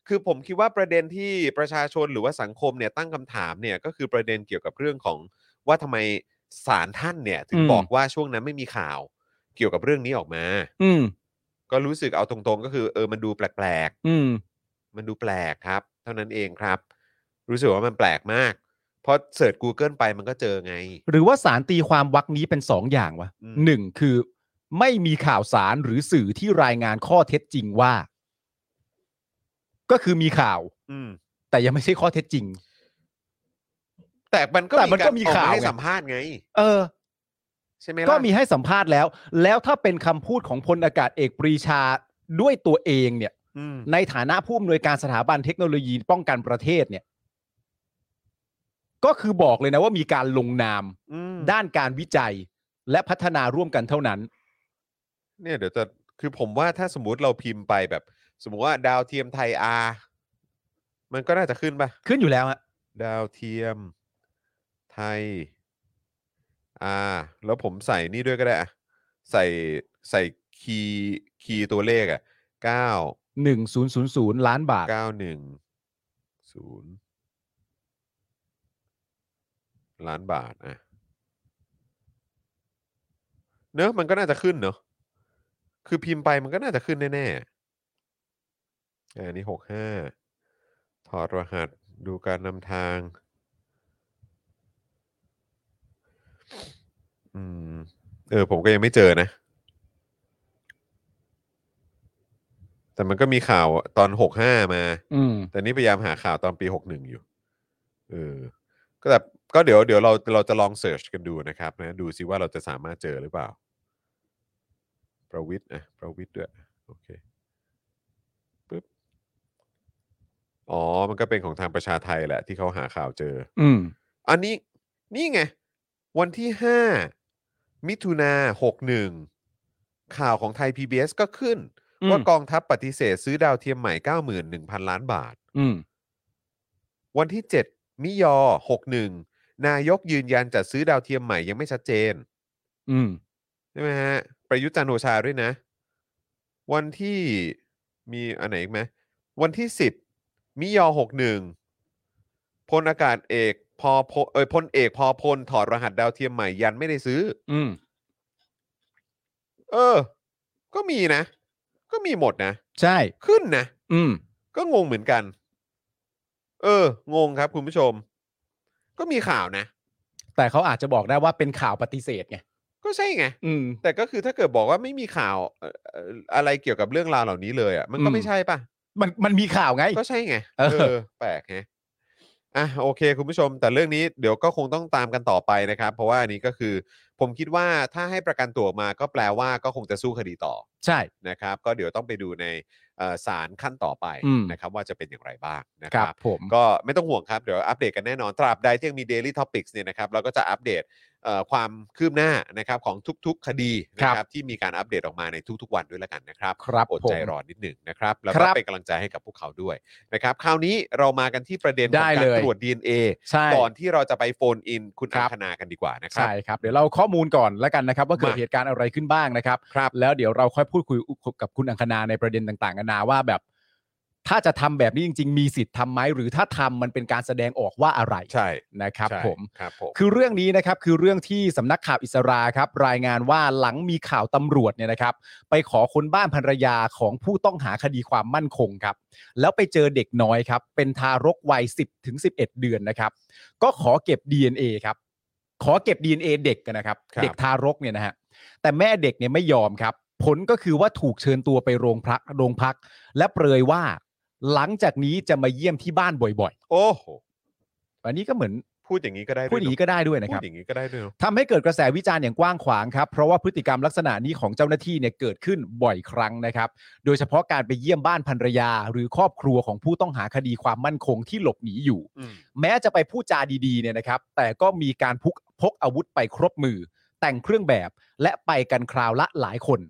S3: คือผมคิดว่าประเด็นที่ประชาชนหรือว่าสังคมเนี่ยตั้งคำถามเนี่ยก็คือประเด็นเกี่ยวกับเรื่องของว่าทำไมศาลท่านเนี่ยถึงบอกว่าช่วงนั้นไม่มีข่าวเกี่ยวกับเรื่องนี้ออกมา
S4: อืม
S3: ก็รู้สึกเอาตรงๆ ก็คือเออมันดูแปลก
S4: อืม
S3: ๆ มันดูแปลกครับ เท่านั้นเองครับ รู้สึกว่ามันแปลกมากเพราะเสิร์ช Google ไปมันก็เจอไง
S4: หรือว่าสารตีความวักนี้เป็นสองอย่างวะ
S3: อืม
S4: หนึ่งคือ ไม่มีข่าวสารหรือสื่อที่รายงานข้อเท็จจริงว่า ก็คือมีข่าว
S3: อืม
S4: แต่ยังไม่ใช่ข้อเท็จจริง
S3: แต่มันก็
S4: แต่มันก็มี
S3: รออ
S4: ข่าว
S3: ให้
S4: ไง
S3: สัมภาษณ์ไง
S4: เออ
S3: ใช่ไหม
S4: ก็
S3: ล่ะ
S4: มีให้สัมภาษณ์แล้ว แล้วถ้าเป็นคำพูดของพลอากาศเอกปรีชาด้วยตัวเองเนี่ย
S3: อืม
S4: ในฐานะผู้อำนวยการสถาบันเทคโนโลยีป้องกันประเทศเนี่ย ก็คือบอกเลยนะว่ามีการลงนาม
S3: อืม
S4: ด้านการวิจัยและพัฒนาร่วมกันเท่านั้น
S3: เนี่ยเดี๋ยวจะคือผมว่าถ้าสมมติเราพิมพ์ไปแบบ สมมติว่าดาวเทียมไทยอามันก็น่าจะขึ้นปะ
S4: ขึ้นอยู่แล้วฮะ
S3: ดาวเทียมไทยอาแล้วผมใส่นี่ด้วยก็ได้อะใส่ใส่คีย์คีย์ตัวเลขอะเก้า
S4: หนึ่งศูนย์ศูนย์ศูนย์ล้านบาท
S3: เก้าหนึ่งศูนย์ล้านบาทอะเนอะมันก็น่าจะขึ้นเนอะคือพิมพ์ไปมันก็น่าจะขึ้นแน่ๆ อ่าอันนี้หกห้าถอดรหัสดูการนำทาง อืม เออ ผมก็ยังไม่เจอนะ แต่มันก็มีข่าวตอนหกห้ามา
S4: อืม
S3: แต่นี่พยายามหาข่าวตอนปีหกหนึ่งอยู่ เออ ก็แบบ ก็เดี๋ยวเดี๋ยวเราเราจะลองเสิร์ชกันดูนะครับนะดูซิว่าเราจะสามารถเจอหรือเปล่า ประวิทย์อ่ะประวิทย์ด้วยโอเคปึ๊บอ๋อ มันก็เป็นของทางประชาไทยแหละที่เขาหาข่าวเจอ
S4: อืม
S3: อันนี้นี่ไง วันที่ 5 มิถุนา61 ข่าวของไทย PBS ก็ขึ้น
S4: อืม
S3: ว่ากองทัพปฏิเสธซื้อดาวเทียมใหม่ 91,000 ล้านบาท
S4: อืม
S3: วันที่ 7 มิยอ 61 นายกยืนยันจัดซื้อดาวเทียมใหม่ยังไม่ชัดเจน
S4: อืม
S3: ใช่ไหมฮะ ประยุทธ์จันทร์โอชาด้วยนะ วันที่มีอันไหนอีกไหมวันที่ 10 มิยอ 61 พลอากาศเอกพอพลเอยพลเอกพอพล ถอดรหัสดาวเทียมใหม่ยันไม่ได้ซื้อ
S4: อืม
S3: เออ ก็มีนะ ก็มีหมดนะ
S4: ใช่
S3: ขึ้นนะ
S4: อืม
S3: ก็งงเหมือนกัน เออ งงครับคุณผู้ชม ก็มีข่าวนะ
S4: แต่เขาอาจจะบอกได้ว่าเป็นข่าวปฏิเสธไง
S3: ก็ใช่ไง
S4: อืม
S3: แต่ก็คือถ้าเกิดบอกว่าไม่มีข่าวเอ่อเอ่ออะไรเกี่ยวกับเรื่องราวเหล่านี้เลยอ่ะ มันก็
S4: อืม
S3: ไม่ใช่ป่ะ
S4: มันมันมีข่าวไง
S3: ก็ใช่ไง
S4: เออ
S3: เออ แปลกไงอ่ะโอเค คุณผู้ชม แต่เรื่องนี้เดี๋ยวก็คงต้องตามกันต่อไปนะครับ เพราะว่าอันนี้ก็คือ ผมคิดว่าถ้าให้ประกันตัวออกมาก็แปลว่าก็คงจะสู้คดีต่อ
S4: ใช่
S3: นะครับ ก็เดี๋ยวต้องไปดูในเอ่อศาลขั้นต่อไป
S4: อืม
S3: นะครับ ว่าจะเป็นอย่างไรบ้างนะ
S4: ค
S3: ค
S4: รั
S3: รั
S4: บบ ผม
S3: ก็ไม่ต้องห่วงครับ เดี๋ยวอัปเดตกันแน่นอน ตราบใดที่ยังมี Daily Topics เนี่ยนะครับเราก็จะอัปเดตเอ่อความคืบหน้านะครับของทุกๆคดีนะค
S4: ครั
S3: รับบ ที่มีการอัปเดตออกมาในทุกๆวันด้วยละกันนะครับ
S4: ครับ
S3: อด
S4: ผม
S3: ใจรอนิดหนึ่งนะครับ แล้ว
S4: ค
S3: ก็
S4: รับ
S3: เป็นกำลังใจให้กับพวกเขาด้วยนะครับ คราวนี้เรามากันที่ประเด็นข
S4: ได้
S3: องกา
S4: เล
S3: ร
S4: ย
S3: ตรวจ DNA
S4: ใช่
S3: ก่อนที่เราจะไปโฟนอินคุณ
S4: ครั
S3: อั
S4: บ
S3: งคณากันดีกว่านะครับ
S4: ใช่ครับ เดี๋ยวเราข้อมูลก่อนแล้วกันนะครับ ว่าเกิด
S3: มา
S4: เหตุการณ์อะไรขึ้นบ้างนะครับ
S3: ครับ
S4: แล้วเดี๋ยวเราค่อยพูดคุยกับคุณอังคณาในประเด็นต่างๆกันานาว่าแบบ ถ้าจะทำแบบนี้จริง ๆ มีสิทธิ์ทำไหมหรือถ้าทำมันเป็นการแสดงออกว่าอะไร
S3: ใช่
S4: นะครับ
S3: ใช่
S4: ผม
S3: ครับผม
S4: คือเรื่องนี้นะครับคือเรื่องที่สำนักข่าวอิสราครับรายงานว่าหลังมีข่าวตำรวจเนี่ยนะครับ ไปขอคนบ้านภรรยาของผู้ต้องหาคดีความมั่นคงครับ แล้วไปเจอเด็กน้อยครับ เป็นทารกวัย 10ถึง11 เดือนนะครับ ก็ขอเก็บ DNA ครับ ขอเก็บ DNA เด็กกันนะครับ
S3: ครับ
S4: เด็กทารกเนี่ยนะฮะแต่แม่เด็กเนี่ยไม่ยอมครับ ผลก็คือว่าถูกเชิญตัวไปโรงพักโรงพัก และเปรยว่า หลังจากนี้จะมาเยี่ยมที่บ้านบ่อย
S3: โอ้โห
S4: ๆ อันนี้ก็เหมือน
S3: พูดอย่างนี้ก็ได้
S4: พูดอย่างนี้ก็ได้ด้วย
S3: นะ
S4: นะ
S3: ค
S4: ค
S3: รั
S4: รั
S3: บบ พูดอย่างนี้ก็ได้ด้วยเนอะ
S4: ทำให้เกิดกระแสวิจารณ์อย่างกว้างขวางครับ เพราะว่าพฤติกรรมลักษณะนี้ของเจ้าหน้าที่เนี่ยเกิดขึ้นบ่อยครั้งนะครับ โดยเฉพาะการไปเยี่ยมบ้านภรรยา หรือครอบครัวของผู้ต้องหาคดีความมั่นคงที่หลบหนีอยู่
S3: อืม
S4: แม้จะไปพูดจาดีๆเนี่ยนะครับ แต่ก็มีการพกพกอาวุธไปครบมือ แต่งเครื่องแบบ และไปกันคราวละหลายคน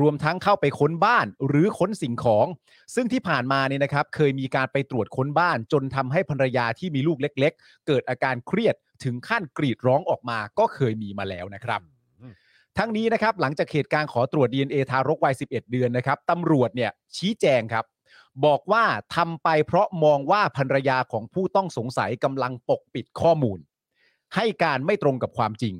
S4: รวมทั้งเข้าไปค้นบ้านหรือค้นสิ่งของ ซึ่งที่ผ่านมาเนี่ยนะครับ เคยมีการไปตรวจค้นบ้าน จนทำให้ภรรยาที่มีลูกเล็ก ๆ เกิดอาการเครียดถึงขั้นกรีดร้องออกมาก็เคยมีมาแล้วนะครับ ทั้งนี้นะครับหลังจากเหตุการณ์ขอตรวจ DNA ทารกวัย 11 เดือนนะครับตำรวจเนี่ยชี้แจงครับ บอกว่าทำไปเพราะมองว่าภรรยาของผู้ต้องสงสัยกำลังปกปิดข้อมูล ให้การไม่ตรงกับความจริง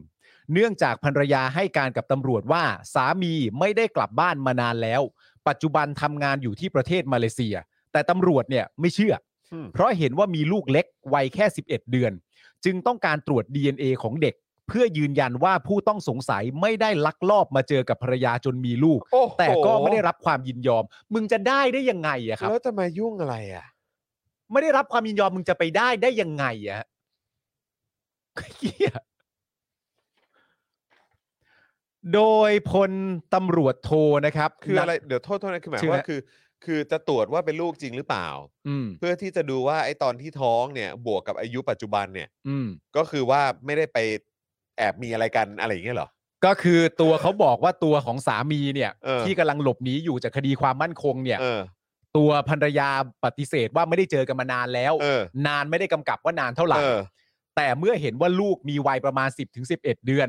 S4: เนื่องจากภรรยาให้การกับตำรวจว่า สามีไม่ได้กลับบ้านมานานแล้ว ปัจจุบันทำงานอยู่ที่ประเทศมาเลเซีย แต่ตำรวจเนี่ยไม่เชื่อ
S3: อืม
S4: เพราะเห็นว่ามีลูกเล็กวัยแค่ 11 เดือน จึงต้องการตรวจ DNA ของเด็ก เพื่อยืนยันว่าผู้ต้องสงสัยไม่ได้ลักลอบมาเจอกับภรรยาจนมีลูก
S3: โอ้โห
S4: แต่ก็ไม่ได้รับความยินยอม มึงจะได้ได้ยังไงอะครับ
S3: แล้วจะมายุ่งอะไรอ่ะ
S4: ไม่ได้รับความยินยอมมึงจะไปได้ได้ยังไงอะ เหี้ยโดยพลตำรวจโทนะครับ
S3: คืออะไร
S4: นัด
S3: เดี๋ยวโทษโทษนะคือหมาย
S4: ชื่อ
S3: ว่า
S4: นะ
S3: คือ คือจะตรวจว่าเป็นลูกจริงหรือเปล่า
S4: อืม
S3: เพื่อที่จะดูว่าไอ้ตอนที่ท้องเนี่ย บวกกับอายุปัจจุบันเนี่ย
S4: อืม
S3: ก็คือว่าไม่ได้ไปแอบมีอะไรกันอะไรอย่างเงี้ยเหรอ
S4: ก็คือตัวเขาบอกว่าตัวของสามีเนี่ย
S3: เออ
S4: ที่กำลังหลบหนีอยู่จากคดีความมั่นคงเนี่ย
S3: เออ
S4: ตัวภรรยาปฏิเสธว่าไม่ได้เจอกันมานานแล้ว
S3: เออ
S4: นานไม่ได้กำกับว่านานเท่าไหร่
S3: เออ
S4: แต่เมื่อเห็นว่าลูกมีวัยประมาณ 10ถึง11 เดือน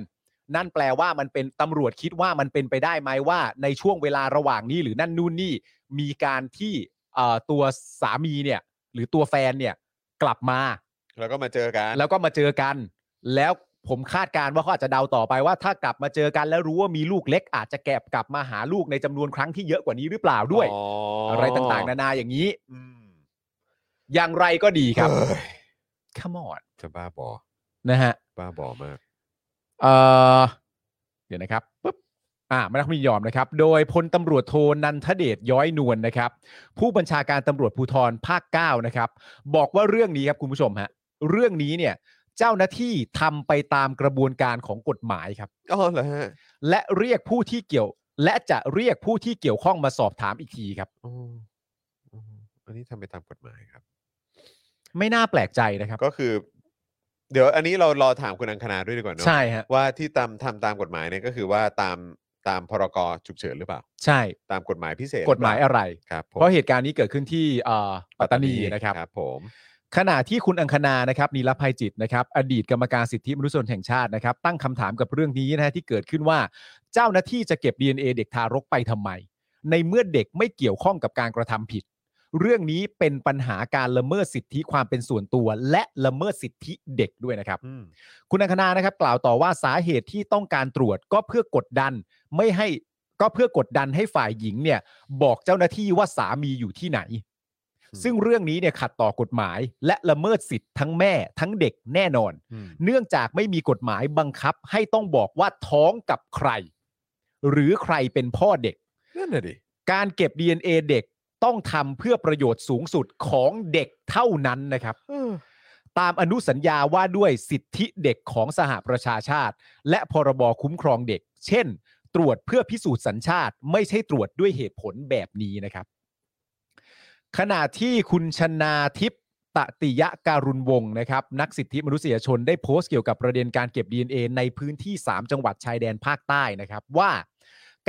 S4: นั่นแปลว่ามันเป็นตำรวจคิดว่ามันเป็นไปได้ไหมว่า ในช่วงเวลาระหว่างนี้หรือนั่นนู่นนี่มีการที่เอ่อตัวสามีเนี่ย หรือตัวแฟนเนี่ย กลับมา
S3: แล้วก็มาเจอกัน
S4: แล้วก็มาเจอกัน แล้วผมคาดการณ์ว่าเขาอาจจะเดาต่อไปว่าถ้ากลับมาเจอกันแล้วรู้ว่ามีลูกเล็ก อาจจะแกบกลับมาหาลูกในจำนวนครั้งที่เยอะกว่านี้หรือเปล่าด้วย อะไรต่างๆ นานาอย่างนี้
S3: อืม
S4: อย่างไรก็ดีครับ
S3: เอ้ย
S4: Come on
S3: จะบ้าบอ
S4: นะฮะ
S3: บ้าบอมาก
S4: เอ่อเดี๋ยวนะครับปุ๊บอ่าไม่รับมียอมนะครับ โดยพลตำรวจโทนันทเดชย้อยนวลนะครับ ผู้บัญชาการตำรวจภูธรภาค 9 นะครับ บอกว่าเรื่องนี้ครับคุณผู้ชมฮะเรื่องนี้เนี่ย เจ้าหน้าที่ทำไปตามกระบวนการของกฎหมายครับ
S3: อ๋อเหรอฮะ
S4: และเรียกผู้ที่เกี่ยว และจะเรียกผู้ที่เกี่ยวข้องมาสอบถามอีกทีครับ
S3: อ๋ออ๋ออันนี้ทำไปตามกฎหมายครับ
S4: ไม่น่าแปลกใจนะครับ
S3: ก็คือ เดี๋ยวอันนี้เรารอถามคุณอังคณาด้วยดีกว่าเนอะ
S4: ใช่ฮะ
S3: ว่าที่ตามทำตามกฎหมายเนี่ยก็คือว่าตามตามพรกฉุกเฉินหรือเปล่า
S4: ใช่
S3: ตามกฎหมายพิเศษ
S4: กฎหมาย
S3: รือ
S4: อะ
S3: เปล่
S4: ไร
S3: ครับผม
S4: เพราะเหตุการณ์นี้เกิดขึ้นที่เอ่อปัตตานีนะครับ
S3: ครับ ผม
S4: ขณะที่คุณอังคณานะครับนีรภัยจิตนะครับ อดีตกรรมการสิทธิมนุษยชนแห่งชาตินะครับ ตั้งคำถามกับเรื่องนี้นะฮะที่เกิดขึ้นว่า เจ้าหน้าที่จะเก็บ DNA เด็กทารกไปทำไม ในเมื่อเด็กไม่เกี่ยวข้องกับการกระทำผิด เรื่องนี้เป็นปัญหาการละเมิดสิทธิความเป็นส่วนตัว และละเมิดสิทธิเด็กด้วยนะครับ
S3: อืม
S4: คุณอังคณานะครับ กล่าวต่อว่าสาเหตุที่ต้องการตรวจก็เพื่อกดดันไม่ให้ก็เพื่อกดดันให้ฝ่ายหญิงเนี่ยบอกเจ้าหน้าที่ว่าสามีอยู่ที่ไหน ซึ่งเรื่องนี้เนี่ยขัดต่อกฎหมาย และละเมิดสิทธิ์ทั้งแม่ทั้งเด็กแน่นอน
S3: อืม
S4: เนื่องจากไม่มีกฎหมายบังคับให้ต้องบอกว่าท้องกับใคร หรือใครเป็นพ่อเด็ก
S3: นั่นน่ะดิ
S4: การเก็บ DNA เด็กต้องทำเพื่อประโยชน์สูงสุดของเด็กเท่านั้นนะครับ
S3: เออ
S4: ตามอนุสัญญาว่าด้วยสิทธิเด็กของสหประชาชาติ และพรบคุ้มครองเด็ก เช่น ตรวจเพื่อพิสูจน์สัญชาติ ไม่ใช่ตรวจด้วยเหตุผลแบบนี้นะครับ ขณะที่คุณชนาทิพย์ตติยะการุณวงศ์นะครับ นักสิทธิมนุษยชนได้โพสต์เกี่ยวกับประเด็นการเก็บ DNA ในพื้นที่ 3 จังหวัดชายแดนภาคใต้นะครับว่า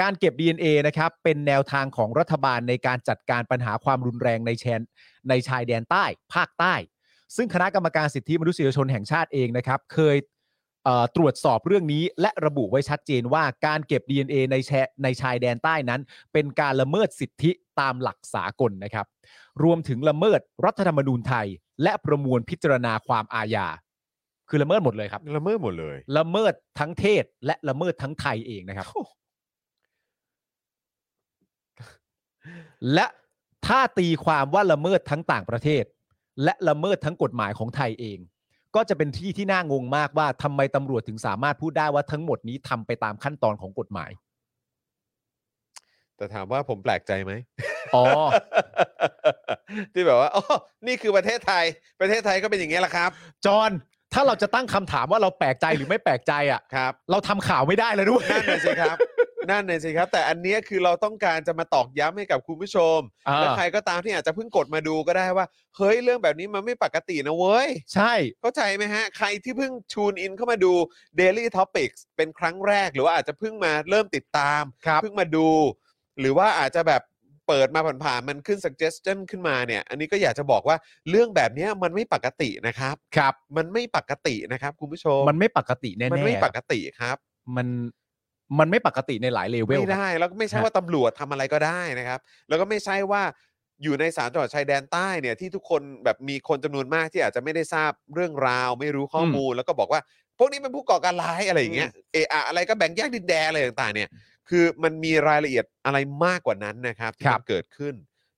S4: การเก็บ DNA นะครับเป็นแนวทางของรัฐบาลในการจัดการปัญหาความรุนแรงในแชนในชายแดนใต้ ภาคใต้ ซึ่งคณะกรรมการสิทธิมนุษยชนแห่งชาติเองนะครับ เคยเอ่อตรวจสอบเรื่องนี้ และระบุไว้ชัดเจนว่าการเก็บ DNA ในแชในชายแดนใต้นั้น เป็นการละเมิดสิทธิตามหลักสากลนะครับ รวมถึงละเมิดรัฐธรรมนูญไทย และประมวลพิจารณาความอาญาคือละเมิดหมดเลยครับ
S3: ละเมิดหมดเลย
S4: ละเมิดทั้งเทศและละเมิดทั้งไทยเองนะครับ และถ้าตีความว่าละเมิดทั้งต่างประเทศ และละเมิดทั้งกฎหมายของไทยเอง ก็จะเป็นที่ที่น่างงมากว่าทำไมตำรวจถึงสามารถพูดได้ว่าทั้งหมดนี้ทำไปตามขั้นตอนของกฎหมาย
S3: แต่ถามว่าผมแปลกใจไหม
S4: อ๋อ
S3: ที่แบบว่าอ๋อนี่คือประเทศไทย ประเทศไทยก็เป็นอย่างเงี้ยแหละครับ
S4: จอห์นถ้าเราจะตั้งคำถามว่าเราแปลกใจหรือไม่แปลกใจอ่ะ
S3: ครับ
S4: เราทำข่าวไม่ได้เลยด้วย
S3: นั่นเลยสิ ครับ นั่นเลยสิครับ แต่อันเนี้ยคือเราต้องการจะมาตอกย้ำให้กับคุณผู้ชม
S4: อ่า
S3: และใครก็ตามที่อาจจะเพิ่งกดมาดูก็ได้ว่า เฮ้ย เรื่องแบบนี้มันไม่ปกตินะเว้ย
S4: ใช่
S3: เข้าใจไหมฮะ ใครที่เพิ่งชูนอินเข้ามาดู Daily Topics เป็นครั้งแรก หรือว่าอาจจะเพิ่งมาเริ่มติดตาม
S4: ครับ
S3: เพิ่งมาดู หรือว่าอาจจะแบบเปิดมาผ่านๆมันขึ้น suggestion ขึ้นมาเนี่ย อันนี้ก็อยากจะบอกว่าเรื่องแบบเนี้ยมันไม่ปกตินะครับ
S4: ครับ
S3: มันไม่ปกตินะครับ คุณผู้ชม
S4: มันไม่ปกติแน่ๆ
S3: มันไม่ปกติครับ
S4: มันมันไม่ปกติในหลายเลเวล
S3: ไม่
S4: ครับ
S3: ได้แล้วก็ไม่ใช่
S4: ฮะ
S3: ว่าตำรวจทำอะไรก็ได้นะครับ แล้วก็ไม่ใช่ว่าอยู่ในสามจังหวัดชายแดนใต้เนี่ยที่ทุกคนแบบมีคนจำนวนมากที่อาจจะไม่ได้ทราบเรื่องราว ไม่รู้ข้อมูล แล้วก็บอกว่า พวกนี้เป็นผู้ก่อการร้ายอะไรอย่างเงี้ยเอออะอะไรก็แบ่งแยกดินแดนอะไรต่างๆ เนี่ย คือมันมีรายละเอียดอะไรมากกว่านั้นนะครับที่
S4: ครั
S3: มั
S4: บ
S3: นเกิดขึ้น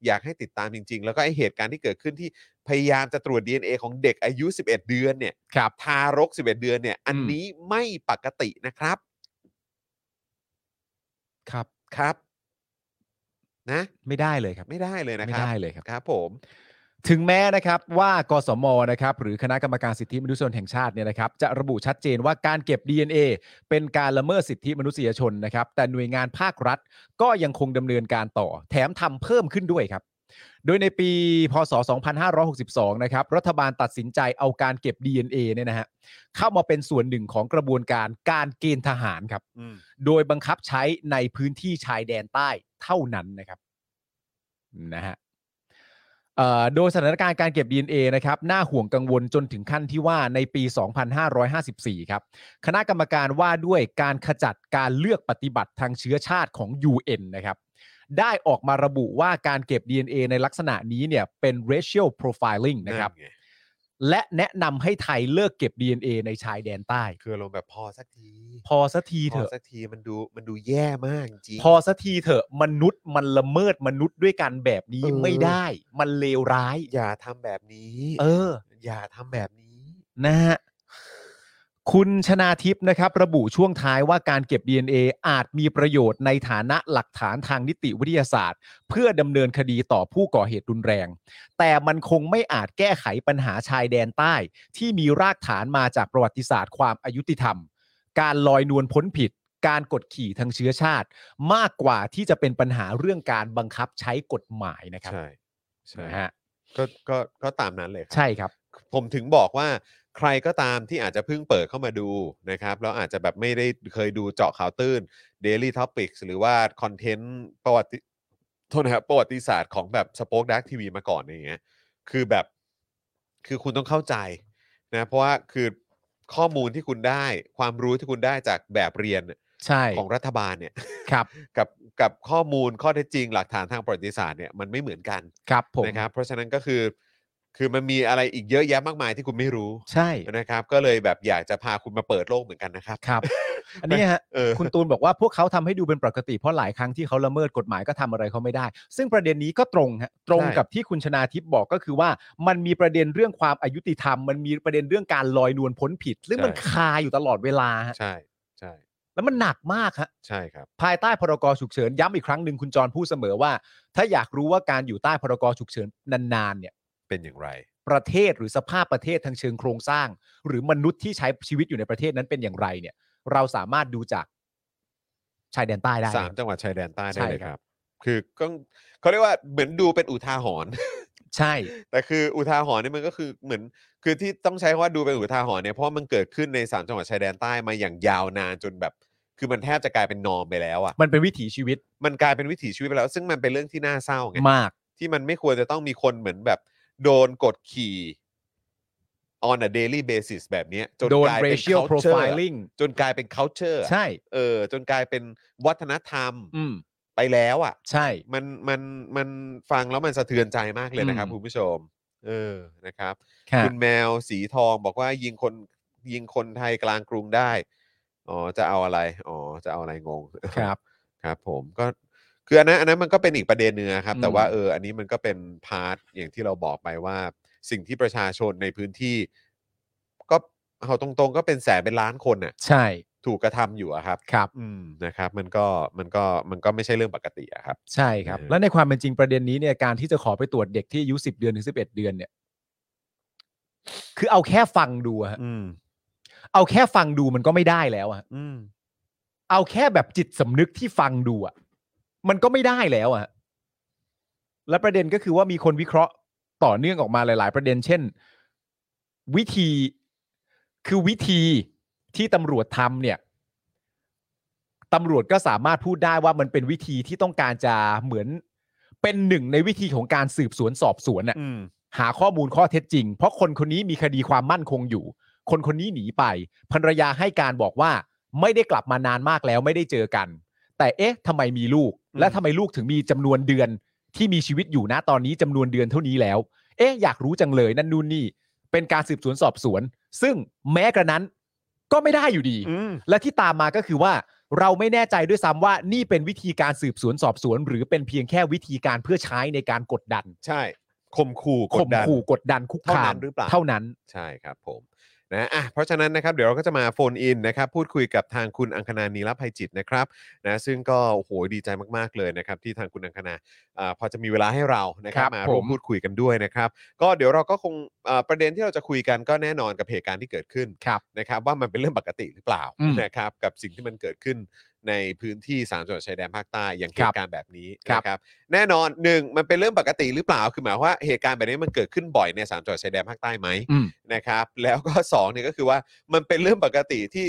S3: อยากให้ติดตามจริง ๆ แล้วก็ไอเหตุการณ์ที่เกิดขึ้นที่พยายามจะตรวจ DNA ของเด็กอายุ 11 เดือนเนี่ย
S4: ครับ
S3: ทารก 11 เดือนเนี่ย อัน
S4: อืม
S3: นี้ไม่ปกตินะครับ
S4: ครับ
S3: ครับ นะ
S4: ไม่ได้เลยครับ
S3: ไม่ได้เลยนะ
S4: ไม่
S3: ครับ
S4: ได้เลยครับ
S3: ครับผม
S4: ถึงแม้นะครับว่ากสมนะครับหรือคณะกรรมการสิทธิมนุษยชนแห่งชาติเนี่ยนะครับจะระบุชัดเจนว่าการเก็บ DNA เป็นการละเมิดสิทธิมนุษยชนนะครับ แต่หน่วยงานภาครัฐก็ยังคงดำเนินการต่อ แถมทำเพิ่มขึ้นด้วยครับ โดยในปีพศ 2562 นะครับ รัฐบาลตัดสินใจเอาการเก็บ DNA เนี่ยนะฮะเข้ามาเป็นส่วนหนึ่งของกระบวนการการเกณฑ์ทหารครับ
S3: อืม
S4: โดยบังคับใช้ในพื้นที่ชายแดนใต้เท่านั้นนะครับนะฮะเอ่อโดยสถานการณ์การเก็บ DNA นะครับน่าห่วงกังวลจนถึงขั้นที่ว่าในปี 2554 ครับคณะกรรมการว่าด้วยการขจัดการเลือกปฏิบัติทางเชื้อชาติของ UN นะครับ ได้ออกมาระบุว่าการเก็บ DNA ในลักษณะนี้เนี่ยเป็น racial profiling นะครับ
S3: ไง
S4: และแนะนำให้ไทยเลิกเก็บ DNA ในชายแดนใต้
S3: คืออารมณ์แบบพอสักที
S4: พอสักทีเถ
S3: พ
S4: อะ
S3: สักทีมันดูมันดูแย่มากจริง
S4: พอสักทีเถอะมนุษย์มันละเมิดมนุษย์ด้วยกันแบบนี้
S3: เออ
S4: ไม่ได้ มันเลวร้าย
S3: อย่าทำแบบนี้
S4: เออ
S3: อย่าทำแบบนี้
S4: นะฮะ คุณชนาทิพย์นะครับ ระบุช่วงท้ายว่าการเก็บ DNA อาจมีประโยชน์ในฐานะหลักฐานทางนิติวิทยาศาสตร์ เพื่อดำเนินคดีต่อผู้ก่อเหตุรุนแรง แต่มันคงไม่อาจแก้ไขปัญหาชายแดนใต้ ที่มีรากฐานมาจากประวัติศาสตร์ความอายุติธรรม การลอยนวลพ้นผิด การกดขี่ทางเชื้อชาติ มากกว่าที่จะเป็นปัญหาเรื่องการบังคับใช้กฎหมายนะครับ
S3: ใช่ใช่
S4: นะฮะ
S3: ก็ก็ก็ตามนั้นเลยครับ
S4: ใช่ครับ
S3: ผมถึงบอกว่าใครก็ตามที่อาจจะเพิ่งเปิดเข้ามาดูนะครับ แล้วอาจจะแบบไม่ได้เคยดูเจาะข่าวตื้น Daily Topics หรือว่าคอนเทนต์ประวัติโทษนะครับประวัติศาสตร์ของแบบสป็อคดักทีวีมาก่อนอย่างเงี้ยคือแบบคือคุณต้องเข้าใจนะเพราะว่าคือข้อมูลที่คุณได้ ความรู้ที่คุณได้จากแบบเรียน
S4: ใช่
S3: ของรัฐบาลเนี่ย
S4: ครับ
S3: กับกับข้อมูลข้อเท็จจริง หลักฐานทางประวัติศาสตร์เนี่ยมันไม่เหมือนกัน
S4: ครับผม
S3: นะครับเพราะฉะนั้นก็คือ คือมันมีอะไรอีกเยอะแยะมากมายที่คุณไม่รู้
S4: ใช่
S3: นะครับ ก็เลยแบบอยากจะพาคุณมาเปิดโลกเหมือนกันนะครับ
S4: ครับ อันนี้ฮะ
S3: เออ
S4: คุณตูนบอกว่าพวกเขาทำให้ดูเป็นปกติเพราะหลายครั้งที่เขาละเมิดกฎหมายก็ทำอะไรเขาไม่ได้ ซึ่งประเด็นนี้ก็ตรงฮะตรง
S3: ใช่
S4: กับที่คุณชนาทิพย์บอกก็คือว่า มันมีประเด็นเรื่องความอายุติธรรม มันมีประเด็นเรื่องการลอยนวลพ้นผิด ซึ่งมันคาอยู่ตลอดเวลาฮะ
S3: ใช่ใช่
S4: แล้วมันหนักมากฮะ
S3: ใช่ครับ
S4: ภายใต้พรกฉุกเฉินย้ำอีกครั้งหนึ่งคุณจรพูดเสมอว่า ถ้าอยากรู้ว่าการอยู่ใต้พรกฉุกเฉินนานๆเนี่ย
S3: เป็นอย่างไร
S4: ประเทศหรือสภาพประเทศทางเชิงโครงสร้าง หรือมนุษย์ที่ใช้ชีวิตอยู่ในประเทศนั้นเป็นอย่างไรเนี่ย เราสามารถดูจากชายแดนใต้ได้
S3: สามจังหวัดชายแดนใต้ได้
S4: ใช่
S3: เลย
S4: ค
S3: ครับ รับ คือก็เขาเรียกว่าเหมือนดูเป็นอุทาหรณ์
S4: ใช่
S3: แต่คืออุทาหรณ์เนี่ยมันก็คือเหมือน คือที่ต้องใช้คำว่าดูเป็นอุทาหรณ์เนี่ยเพราะมันเกิดขึ้นในสามจังหวัดชายแดนใต้มาอย่างยาวนานจนแบบ คือมันแทบจะกลายเป็นนอมไปแล้วอ่ะ
S4: มันเป็นวิถีชีวิต
S3: มันกลายเป็นวิถีชีวิตไปแล้ว ซึ่งมันเป็นเรื่องที่น่าเศร้าไง
S4: มาก
S3: ที่มันไม่ควรจะต้องมีคนเหมือนแบบ โดนกดขี่ on a daily basis แบบเนี้ยจน
S4: โดน
S3: กลายเป็น
S4: racial
S3: culture
S4: profiling
S3: จนกลายเป็น culture อะ
S4: ใช่
S3: เออ จนกลายเป็นวัฒนธรรม
S4: อืม
S3: ไปแล้วอะ่ะ
S4: ใช่
S3: มันมันมันฟังแล้วมันสะเทือนใจมากเลยนะครับ
S4: อืม
S3: คุณผู้ชม เออนะครับ
S4: ค่ะ
S3: คุณแมวสีทองบอกว่ายิงคนยิงคนไทยกลางกรุงได้ อ๋อ จะเอาอะไร อ๋อ จะเอาอะไรง ง
S4: ครับ
S3: ครับผมก็คืออันนั้นอันนั้นมันก็เป็นอีกประเด็นหนึงอะครับ
S4: อืม
S3: แต่ว่าเอออันนี้มันก็เป็นพาร์ทอย่างที่เราบอกไปว่า สิ่งที่ประชาชนในพื้นที่ ก็เอาตรงๆ ก็เป็นแสนเป็นล้านคนน่ะ
S4: ใช่
S3: ถูกกระทำอยู่อะครับ
S4: ครับ
S3: อืมนะครับ มันก็มันก็มันก็ไม่ใช่เรื่องปกติอะครับ
S4: ใช่ครับ
S3: เออ
S4: และในความเป็นจริงประเด็นนี้เนี่ยการที่จะขอไปตรวจเด็กที่อายุสิบเดือนถึงสิบเอ็ดเดือนเนี่ย คือเอาแค่ฟังดูอะฮะ
S3: อืม
S4: เอาแค่ฟังดูมันก็ไม่ได้แล้วอะฮะ
S3: อืม
S4: เอาแค่แบบจิตสำนึกที่ฟังดูอะมันก็ไม่ได้แล้วอะฮะและประเด็นก็คือว่ามีคนวิเคราะห์ต่อเนื่องออกมาหลาย ๆ ประเด็น เช่น วิธีคือวิธีที่ตำรวจทำเนี่ยตำรวจก็สามารถพูดได้ว่ามันเป็นวิธีที่ต้องการจะเหมือนเป็นหนึ่งในวิธีของการสืบสวนสอบสวนน่ะ
S3: อืม
S4: หาข้อมูลข้อเท็จจริง เพราะคนคนนี้มีคดีความมั่นคงอยู่ คนคนนี้หนีไปภรรยาให้การบอกว่า ไม่ได้กลับมานานมากแล้วไม่ได้เจอกัน แต่เอ๊ะทำไมมีลูก และทำไมลูกถึงมีจำนวนเดือนที่มีชีวิตอยู่นะตอนนี้จำนวนเดือนเท่านี้แล้ว เอ๊ะอยากรู้จังเลยนั่นนู่นนี่ เป็นการสืบสวนสอบสวน ซึ่งแม้กระนั้นก็ไม่ได้อยู่ดี
S3: อืม
S4: และที่ตามมาก็คือว่า เราไม่แน่ใจด้วยซ้ำว่านี่เป็นวิธีการสืบสวนสอบสวน หรือเป็นเพียงแค่วิธีการเพื่อใช้ในการกดดัน
S3: ใช่ข่มขู่ก
S4: ข่
S3: ด
S4: ม
S3: ดัน
S4: ขู่กดดันคุก
S3: เท่า
S4: คา
S3: นั้
S4: ม
S3: นหรือเปล่า
S4: เท่านั้น
S3: ใช่ครับผมนะอ่ะเพราะฉะนั้นนะครับเดี๋ยวเราก็จะมาโฟนอินนะครับพูดคุยกับทางคุณอังคณานีรภัยจิตนะครับนะซึ่งก็โอ้โหดีใจมากๆเลยนะครับที่ทางคุณอังคณาอ่าพอจะมีเวลาให้เรานะครับ
S4: ครับ
S3: มาร่วม
S4: ผม
S3: พูดคุยกันด้วยนะครับ ก็เดี๋ยวเราก็คงอ่าประเด็นที่เราจะคุยกันก็แน่นอนกับเหตุการณ์ที่เกิดขึ้น
S4: ครับ
S3: นะครับว่ามันเป็นเรื่องปกติหรือเปล่า
S4: อืม
S3: นะครับกับสิ่งที่มันเกิดขึ้นในพื้นที่สามจังหวัดชายแดนภาคใต้อย่าง
S4: ค
S3: เห
S4: รับ
S3: ตุการณ์แบบนี้
S4: ครับ
S3: นะครับแน่นอนหนึ่งมันเป็นเรื่องปกติหรือเปล่าคือหมายความว่าเหตุการณ์แบบนี้มันเกิดขึ้นบ่อยในสามจังหวัดชายแดนภาคใต้ไหม
S4: อืม
S3: นะครับ แล้วก็ 2เนี่ยก็คือว่ามันเป็นเรื่องปกติที่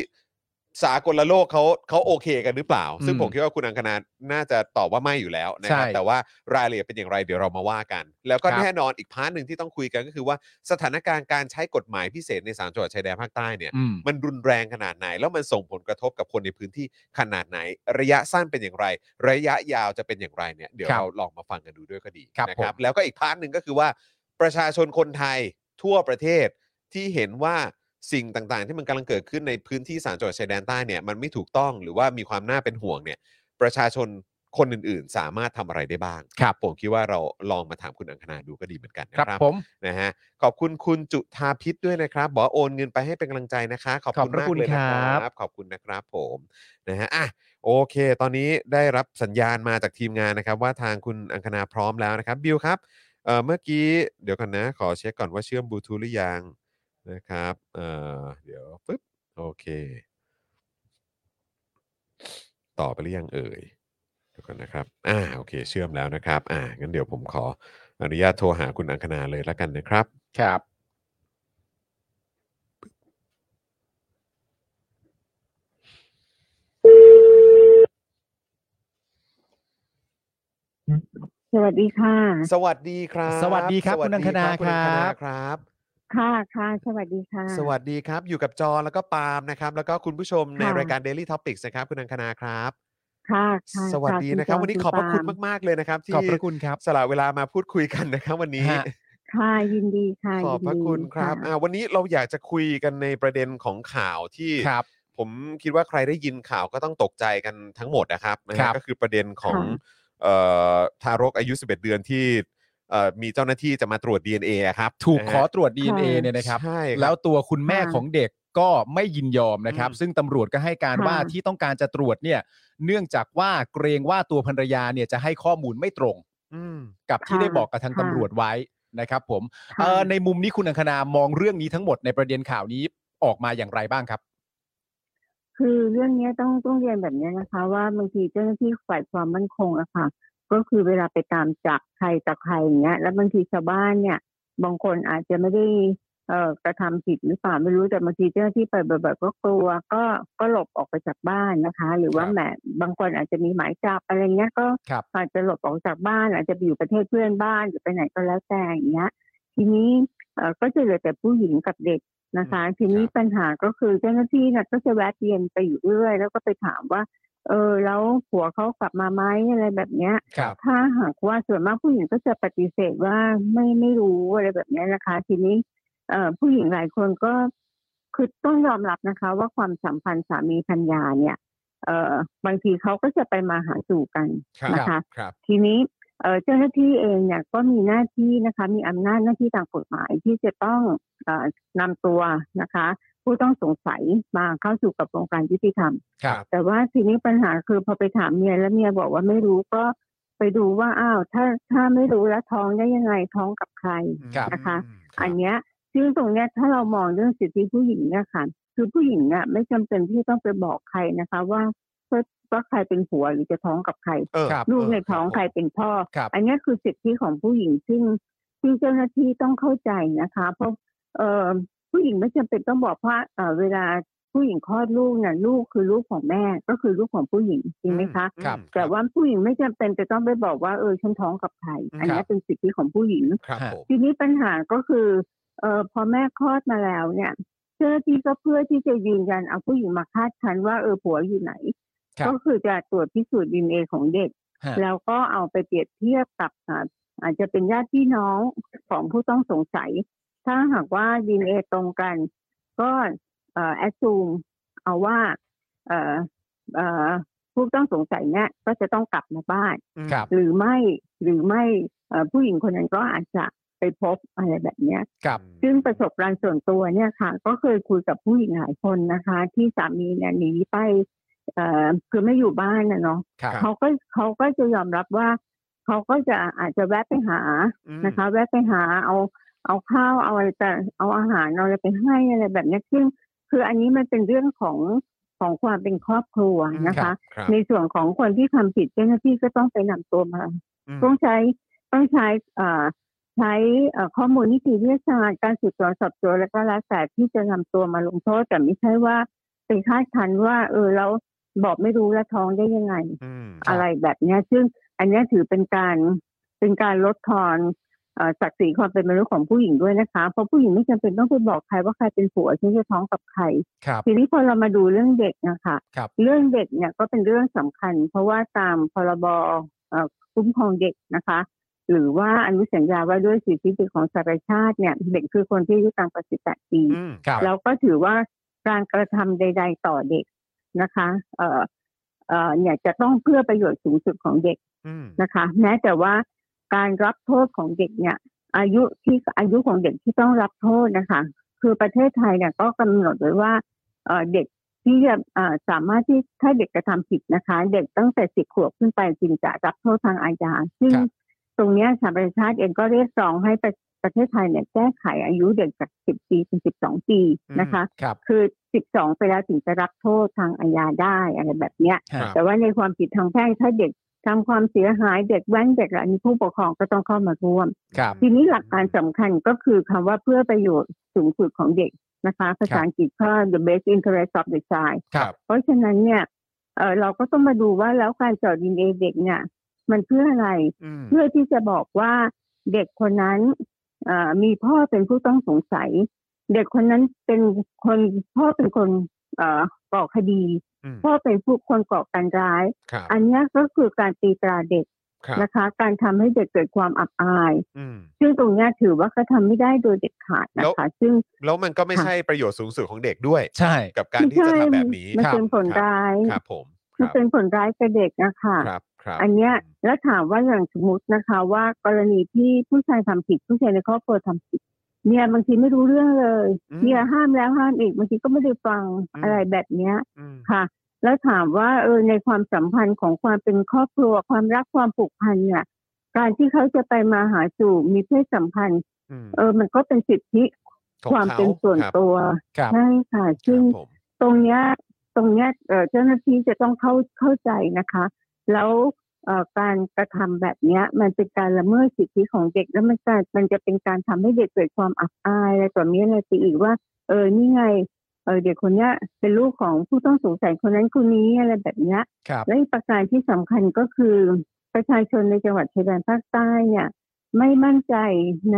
S3: สากลโลกเขาเขาโอเคกันหรือเปล่า ซึ่ง
S4: อืม
S3: ผมคิดว่าคุณอังคณาน่าจะตอบว่าไม่อยู่แล้วนะครับ
S4: ใช่
S3: แต่ว่ารายละเอียดเป็นอย่างไรเดี๋ยวเรามาว่ากัน แล้วก็
S4: ครับ
S3: แน่นอนอีกพาร์ทหนึ่งที่ต้องคุยกันก็คือว่าสถานการณ์การใช้กฎหมายพิเศษในสามจังหวัดชายแดนภาคใต้เนี่ย
S4: อืม
S3: มันรุนแรงขนาดไหน แล้วมันส่งผลกระทบกับคนในพื้นที่ขนาดไหน ระยะสั้นเป็นอย่างไร ระยะยาวจะเป็นอย่างไรเนี่ยเดี๋ยว
S4: ครับ
S3: เราลองมาฟังกันดูด้วยก็ดี
S4: ครับ
S3: นะ
S4: ผม
S3: แล้วก็อีกพาร์ทหนึ่งก็คือว่า ประชาชนคนไทยทั่วประเทศที่เห็นว่าสิ่งต่างๆ ที่มันกำลังเกิดขึ้นในพื้นที่สามจังหวัดชายแดนใต้เนี่ยมันไม่ถูกต้องหรือว่ามีความน่าเป็นห่วงเนี่ย ประชาชน คนอื่นๆ สามารถทำอะไรได้บ้าง
S4: ครับ
S3: ผมคิดว่าเราลองมาถามคุณอังคณาดูก็ดีเหมือนกันนะครับ ครับ
S4: ผม
S3: นะฮะขอบคุณคุณจุธาพิษด้วยนะครับ บอกว่าโอนเงินไปให้เป็นกำลังใจนะคะ ขอบคุณ
S4: ขอบ
S3: มาก
S4: พระคุณ
S3: เลยนะค
S4: ครับ
S3: รับ ขอบคุณนะครับผมนะฮะอ่ะโอเค ตอนนี้ได้รับสัญญาณมาจากทีมงานนะครับ ว่าทางคุณอังคณาพร้อมแล้วนะครับบิวครับเอ่อเมื่อกี้เดี๋ยวกันนะ ขอเช็คก่อนว่าเชื่อมบลูทูธหรือยังนะครับเอ่อเดี๋ยวปึ๊บโอเค ต่อไปหรือยังเอ่ยเดี๋ยวก่อนนะครับ อ่าโอเค เชื่อมแล้วนะครับ อ่างั้นเดี๋ยวผมขออนุญาตโทรหาคุณอังคณาเลยละกันนะครับ
S4: ครับ
S5: สวัสดีค่ะ
S3: สวัสดีครับ
S4: สวัสดีครับคุณอังคณา
S3: ณอัง
S4: ครับ
S3: ครับ
S5: ค่ะค่ะ สวัสดีค่ะ
S3: สวัสดีครับ อยู่กับจอแล้วก็ปาล์มนะครับ แล้วก็คุณผู้ชมใน
S5: ค่ะ
S3: รายการ Daily Topics นะครับ คุณอังคณาครับ
S5: ค่ะค่ะ
S3: สวัสดี
S5: ณ
S3: นะครับ
S5: จ
S3: วันนี้
S5: ณ
S3: ขอบพระคุณ
S5: ปล์
S3: มาก ๆ เลยนะครับ ที่
S4: ขอบพระคุณครับ
S3: สละเวลามาพูดคุยกันนะครับ วันนี้
S4: ฮะ
S5: ค่ะ ยินดีค่ะ
S3: ขอบพระ
S5: ยินดี
S3: คุณครับ
S5: ะ
S3: อ่าวันนี้เราอยากจะคุยกันในประเด็นของข่าวที่
S4: ครับ
S3: ผมคิดว่าใครได้ยินข่าวก็ต้องตกใจกันทั้งหมดนะครับนะ
S4: ครั
S3: ฮะ
S4: บ
S3: ก็คือประเด็นของ
S5: ค่ะ
S3: เอ่อทารกอายุ 11 เดือนที่เอ่อมีเจ้าหน้าที่จะมาตรวจ DNA อะครับ
S4: ถูก
S3: นะ
S4: ข
S3: ฮะ
S4: อตรวจ DNA เนี่ยนะครับ
S3: ใช่ครับ
S4: แล้วตัวคุณแม่ของเด็กก็ไม่ยินยอมนะครับ
S3: อืม
S4: ซึ่งตำรวจก็ให้การ
S5: ค่ะ
S4: ว่าที่ต้องการจะตรวจเนี่ย เนื่องจากว่าเกรงว่าตัวภรรยาเนี่ยจะให้ข้อมูลไม่ตรง
S3: อืม
S4: กับที่
S5: ค่ะ
S4: ได้บอกกับทาง
S5: ค่ะ
S4: ตำรวจไว้นะครับผม
S5: ค่ะ
S4: เอ่อในมุมนี้คุณอังคณามองเรื่องนี้ทั้งหมดในประเด็นข่าวนี้ออกมาอย่างไรบ้างครับ
S5: คือเรื่องเนี้ยต้องต้องเรียนแบบเนี้ยนะคะ ว่าบางทีเจ้าหน้าที่ฝ่ายความมั่นคงอะค่ะ ก็คือเวลาไปตามจับใครต่อใครอย่างเงี้ย แล้วบางทีชาวบ้านเนี่ย บางคนอาจจะไม่ได้เอ่อกระทำผิดหรือเปล่าไม่รู้แต่บางทีเจ้าหน้าที่ไปบ่อยๆก็กลัวก็ก็หลบออกไปจากบ้านนะคะ หรือว่า
S4: ครับ
S5: แหมบางคนอาจจะมีหมายจับอะไรเงี้ยก็
S4: ครับ
S5: อาจจะหลบออกจากบ้านอาจจะไปอยู่ประเทศเพื่อนบ้านหรือไปไหนก็แล้วแต่อย่างเงี้ย ทีนี้เอ่อก็จะเหลือแต่ผู้หญิงกับเด็กนะคะ ทีนี้ปัญหาก็คือเจ้าหน้าที่น่ะก็จะแวะเวียนไปอยู่เรื่อย แล้วก็ไปถามว่า เออแล้วผัวเขากลับมาไหมอะไรแบบเนี้ย
S4: ครับ
S5: ถ้าหากว่าส่วนมากผู้หญิงก็จะปฏิเสธว่าไม่ไม่รู้อะไรแบบเนี้ยนะคะ ทีนี้เอ่อผู้หญิงหลายคนก็คือต้องยอมรับนะคะ ว่าความสัมพันธ์สามีภรรยาเนี่ย เอ่อบางทีเขาก็จะไปมาหาสู่กัน
S3: ครับ
S5: นะคะ
S3: ครับ
S5: ทีนี้เอ่อเจ้าหน้าที่เองเนี่ยก็มีหน้าที่นะคะ มีอำนาจหน้าที่ตามกฎหมายที่จะต้องเอ่อนำตัวนะคะ ผู้ต้องสงสัยมาเข้าสู่กระบวนการยุติธรรม
S4: ครับ
S5: แต่ว่าทีนี้ปัญหาคือพอไปถามเมียแล้วเมียบอกว่าไม่รู้ก็ไปดูว่าอ้าวถ้าถ้าไม่รู้แล้วท้องได้ยังไงท้องกับใคร
S4: ครับ
S5: นะคะ อันเนี้ยซึ่งตรงเนี้ยถ้าเรามองเรื่องสิทธิผู้หญิงเนะคะคือผู้หญิงอะไม่จำเป็นที่ต้องไปบอกใครนะคะ ว่าว่าว่าใครเป็นผัวหรือจะท้องกับใคร
S3: เออ
S4: ครับ
S5: ลูกในท้องใครเป็นพ่อ
S4: ครับ
S5: อันนี้คือสิทธิของผู้หญิงซึ่งซึ่งเจ้าหน้าที่ต้องเข้าใจนะคะ เพราะเอ่อผู้หญิงไม่จำเป็นต้องบอกว่าเอ่อเวลาผู้หญิงคลอดลูกน่ะลูกคือลูกของแม่ก็คือลูกของผู้หญิงจริงไหมคะ
S4: ครับ
S5: แต่ว่าผู้หญิงไม่จำเป็นจะต้องไปบอกว่าเออฉันท้องกับใครอันนี้เป็นสิทธิของผู้หญิง
S3: ครับผม
S5: ทีนี้ปัญหาก็คือเออพอแม่คลอดมาแล้วเนี่ยเจ้าหน้าที่ก็เพื่อที่จะยืนยันเอาผู้หญิงมาคาดคันว่าเออผัวอยู่ไหน
S4: ครับ
S5: ก็คือจะตรวจพิสูจน์ดีเอของเด็ก
S4: ฮะ
S5: แล้วก็เอาไปเปรียบเทียบกับอ่าอาจจะเป็นญาติพี่น้องของผู้ต้องสงสัย ถ้าหากว่าดีเอตรงกัน ก็แอดซูมเอาว่าเอ่อเอ่อผู้ต้องสงสัยเนี่ยก็จะต้องกลับมาบ้าน
S4: ครับ
S5: หรือไม่หรือไม่เอ่อผู้หญิงคนนั้นก็อาจจะไปพบอะไรแบบเนี้ย
S4: ครับ
S5: ซึ่งประสบการณ์ส่วนตัวเนี่ยค่ะ ก็เคยคุยกับผู้หญิงหลายคนนะคะ ที่สามีเนี่ยหนีไปเอ่อคือไม่อยู่บ้านนะเนาะ
S4: ครับ
S5: เขาก็เขาก็จะยอมรับว่า เขาก็จะอาจจะแวะไปหา
S3: อืม
S5: นะคะ แวะไปหาเอาเอาข้าวเอาอะไรแต่เอาอาหารเอาอะไรไปให้อะไรแบบเนี้ยซึ่งคืออันนี้มันเป็นเรื่องของของความเป็นครอบครัวนะ
S4: ครั
S5: คะ
S4: บ
S3: ครับ
S5: ในส่วนของคนที่ทำผิดเจ้าหน้าที่ก็ต้องไปนำตัวมา
S3: อืม
S5: ต้องใช้ต้องใช้เอ่อใช้เอ่อข้อมูลนิติวิทยาศาสตร์การสืบสวนสอบสวนและก็แล้วแต่ที่จะนำตัวมาลงโทษแต่ไม่ใช่ว่าไปคาดคันว่า เออเราบอกไม่รู้และท้องได้ยังไง
S3: อืม
S4: ครับ
S5: อะไรแบบเนี้ยซึ่งอันเนี้ยถือเป็นการเป็นการลดทอนเอ่อศักดิ์ศรีความเป็นมนุษย์ของผู้หญิงด้วยนะคะ เพราะผู้หญิงไม่จำเป็นต้องไปบอกใครว่าใครเป็นผัวฉันจะท้องกับใคร
S4: ครับ
S5: ทีนี้พอเรามาดูเรื่องเด็กนะคะ
S4: ครับ
S5: เรื่องเด็กเนี่ยก็เป็นเรื่องสำคัญ เพราะว่าตามพรบเอ่อคุ้มครองเด็กนะคะ หรือว่าอนุสัญญาว่าด้วยสิทธิเด็กของสหประชาติเนี่ยเด็กคือคนที่อายุต่ำกว่า18ปี
S3: อืม
S4: ครับ
S5: แล้วก็ถือว่าการกระทำใด ๆ ต่อเด็กนะคะ เอ่อ เอ่อเนี่ยจะต้องเพื่อประโยชน์สูงสุดของเด็ก
S3: อืม
S5: นะคะ แม้แต่ว่าการรับโทษของเด็กเนี่ย อายุที่อายุของเด็กที่ต้องรับโทษนะคะ คือประเทศไทยเนี่ยก็กำหนดไว้ว่าเอ่อเด็กที่จะเอ่อสามารถที่ถ้าเด็กกระทำผิดนะคะ เด็กตั้งแต่สิบขวบขึ้นไปจึงจะรับโทษทางอาญาซึ่ง
S4: ครับ
S5: ตรงเนี้ยสหประชาชาติเองก็เรียกร้องให้ประประเทศไทยเนี่ยแก้ไขอายุเด็กจากสิบปีถึงสิบสองปีนะคะ
S4: ครับ
S5: คือสิบสองไปแล้วถึงจะรับโทษทางอาญาได้อะไรแบบเนี้ย
S3: ครับ
S5: แต่ว่าในความผิดทางแพ่งถ้าเด็กทำความเสียหายเด็กแว้นเด็กอะไรนี้ผู้ปกครองก็ต้องเข้ามาร่วม
S4: ครับ
S5: ทีนี้หลักการสำคัญก็คือคำว่าเพื่อประโยชน์สูงสุดของเด็กนะคะภาษาอังกฤษก็ the best interest of the child
S4: ครับ
S5: เพราะฉะนั้นเนี่ยเอ่อเราก็ต้องมาดูว่าแล้วการเจาะดินเอเด็กเนี่ย มันเพื่ออะไร
S3: อืม
S5: เพื่อที่จะบอกว่าเด็กคนนั้นเอ่อมีพ่อเป็นผู้ต้องสงสัย เด็กคนนั้นเป็นคนพ่อเป็นคนเอ่อก่อคดี
S3: อืม
S5: พ่อเป็นผู้คนก่อการร้าย
S3: ครับ
S5: อันเนี้ยก็คือการตีตราเด็ก
S3: ครับ
S5: นะคะ การทำให้เด็กเกิดความอับอาย
S3: อืม
S5: ซึ่งตรงเนี้ยถือว่ากระทำไม่ได้โดยเด็ดขาดนะ
S3: แล้ว
S5: คะ ซึ่ง
S3: แล้วมันก็ไม่
S5: ค่ะ
S3: ใช่ประโยชน์สูงสุดของเด็กด้วย
S4: ใช่
S3: กับการที่จะ
S5: ไม่ใช่
S3: ทำแบบนี้
S5: มัน
S3: ครับ
S5: เป็นผล
S3: ครับ
S5: ร้าย
S3: ครับผมค
S5: มั
S3: รั
S5: น
S3: บ
S5: เป็นผลร้ายกับเด็กนะคะ
S3: ครับครับ
S5: อันเนี้ยแล้วถามว่าอย่างสมมตินะคะ ว่ากรณีที่ผู้ชายทำผิด ผู้ชายในครอบครัวทำผิด เนี่ยบางทีไม่รู้เรื่องเลย
S3: อืม
S5: เนี่ยห้ามแล้วห้ามอีกบางทีก็ไม่ได้ฟัง
S3: อืม
S5: อะไรแบบเนี้ย
S3: อืม
S5: ค่ะ แล้วถามว่าเออในความสัมพันธ์ของความเป็นครอบครัว ความรักความผูกพันเนี่ย การที่เขาจะไปมาหาสู่มีเพศสัมพันธ์
S3: อืม
S5: เออมันก็เป็นสิทธิ
S3: ของ
S5: ความ
S3: ข
S5: เป็นส่วน
S3: ครับ
S5: ตัว
S4: ครับ
S5: ใช่ค่ะ
S3: ครั
S5: ซึ่ง
S3: บผม
S5: ตรงเนี้ยตรงเนี้ยเอ่อเจ้าหน้าที่จะต้องเข้าเข้าใจนะคะ แล้วเอ่อการกระทำแบบเนี้ย มันเป็นการละเมิดสิทธิของเด็กแล้วมันจะมันจะเป็นการทำให้เด็กเกิดความอับอายอะไรต่อมีอะไรไปอีกว่า เออนี่ไงเออเด็กคนเนี้ยเป็นลูกของผู้ต้องสงสัยคนนั้นคนนี้อะไรแบบเนี้ย
S4: ครับ
S5: และอีกประการที่สำคัญก็คือประชาชนในจังหวัดชายแดนภาคใต้เนี่ย ไม่มั่นใจใน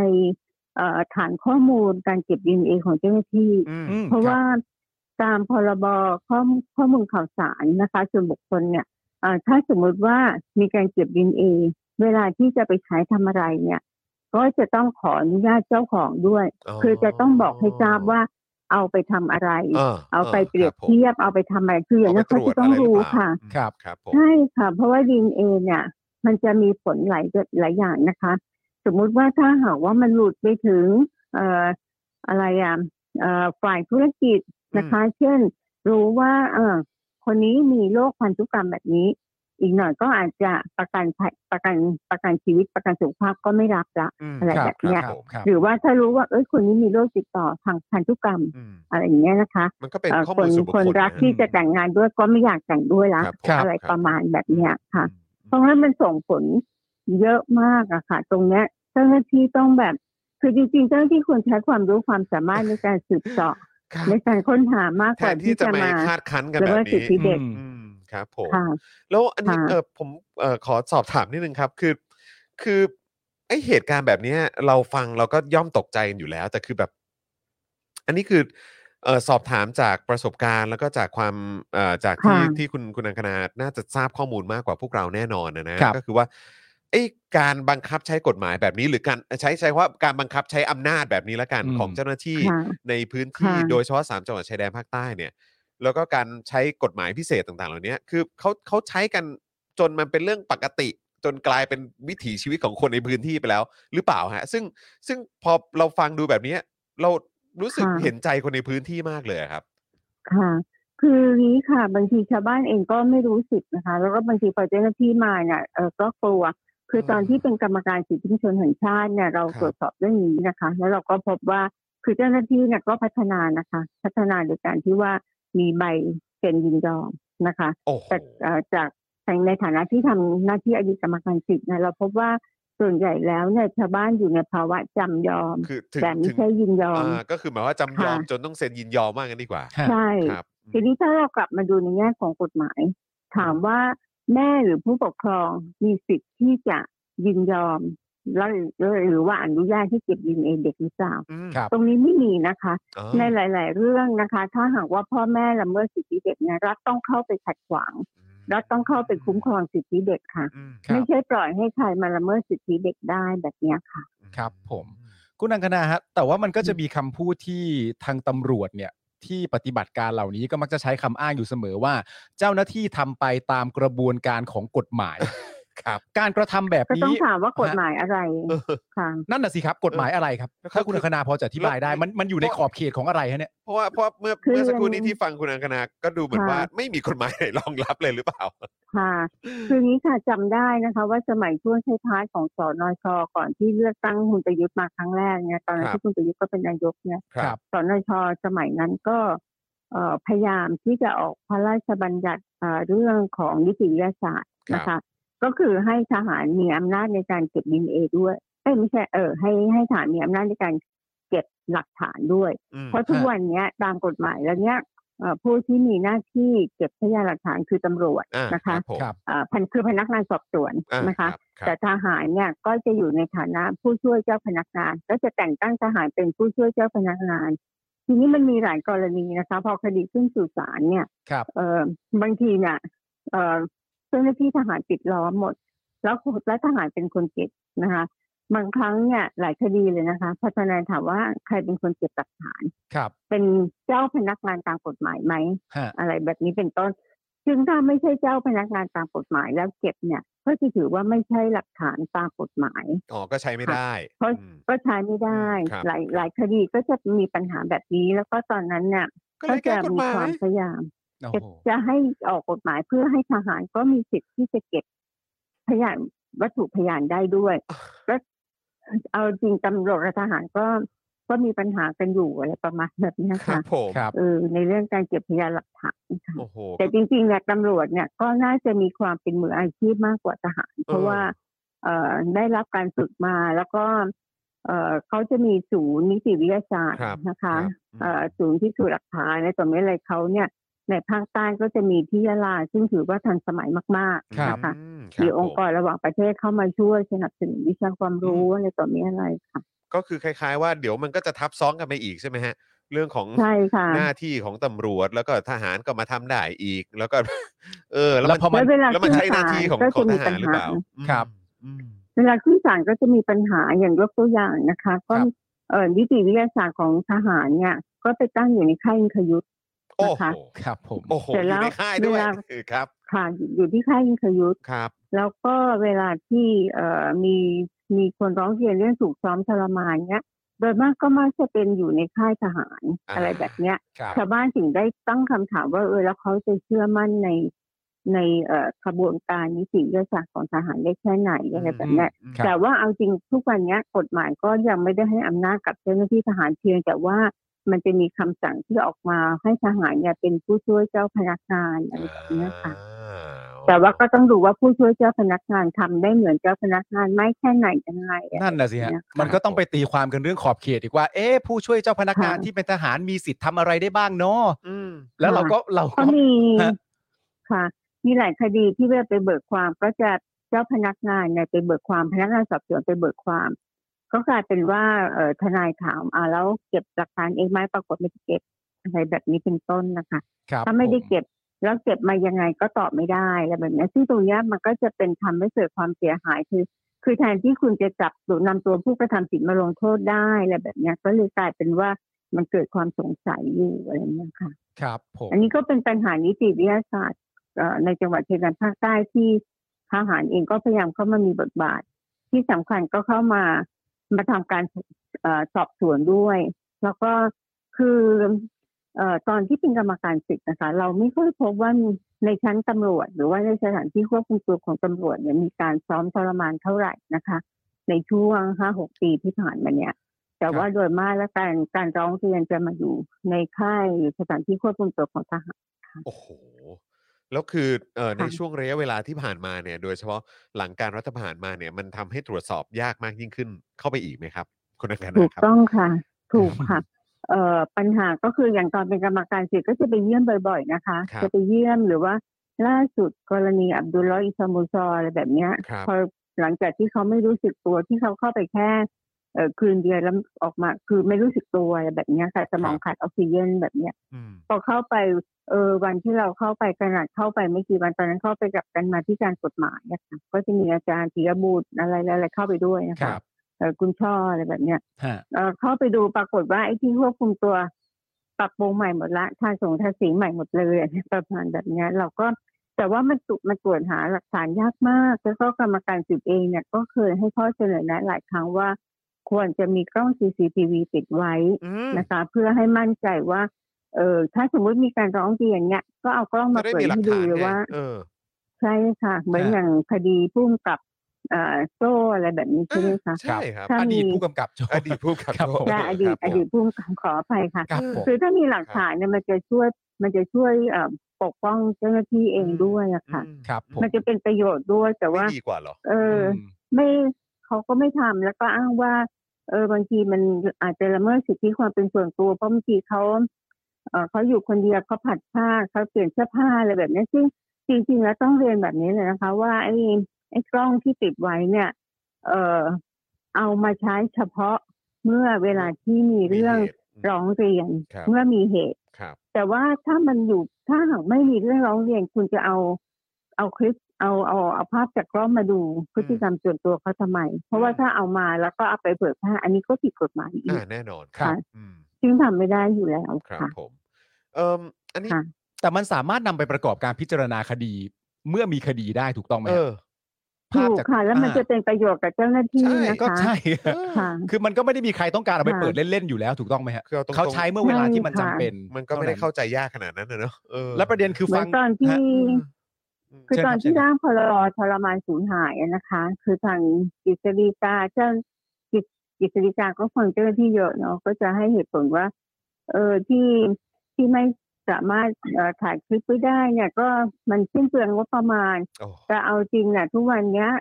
S5: เอ่อฐานข้อมูลการเก็บดีเอ็นเอของเจ้าหน้าที่
S3: อืม
S4: อืม
S5: เพ
S4: ค
S5: ราะ
S4: บ
S5: ว่าตามพรบข้อมข้อมูลข่าวสารนะคะส่วนบุคคลเนี่ยเอ่อถ้าสมมุติว่ามีการเก็บดินเอ เวลาที่จะไปใช้ทำอะไรเนี่ย ก็จะต้องขออนุญาตเจ้าของด้วย คือจะต้องบอกให้ทราบว่าเอาไปทำอะไร เอาไปเปรียบเทียบเอาไปทำอะไรคืออย่างนั้นเขาจะต้องรู้ค่ะ
S4: ครับ
S3: ครับผม
S5: ใช่ค่ะ เพราะว่าดีเอเนี่ย มันจะมีผลหลายหลายอย่างนะคะ สมมุติว่าถ้าหากว่ามันหลุดไปถึงเอ่ออะไรอ่ะเอ่อฝ่ายธุรกิจนะคะ เช่น รู้ว่าเออคนนี้มีโรคพันธุกรรมแบบนี้ อีกหน่อยก็อาจจะประกันภัยประกันประกันชีวิตประกันสุขภาพก็ไม่รับละ
S3: อืม
S5: อะไร
S3: ครับ
S5: แบบเนี้ย
S3: ครับผม
S5: หรือว่าถ้ารู้ว่าเอ้ยคนนี้มีโรคติดต่อทางพันธุกรรม
S3: อืม
S5: อะไรอย่างเงี้ยนะคะ
S3: มันก็เป็น
S5: เอ่อ
S3: ข้อ
S5: ค
S3: มูล
S5: น
S3: ส่วนบุค
S5: ค
S3: คล
S5: นรัก
S3: ะ
S5: ที่จะแต่งงานด้วยก็ไม่อยากแต่งด้วยละ
S3: ครับผ
S4: ค
S5: อะไร
S3: คบ
S5: ประมาณแบบเนี้ยค่ะ เพ
S3: อืม
S5: ราะว่ามันส่งผลเยอะมากอะค่ะ ตรงเนี้ยเจ้าหน้าที่ต้องแบบ คือจริงๆเจ้าหน้าที่ควรใช้ความรู้ความสามารถในการสืบเสาะ
S3: ครับ
S5: ในการค้นหามาก
S3: แท
S5: กว่าน
S3: ที่
S5: ที่
S3: จะ
S5: จะ
S3: มา
S5: มา
S3: คาดคั้นกัน
S5: แล้ว
S3: แบ
S5: ก็
S3: บ
S5: สิทธิ
S3: นี้
S5: เด็ก
S4: อืม
S3: อืมครับผม
S5: ค่ะ
S3: แล้วอันนี้
S5: ค่ะ
S3: เออผมเออขอสอบถามนิดนึงครับ คือคือไอเหตุการณ์แบบเนี้ย เราฟังเราก็ย่อมตกใจกันอยู่แล้ว แต่คือแบบ อันนี้คือเออสอบถามจากประสบการณ์ แล้วก็จากความเออจากที่
S5: ค่ะ
S3: ที่คุณคุณอังคณาน่าจะทราบข้อมูลมากกว่าพวกเราแน่นอนนะนะครับ ก็คือว่าไอการบังคับใช้กฎหมายแบบนี้ หรือการใช้ใช้ว่าการบังคับใช้อำนาจแบบนี้ละกันของเจ้าหน้าที่
S5: ค่ะ
S3: ในพื้นที่
S5: ค่ะ
S3: โดยเฉพาะสามจังหวัดชายแดนภาคใต้เนี่ย แล้วก็การใช้กฎหมายพิเศษต่างๆ เหล่านี้คือเขาเขาใช้กันจนมันเป็นเรื่องปกติ จนกลายเป็นวิถีชีวิตของคนในพื้นที่ไปแล้ว หรือเปล่าฮะ ซึ่งซึ่งพอเราฟังดูแบบนี้เรารู้สึก
S5: ค่ะ
S3: เห็นใจคนในพื้นที่มากเลยอะครับ
S5: ค่ะ คือนี้ค่ะ บางทีชาวบ้านเองก็ไม่รู้สิทธิ์นะคะ แล้วก็บางทีพอเจ้าหน้าที่มาเนี่ยเออก็กลัว คือตอนที่เป็นกรรมการสิทธิมนุษยชนแห่งชาติเนี่ยเรา
S3: ครับ
S5: ตรวจสอบเรื่องนี้นะคะ แล้วเราก็พบว่าคือเจ้าหน้าที่เนี่ยก็พัฒนานะคะ พัฒนาโดยการที่ว่ามีใบเซ็นยินยอมนะคะ
S3: โอ้โห
S5: จากเอ่อจากในฐานะที่ทำหน้าที่อดีตกรรมการสิทธิ์เนี่ยเราพบว่าส่วนใหญ่แล้วเนี่ยชาวบ้านอยู่ในภาวะจำยอม
S3: คือถึง
S5: แต่ไม่
S3: ถึง
S5: ใช่ยินยอม
S3: อ่าก็คือหมายว่าจำยอม
S5: ค่ะ
S3: จนต้องเซ็นยินยอมมากกันดีกว่า
S4: ฮะ
S5: ใช่
S3: ครับ
S5: ทีนี้ถ้าเรากลับมาดูในแง่ของกฎหมาย ถามว่าแม่หรือผู้ปกครองมีสิทธิ์ที่จะยินยอมแล้วหรือว่าอนุญาตให้เก็บยินเอเด็กหรือเปล่า
S3: อืม
S4: ครับ
S5: ตรงนี้ไม่มีนะคะ
S3: อ๋อ
S5: ในหลาย ๆ เรื่องนะคะ ถ้าหากว่าพ่อแม่ละเมิดสิทธิเด็กเนี่ยรัฐต้องเข้าไปขัดขวางรัฐต้องเข้าไปคุ้มครองสิทธิเด็กค่ะ
S3: อืม
S4: ครับ
S5: ไม่ใช่ปล่อยให้ใครมาละเมิดสิทธิเด็กได้แบบเนี้ยค่ะ
S4: ครับผม คุณอังคณาฮะแต่ว่ามันก็จะมีคำพูดที่ทางตำรวจเนี่ย ที่ปฏิบัติการเหล่านี้ก็มักจะใช้คำอ้างอยู่เสมอว่า เจ้าหน้าที่ทำไปตามกระบวนการของกฎหมาย
S3: ครับ
S4: การกระทำแบบ
S5: ก็
S4: นี้
S5: ต้องถามว่ากฎหมายอะไร
S3: เออ
S5: ค่ะ
S4: นั่นน่ะสิครับกฎหมายอะไรครับ
S3: แล้วเขา
S4: ถ้าคุณอังคณาพอจะอธิบายได้ มันมันอยู่ในขอบเขตของอะไรฮะเนี่ย
S3: เพราะว่าเพราะเมื่อ
S5: คือ
S3: เมื่อสักครู่นี้ที่ฟังคุณอังคณาก็ดูเหมือน
S5: ค่ะ
S3: ว่าไม่มีกฎหมายไหนรองรับเลยหรือเปล่า
S5: ค่ะ คือนี้ค่ะจำได้นะคะ ว่าสมัยช่วงท้ายๆของสนชก่อนที่เลือกตั้งคุณประยุทธ์มาครั้งแรกเนี่ยตอนนั้น
S3: ครับ
S5: ที่คุณประยุทธ์ก็เป็นนายกเนี่ย
S4: ครับ
S5: สนชสมัยนั้นก็เอ่อพยายามที่จะออกพระราชบัญญัติเอ่อเรื่องของนิติวิทยาศาสตร์นะคะ ก็คือให้ทหารมีอำนาจในการเก็บดีเอด้วยเอ้ยไม่ใช่เออให้ให้ทหารมีอำนาจในการเก็บหลักฐานด้วย
S3: อืม
S5: เพราะทุกวันเนี้ยตามกฎหมายแล้วเนี้ยเอ่อผู้ที่มีหน้าที่เก็บพยานหลักฐานคือตำรวจ
S3: อ่า
S5: นะคะ
S3: ผม
S4: ครับ
S5: เอ่อพันคือพนักงานสอบสวน
S3: อ่า
S5: นะคะ
S3: รับ
S5: แต่ทหารเนี่ยก็จะอยู่ในฐานะผู้ช่วยเจ้าพนักงาน ก็จะแต่งตั้งทหารเป็นผู้ช่วยเจ้าพนักงาน ทีนี้มันมีหลายกรณีนะคะ พอคดีขึ้นสู่ศาลเนี่ย
S4: ครับ
S5: เออบางทีเนี่ยเออเจ้าหน้าที่ทหารปิดล้อมหมด แล้วและทหารเป็นคนเก็บนะคะ บางครั้งเนี่ยหลายคดีเลยนะคะเพอทนายถามว่าใครเป็นคนเก็บหลักฐาน
S4: ครับ
S5: เป็นเจ้าพนักงานตามกฎหมายไหม
S4: ฮะ
S5: อะไรแบบนี้เป็นต้น ซึ่งถ้าไม่ใช่เจ้าพนักงานตามกฎหมายแล้วเก็บเนี่ย ก็จะถือว่าไม่ใช่หลักฐานตามกฎหมาย
S3: อ๋อก็ใช้ไม่ได้
S5: เพราะ
S3: อืม
S5: ก็ใช้ไม่ได้
S3: ครับ
S5: หลายหลายคดีก็จะมีปัญหาแบบนี้ แล้วก็ตอนนั้นเนี่ย
S3: ก็เลยแก้
S5: จะ
S3: กฎ
S5: มี
S3: หมา
S5: ควาย มพยายาม
S4: โอ้
S5: จะ
S4: โห
S5: จะให้ออกกฎหมายเพื่อให้ทหารก็มีสิทธิ์ที่จะเก็บพยานวัตถุพยานได้ ด้วยแล้วเอาจริงตำรวจกับทหารก็ก็มีปัญหากันอยู่อะไรประมาณแบบนี้
S3: ครั
S5: ค่ะ
S3: บผม
S4: ครับ
S5: เออในเรื่องการเก็บพยานหลักฐานค่ะ
S3: โอ้โห
S5: แต่จริงๆเนี่ยตำรวจเนี่ยก็น่าจะมีความเป็นมืออาชีพมากกว่าทหาร เพราะว่าเอ่อได้รับการฝึกมาแล้วก็เอ่อเขาจะมีศูนย์นิติวิทยาศาสตร์
S3: ครับ
S5: นะ
S3: ค
S5: คะ
S3: รับ
S5: เอ่อศูนย์ที่สูจน์หลักฐานในตอนนี้อะไรเขาเนี่ย ในภาคใต้ก็จะมีที่ยะลาซึ่งถือว่าทันสมัยมาก
S3: อืม
S5: ๆนะคะ
S3: อืค
S5: มี
S3: บ
S5: องค์
S3: ผ
S5: กร
S3: ม
S5: ระหว่างประเทศเข้ามาช่วยสนับสนุนวิชาความรู้อะไรต่อมีอะไรค่ะ
S3: ก็คือคล้าย ๆ ว่าเดี๋ยวมันก็จะทับซ้อนกันไปอีกใช่ไหมฮะ เรื่องของ
S5: ใช่ค่ะ
S3: หน้าที่ของตำรวจแล้วก็ทหารก็มาทำได้อีก แล้วก็ เออ แล้ว
S4: แล้
S3: มั
S4: วน พอมัน
S5: แล้วเวลา
S3: แล้วมันใช้หน้าที่ของ
S5: ขึ้นศา
S3: ข
S5: ล
S3: อง
S5: ก็จะมี
S3: ทหารหรือเปล่า
S5: ปัญห
S3: อืม
S4: ครับ
S3: อืม
S5: เวลาขึ้นศาลก็จะมีปัญหาอย่างยกตัวอย่างนะคะ ก็
S4: ครับ
S5: เอ่อนิติวิทยาศาสตร์ของทหารเนี่ย ก็ไปตั้งอยู่ในค่ายอิงคยุทธ
S3: โอ้
S5: นะ
S3: โห
S5: คะ
S4: ครับผม
S3: โอ้โห
S5: เสร็จ
S3: อ
S5: แล้
S3: ยู่
S5: ว
S3: ในค่ายด้วย
S5: เวลา
S3: ครับ
S5: ค่ะอยู่ที่ค่ายอิงคยุทธ
S3: ครับ
S5: แล้วก็เวลาที่เอ่อมีมีคนร้องเรียนเรื่องถูกซ้อมทรมานเนี่ยโดยมากก็มักจะเป็นอยู่ในค่ายทหาร
S3: อ่า
S5: อะไรแบบเนี้ย
S4: ครับ
S5: ชาวบ้านถึงได้ตั้งคำถามว่าเออแล้วเขาจะเชื่อมั่นในในเอ่อขบวนการนิติวิทยาศาสตร์ของทหารได้แค่ไหนอะไรแบบเนี้ย
S4: ครับ
S5: แต่ว่าเอาจริงทุกวันเนี้ยกฎหมายก็ยังไม่ได้ให้อำนาจกับเจ้าหน้าที่ทหารเพียงแต่ว่ามันจะมีคำสั่งที่ออกมาให้ทหารเนี่ยเป็นผู้ช่วยเจ้าพนักงานอะไรแบบเนี้ยค่ะ แต่ว่าก็ต้องดูว่าผู้ช่วยเจ้าพนักงานทำได้เหมือนเจ้าพนักงานไหม่แค่ไหนยังไงอะ
S4: นั่นน่ะสิฮะ
S5: เนี่ยค่ะ
S4: มันก็ต้องไปตีความกันเรื่องขอบเขตอีกว่า เอ๊ะผู้ช่วยเจ้าพนักงานที่เป็นทหารมีสิทธิ์ทำอะไรได้บ้างเนาะ
S3: อืม
S4: แล้วเราก็เราก็
S5: ก็มี
S4: ฮะ
S5: ค่ะ มีหลายคดีที่เวลาไปเบิกความก็จะเจ้าพนักงานเนี่ยไปเบิกความพนักงานสอบสวนไปเบิกความ ก็กลายเป็นว่าเอ่อทนายถามอ่าแล้วเก็บหลักฐานเองไหมปรากฏไม่ได้เก็บอะไรแบบนี้เป็นต้นนะคะ
S4: ครับ
S5: ถ้าไม่ได้
S4: ผ
S5: เก็บแล้วเก็บมายังไงก็ตอบไม่ได้อะไรแบบนี้ซึ่งตรงเนี้ยมันก็จะเป็นทำให้เกิดความเสียหายคือ คือแทนที่คุณจะจับหรือนำตัวผู้กระทำผิดมาลงโทษได้อะไรแบบเนี้ยก็เลยกลายเป็นว่ามันเกิดความสงสัยอยู่อะไรเนี้ยค่ะ
S4: ครับผม
S5: อันนี้ก็เป็นปัญหานิติวิทยาศาสตร์เอ่อในจังหวัดชายแดนภาคใต้ที่ทหารเองก็พยายามเข้ามามีบทบาท ที่สำคัญก็เข้ามามาทำการเอ่อสอบสวนด้วย แล้วก็คือเอ่อตอนที่เป็นกรรมการสิทธิ์นะคะ เราไม่ค่อยพบว่าในชั้นตำรวจ หรือว่าในสถานที่ควบคุมตัวของตำรวจเนี่ยมีการซ้อมทรมานเท่าไหร่นะคะ ในช่วงห้าหกปีที่ผ่านมาเนี่ย แต่ว่าโดยมากแล้วการการร้องเรียนจะมาอยู่ในค่ายสถานที่ควบคุมตัวของทหาร
S3: โอ้โห แล้วคือเอ่อ
S5: ค่ะ
S3: ในช่วงระยะเวลาที่ผ่านมาเนี่ย โดยเฉพาะหลังการรัฐประหารมาเนี่ย มันทำให้ตรวจสอบยากมากยิ่งขึ้นเข้าไปอีกไหมครับ คุณนักการ
S5: ถูก
S3: ครับ
S5: ต้องค่ะ ถูกค่ะ เอ่อปัญหาก็คืออย่างตอนเป็นกรรมการสิทธิ์ก็จะไปเยี่ยมบ่อย ๆ นะคะ
S3: ครับ
S5: จะไปเยี่ยมหรือว่าล่าสุดกรณีอับดุลลอฮ์อิสมูซออะไรแบบเนี้ย
S3: ครับ
S5: พอหลังจากที่เขาไม่รู้สึกตัวที่เขาเข้าไปแค่เอ่อคืนเดียวแล้วออกมาคือไม่รู้สึกตัวอะไรแบบเนี้ยค่ะสมองขาดออกซิเจนแบบเนี้ย
S3: อืม
S5: พอเข้าไปเออวันที่เราเข้าไปขนาดเข้าไปไม่กี่วันตอนนั้นเข้าไปกับกันมาที่การกฎหมายอะค่ะก็จะมีอาจารย์ธีรบูตรอะไรอะไรเข้าไปด้วยนะ
S4: ค
S5: คะ
S4: รับ
S5: เออคุณช่ออะไรแบบเนี้ย
S4: ฮะ
S5: เออเข้าไปดูปรากฏว่าไอ้ที่ควบคุมตัว ปรับปรุงใหม่หมดละทาสงทาสีใหม่หมดเลยอะไรประมาณแบบเนี้ยเราก็แต่ว่ามันตุมันตรวจหาหลักฐานยากมาก แล้วก็กรรมการสืบเองเนี่ยก็เคยให้ข้อเสนอแนะหลายครั้งว่า ควรจะมีกล้อง CCTV ติดไว้
S3: อืม
S5: นะคะเพื่อให้มั่นใจว่าเออถ้าสมมุติมีการร้องเรียนเนี้ยก็เอากล้องมา
S3: จะได้
S5: เปิ
S3: มี
S5: ด
S3: หลัก
S5: ให้ดู
S3: ฐาน
S5: เลย
S3: ไง
S5: ว่า
S3: เออ
S5: ใช่ค่ะเหมือน
S4: อ่า
S5: อย่างคดีพุ่มกับเอ่อโซ่อะไรแบบนี้ใช่ไหมคะ
S3: ใช่ครับ
S5: ถ้า
S4: อดีต
S5: มี
S4: ผู้กำกับ โจ้
S3: อดีตผู้กำกับ
S4: ครับผม
S5: และ
S3: โ
S5: อดีต
S3: ค
S5: อ
S3: รับผม
S5: ดีตพุ่มกับขออภัยค่ะ
S4: ครับผม
S5: คือถ้ามีหลักฐานเนี่ยมันจะช่วยมันจะช่วยเอ่อปกป้องเจ้าหน้าที่เองด้วยอะค่ะ
S3: อืม
S4: ครับผม
S5: มันจะเป็นประโยชน์ด้วยแต่ว่า
S3: ไม่ดีกว่าเหรอ
S5: เอออ
S4: ม
S5: ไม่เขาก็ไม่ทำแล้วก็อ้างว่า เออบางทีมันอาจจะละเมิดสิทธิความเป็นส่วนตัวเพราะบางทีเขาเออเขาอยู่คนเดียวเขาผัดผ้าเขาเปลี่ยนเสื้อผ้าอะไรแบบนี้ซึ่งจริงๆแล้วต้องเรียนแบบนี้เลยนะคะ ว่าไอ้ไอ้กล้องที่ติดไว้เนี่ย เออเอามาใช้เฉพาะเมื่อเวลาที่มีเรื่อง
S3: มีเหตุอืม
S5: ร้องเรียน
S3: ครับ
S5: เมื่อมีเหตุ
S3: ครับ
S5: แต่ว่าถ้ามันอยู่ถ้าหากไม่มีเรื่องร้องเรียนคุณจะเอาเอาคลิปเอาเอาเอาภาพจากกล้องมาดูพฤติกรรมส่วนตัวเขาทำไม เพราะว่าถ้าเอามาแล้วก็เอาไปเผยแพร่อันนี้ก็ผิดกฎหมายอี
S3: อ่าก แน่นอน
S5: ครับ
S3: อืม
S5: ซึ่งทำไม่ได้อยู่แล้ว
S3: ครับ
S5: ค่ะ
S3: ผมเอ่มอันนี้
S5: ค่ะ
S4: แต่มันสามารถนำไปประกอบการพิจารณาคดี เมื่อมีคดีได้ถูกต้องไหม
S3: เออ
S4: ฮะภาพ
S5: ถูก
S4: จาก
S5: ค่ะ แล้วมัน
S4: อ่า
S5: จะเป็นประโยชน์กับเจ้าหน้าที่
S3: ใช่
S5: นะ
S4: ก็
S5: คะ
S4: ใช่
S5: ค่ะ
S4: คือมันก็ไม่ได้มีใครต้องการเอาไป
S5: ค่ะ
S4: เปิดเล่นๆอยู่แล้วถูกต้องไหมฮะ
S3: คือเอาตรงๆ
S4: เขาใช้เมื่อเวลาที่มันจำเป็น
S3: มันก็ไม่ได้
S4: ท่นั้น
S3: เข้าใจยากขนาดนั้นนะเนอะเออ
S4: และประเด็นคือ
S5: เหมื
S4: ฟั
S5: อน
S4: ง
S5: ตอนที่
S4: ฮะ
S5: คือ
S4: เชิญค
S5: ต
S4: รั
S5: อน
S4: บ
S5: ที่
S4: เชิญครับ
S5: ร่างพรบทรมานสูญหายอะนะคะ คือทางกฤษฎีกาเจ้า กิจกิจการก็ฟังเจ้าหน้าที่เยอะเนาะก็จะให้เหตุผลว่า เออที่ที่ไม่สามารถเอ่อถ่ายคลิปไว้ได้เนี่ย ก็มันสิ้นเปลืองงบประมาณ
S3: โอ้
S5: แต่เอาจริงนะทุกวันเนี้ย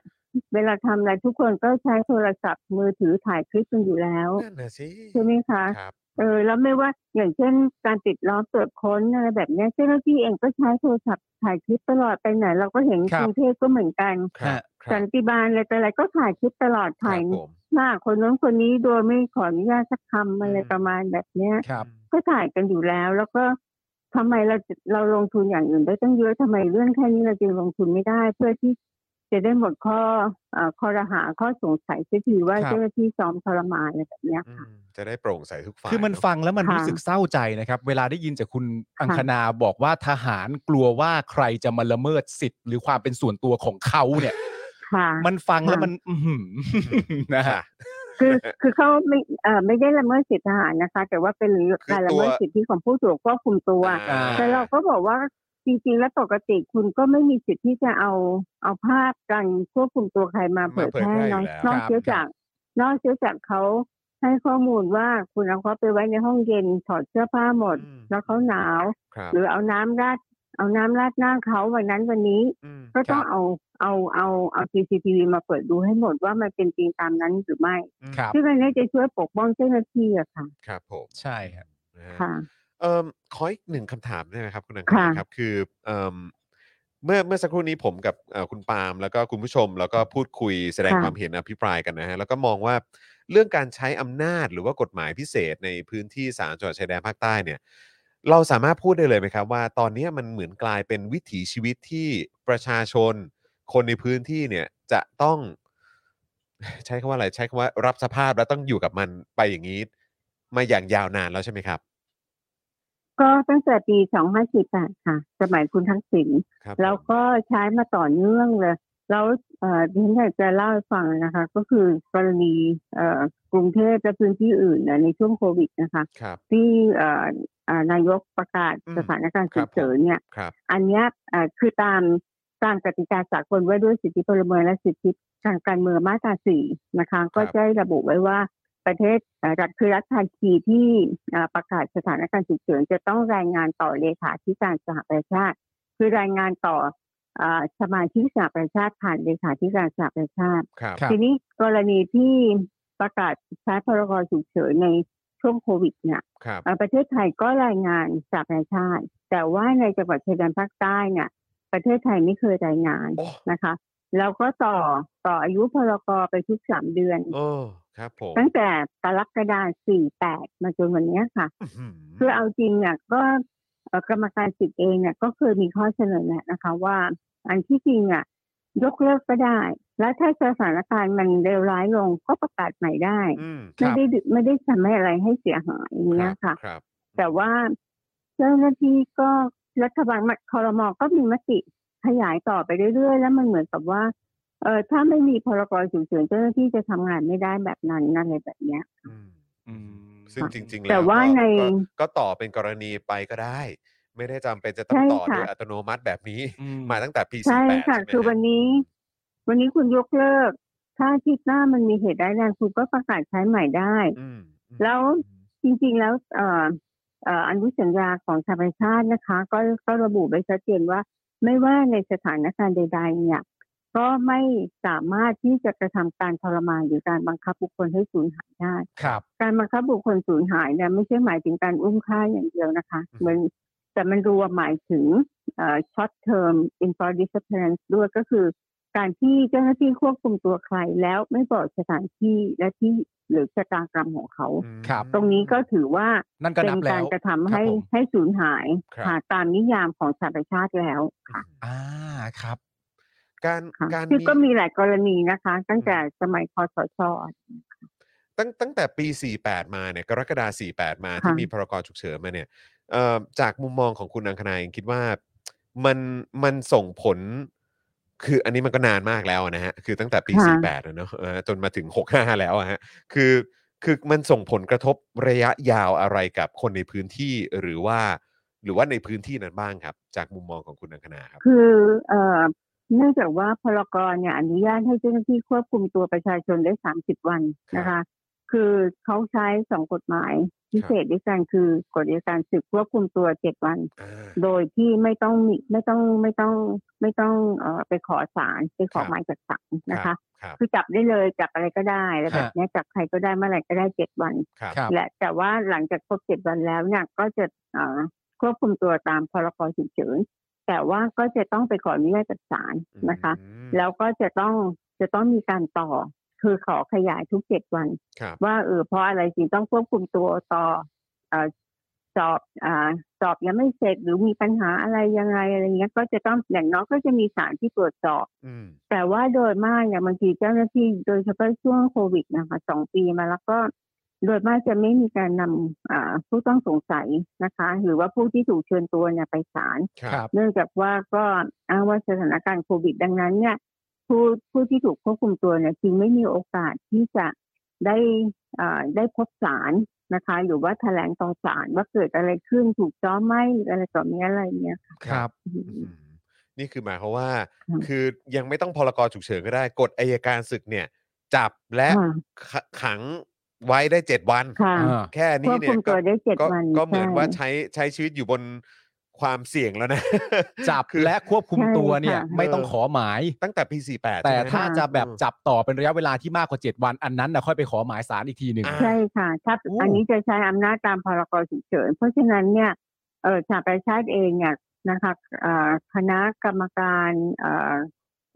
S5: เวลาทำอะไรทุกคนก็ใช้โทรศัพท์มือถือถ่ายคลิปกันอยู่แล้ว
S3: นั่นน่ะสิ
S5: ใช่ไหมคะ
S3: ครับ
S5: เออแล้วไม่ว่าอย่างเช่นการติดล้อมตรวจค้นอะไรแบบเนี้ยเจ้าหน้าที่เองก็ใช้โทรศัพท์ถ่ายคลิปตลอดไปไหนเราก็เห็น
S4: ครั
S5: ก
S4: บ
S5: รุงเทพก็เหมือนกัน
S3: ครับ ครั
S5: สั
S3: บ
S5: นติบาลอะไรแต่ออะไรก็ถ่ายคลิปตลอด
S3: ครั
S5: ถ่าย
S3: บผม
S5: หน้าคนนู้นคนนี้โดยไม่ขออนุญาตสักคำอะไรประมาณแบบเนี้ย
S4: ครับ
S5: ก็ถ่ายกันอยู่แล้ว แล้วก็ทำไมเราจะเราลงทุนอย่างอื่นได้ตั้งเยอะทำไมเรื่องแค่นี้เราจึงลงทุนไม่ได้ เพื่อที่จะได้หมดข้อเอ่อข้อระหาข้อสงสัยเสียทีว่า
S4: ครับ
S5: เจ้าหน้าที่ซ้อมทรมานอะไรแบบเนี้ย
S3: อืมจะได้โปร่งใสทุกฝ่าย
S4: คือมัน
S3: เะ
S4: ฟังแล้วมัน
S5: ค่ะ
S4: รู้สึกเศร้าใจนะครับ เวลาได้ยินจากคุณอังคณาบอกว่าทหารกลัวว่าใครจะมาละเมิดสิทธิ์ หรือความเป็นส่วนตัวของเขาเนี่ย
S5: ค่ะ
S4: มันฟังแล้ว
S5: ค่ะ
S4: มัน อื้อหือนะฮะ
S5: คือคือเขาไม่เอ่อไม่ได้ละเมิดสิทธิทหารนะคะ แต่ว่าเป็นการละเมิด
S3: คือตัว
S5: สิทธิของผู้ถูกควบคุมตัว
S3: อ่า
S4: อ่
S5: แต่เราก็บอกว่าจริงๆ แล้วปกติคุณก็ไม่มีสิทธิ์ที่จะเอาเอาภาพการควบคุมตัวใครมา
S3: มา
S5: เผยแพ
S3: เผ
S5: ร่
S3: ยแพร่อยู่
S5: เนอะ
S3: แล้ว
S5: นอกเสียจาก นอกเสียจากเขาให้ข้อมูลว่าคุณเอาเขาไปไว้ในห้องเย็นถอดเสื้อผ้าหมด
S3: อืม
S5: แล้วเขาหนาว
S3: ครับ
S5: หรือเอาน้ำราดเอาน้ำราดหน้าเขาวันนั้นวันนี้
S3: ม
S5: ก็ต้องเอาเอาเอาเอา CCTV มาเปิดดูให้หมดว่ามันเป็นจริงตามนั้นหรือไม่
S4: ครับ
S5: ซึ่งอันนี้จะช่วยปกป้องเจ้าหน้าที่อะค่ะ
S3: ครับผม
S4: ใช่ฮะ
S3: นะฮะ
S5: ค่ะ
S3: เอ่มขออีกหนึ่งคำถามได้ไหมครับคุณอังคา
S5: ค่ะ
S3: ครับ คือเอ่มเมื่อเมื่อสักครู่นี้ผมกับเอ่อคุณปาล์มแล้วก็คุณผู้ชม แล้วก็พูดคุยแสดงความเห็นอภิปรายกันนะฮะแล้วก็มองว่าเรื่องการใช้อำนาจหรือว่ากฎหมายพิเศษในพื้นที่สามจังหวัดชายแดนภาคใต้เนี่ย เราสามารถพูดได้เลยไหมครับ ว่าตอนนี้มันเหมือนกลายเป็นวิถีชีวิตที่ประชาชน คนในพื้นที่เนี่ยจะต้อง ใช้คำว่าอะไรใช้คำว่ารับสภาพแล้วต้องอยู่กับมันไปอย่างนี้ มาอย่างยาวนานแล้วใช่ไหมครับ
S5: ก็ตั้งแต่ปี 2548 ค่ะ สมัยคุณทักษิณ
S3: ครับ
S5: แล้วก็ใช้มาต่อเนื่องเลย แล้วเอ่อที่ฉันอยากจะเล่าให้ฟังนะคะ ก็คือกรณีเอ่อกรุงเทพและพื้นที่อื่นน่ะในช่วงโควิดนะคะ
S3: ครับ
S5: ที่เอ่อเอ่อนายกประกาศ
S3: อืม
S5: สถานการณ์
S3: ครั
S5: ฉุ
S3: บ
S5: กเฉินเนี่ย
S3: ครับ
S5: อันเนี้ยเอ่อคือตามตามกติกาสากลว่าด้วยสิทธิพลเมืองและสิทธิทางการเมืองมาตราสี่นะคะ ก็จะได้ระบุไว้ว่าประเทศเอ่อรัฐคือรัฐทันทีที่เอ่อประกาศสถานการณ์ฉุกเฉินจะต้องรายงานต่อเลขาธิการสหประชาชาติ คือรายงานต่อเอ่อสมาชิกสหประชาชาติผ่านเลขาธิการสหประชาชาติ
S3: ครับ
S4: ครับ
S5: ทีนี้กรณีที่ประกาศใช้พรกฉุกเฉินในช่วงโควิดเนี่ย
S3: ครับ
S5: เอ่อประเทศไทยก็รายงานสาประชาชาติ แต่ว่าในจังหวัดชายแดนภาคใต้เนี่ยประเทศไทยไม่เคยรายงาน
S3: โอ้
S5: นะคะ แล้วก็ต่อต่ออายุพรกไปทุกสามเดือน
S3: โอ้ครับผม
S5: ตั้งแต่กรกฎาคม48 มาจนวันเนี้ยค่ะ คือเอาจริงเนี่ยก็เอ่อกรรมการสิทธิ์เองเนี่ยก็เคยมีข้อเสนอแนะนะคะ ว่าอันที่จริงอ่ะยกเลิกก็ได้ แล้วถ้าสถานการณ์มันเลวร้ายลงก็ประกาศใหม่ได้
S3: อืม
S4: ครั
S5: ไม่
S4: บ
S5: ได้ดึไม่ได้ทำให้อะไรให้เสียหายอย่างเงี้ยค่ะ
S3: ครับ
S5: แต่ว่าเจ้าหน้าที่ก็รัฐบาลมันคอรมอก็มีมติขยายต่อไปเรื่อยๆ แล้วมันเหมือนกับว่าเออถ้าไม่มีพรกฉุกเฉินเจ้าหน้าที่จะทำงานไม่ได้แบบนั้นอะไรแบบเนี้ย
S3: อืม
S4: อืม
S3: ซึ่งจริง ๆ แล้ว
S5: แต่ว่า
S3: ก็
S5: ใน
S3: ก็ก็ต่อเป็นกรณีไปก็ได้ ไม่ได้จำเป็นจะต้อ
S5: ใช่
S3: งต่อโดย
S5: ค่ะ
S3: อัตโนมัติแบบนี้
S4: อื
S3: มาตั้งแต่ปี48
S5: ใช่ค่ะ
S3: ไหม
S5: คือ
S3: ฮะ
S5: วันนี้ วันนี้คุณยกเลิก ถ้าอาทิตย์หน้ามันมีเหตุร้ายแรงคุณก็ประกาศใช้ใหม่ได้
S3: อืมอืม
S5: แล้ว จริงๆ แล้วเอ่อเอ่ออนุสัญญาของสหประชาชาตินะคะ ก็ก็ระบุไว้ชัดเจนว่า ไม่ว่าในสถานการณ์ใด ๆ เนี่ย ก็ไม่สามารถที่จะกระทำการทรมานหรือการบังคับบุคคลให้สูญหายได้
S4: ครับ
S5: การบังคับบุคคลสูญหายเนี่ยไม่ใช่หมายถึงการอุ้มฆ่าอย่างเดียวนะคะเหมือนแต่มันรวมหมายถึงเอ่อ short term informed disappearance ด้วยก็คือ การที่เจ้าหน้าที่ควบคุมตัวใครแล้วไม่บอกสถานที่และที่หรือชะตากรรมของเขา
S3: อืม
S4: ครับ
S5: ตรงนี้ก็ถือว่า
S4: นั่นก็
S5: เป็
S4: นับ
S5: น
S4: แล้
S5: การ
S4: ว
S5: กระทำ
S4: ครับ
S5: ให้
S4: ผม
S5: ให้สูญหาย
S3: ครับ
S5: หาตามนิยามของสหประชาชาติแล้วค่ะ
S4: อ่าครับ
S3: การ
S5: ค่ะ
S3: การ
S5: คือ
S3: มี
S5: ก็มีหลายกรณีนะคะ ตั้งแต่สมัยคอสช
S3: ตั้งตั้งแต่ปี 48 มาเนี่ยกรกฎาคม48 มาที่
S5: ค่ะ
S3: มีพรกฉุกเฉินมาเนี่ยเอ่อจากมุมมองของคุณอังคณาเองคิดว่ามันมันส่งผล คืออันนี้มันก็นานมากแล้วนะฮะ คือตั้งแต่ปี 48นะเนอะเออจนมาถึง 65 แล้วอะฮะคือคือมันส่งผลกระทบระยะยาวอะไรกับคนในพื้นที่หรือว่า หรือว่าในพื้นที่นั้นบ้างครับ จากมุมมองของคุณอังคณาครับ
S5: คือเอ่อเนื่องจากว่าพรกรเนี่ยอนุญาตให้เจ้าหน้าที่ควบคุมตัวประชาชนได้ 30 วันนะ
S3: ครั
S5: คะ
S3: บ
S5: คือเขาใช้สองกฎหมายพิเศษด้วยกันคือกฎอัยการศึกควบคุมตัว 7 วัน
S3: อ่า
S5: โดยที่ไม่ต้องมีไม่ต้องไม่ต้องไม่ต้องเอ่อไปขอศาลไปขอ
S3: ครับ
S5: หมายจากศาลนะ
S3: รั
S5: คะ
S3: บครับ
S5: คือจับได้เลยจับอะไรก็ได้อะไร
S4: ค
S5: แบ
S4: รับบ
S5: เนี้ยจับใครก็ได้เมื่อไหร่ก็ได้เจ็ดวัน
S3: ครับ
S4: ครับ
S5: และแต่ว่าหลังจากครบเจ็ดวันแล้วเนี่ยก็จะเอ่อควบคุมตัวตามพรกฉุกเฉินแต่ว่าก็จะต้องไปขออนุญาตจากศาลนะคะ
S3: อืม
S5: แล้วก็จะต้องจะต้องมีการต่อ คือขอขยายทุกเจ็ดวัน
S3: ครับ
S5: ว่าเออเพราะอะไรจริงต้องควบคุมตัวต่อเอ่อสอบอาสอบยังไม่เสร็จหรือมีปัญหาอะไรยังไงอะไรเงี้ยก็จะต้องอย่างน้อยก็จะมีศาลที่ตรวจสอบ
S3: อืม
S5: แต่ว่าโดยมากเนี่ยบางทีเจ้าหน้าที่โดยเฉพาะช่วงโควิดนะคะสองปีมาแล้วก็โดยมากจะไม่มีการนำอ่าผู้ต้องสงสัยนะคะ หรือว่าผู้ที่ถูกเชิญตัวเนี่ยไปศาล
S4: ครับ
S5: เนื่องจากว่าก็อ้างว่าสถานการณ์โควิด ดังนั้นเนี่ยผู้ผู้ที่ถูกควบคุมตัวเนี่ยจึงไม่มีโอกาสที่จะได้อ่าได้พบศาลนะคะ หรือว่าแถลงต่อศาลว่าเกิดอะไรขึ้นถูกจ้อมไหมหรืออะไรต่อมีอะไรเนี่ยค่ะ
S4: ครับ
S3: อืมนี่คือหมายความว่า
S5: อืม
S3: คือยังไม่ต้องพลกรฉุกเฉินก็ได้กฎอายการศึกเนี่ย จับและ
S5: ค่ะ
S3: ขขังไว้ได้เจ็ดวัน
S5: ค่ะ
S4: อ่า
S3: แค่
S5: คว
S3: นี้
S5: บ
S3: เนี่
S5: คุ
S3: ย
S5: ม
S3: ก็
S5: ตัวได้เจ็ด
S3: ก็
S5: วัน
S3: ก็เหมือน
S5: ใช่
S3: ว่าใช้ใช้ชีวิตอยู่บนความเสี่ยงแล้วนะ
S4: จับ
S3: คือ
S4: และควบคุม
S5: ใช่
S4: ตัวเนี่ย
S5: ค่ะ
S4: ไม่ต้องขอหมาย
S3: ตั้งแต่ปีสี่แปด
S4: แต่
S3: ใช่ไหม
S4: ถ้าจะแบบ
S3: อืม
S4: จับต่อเป็นระยะเวลาที่มากกว่า 7 วันอันนั้นนะค่อยไปขอหมายสารอีกทีหนึ่ง
S3: อ่า
S5: ใช่ค่ะถ้า
S4: โอ้
S5: อันนี้จะใช้อำนาจตามพรกฉุกเฉิน เพราะฉะนั้นเนี่ยเออสหประชาชาติเองเนี่ยนะคะเอ่อคณะกรรมการเอ่อ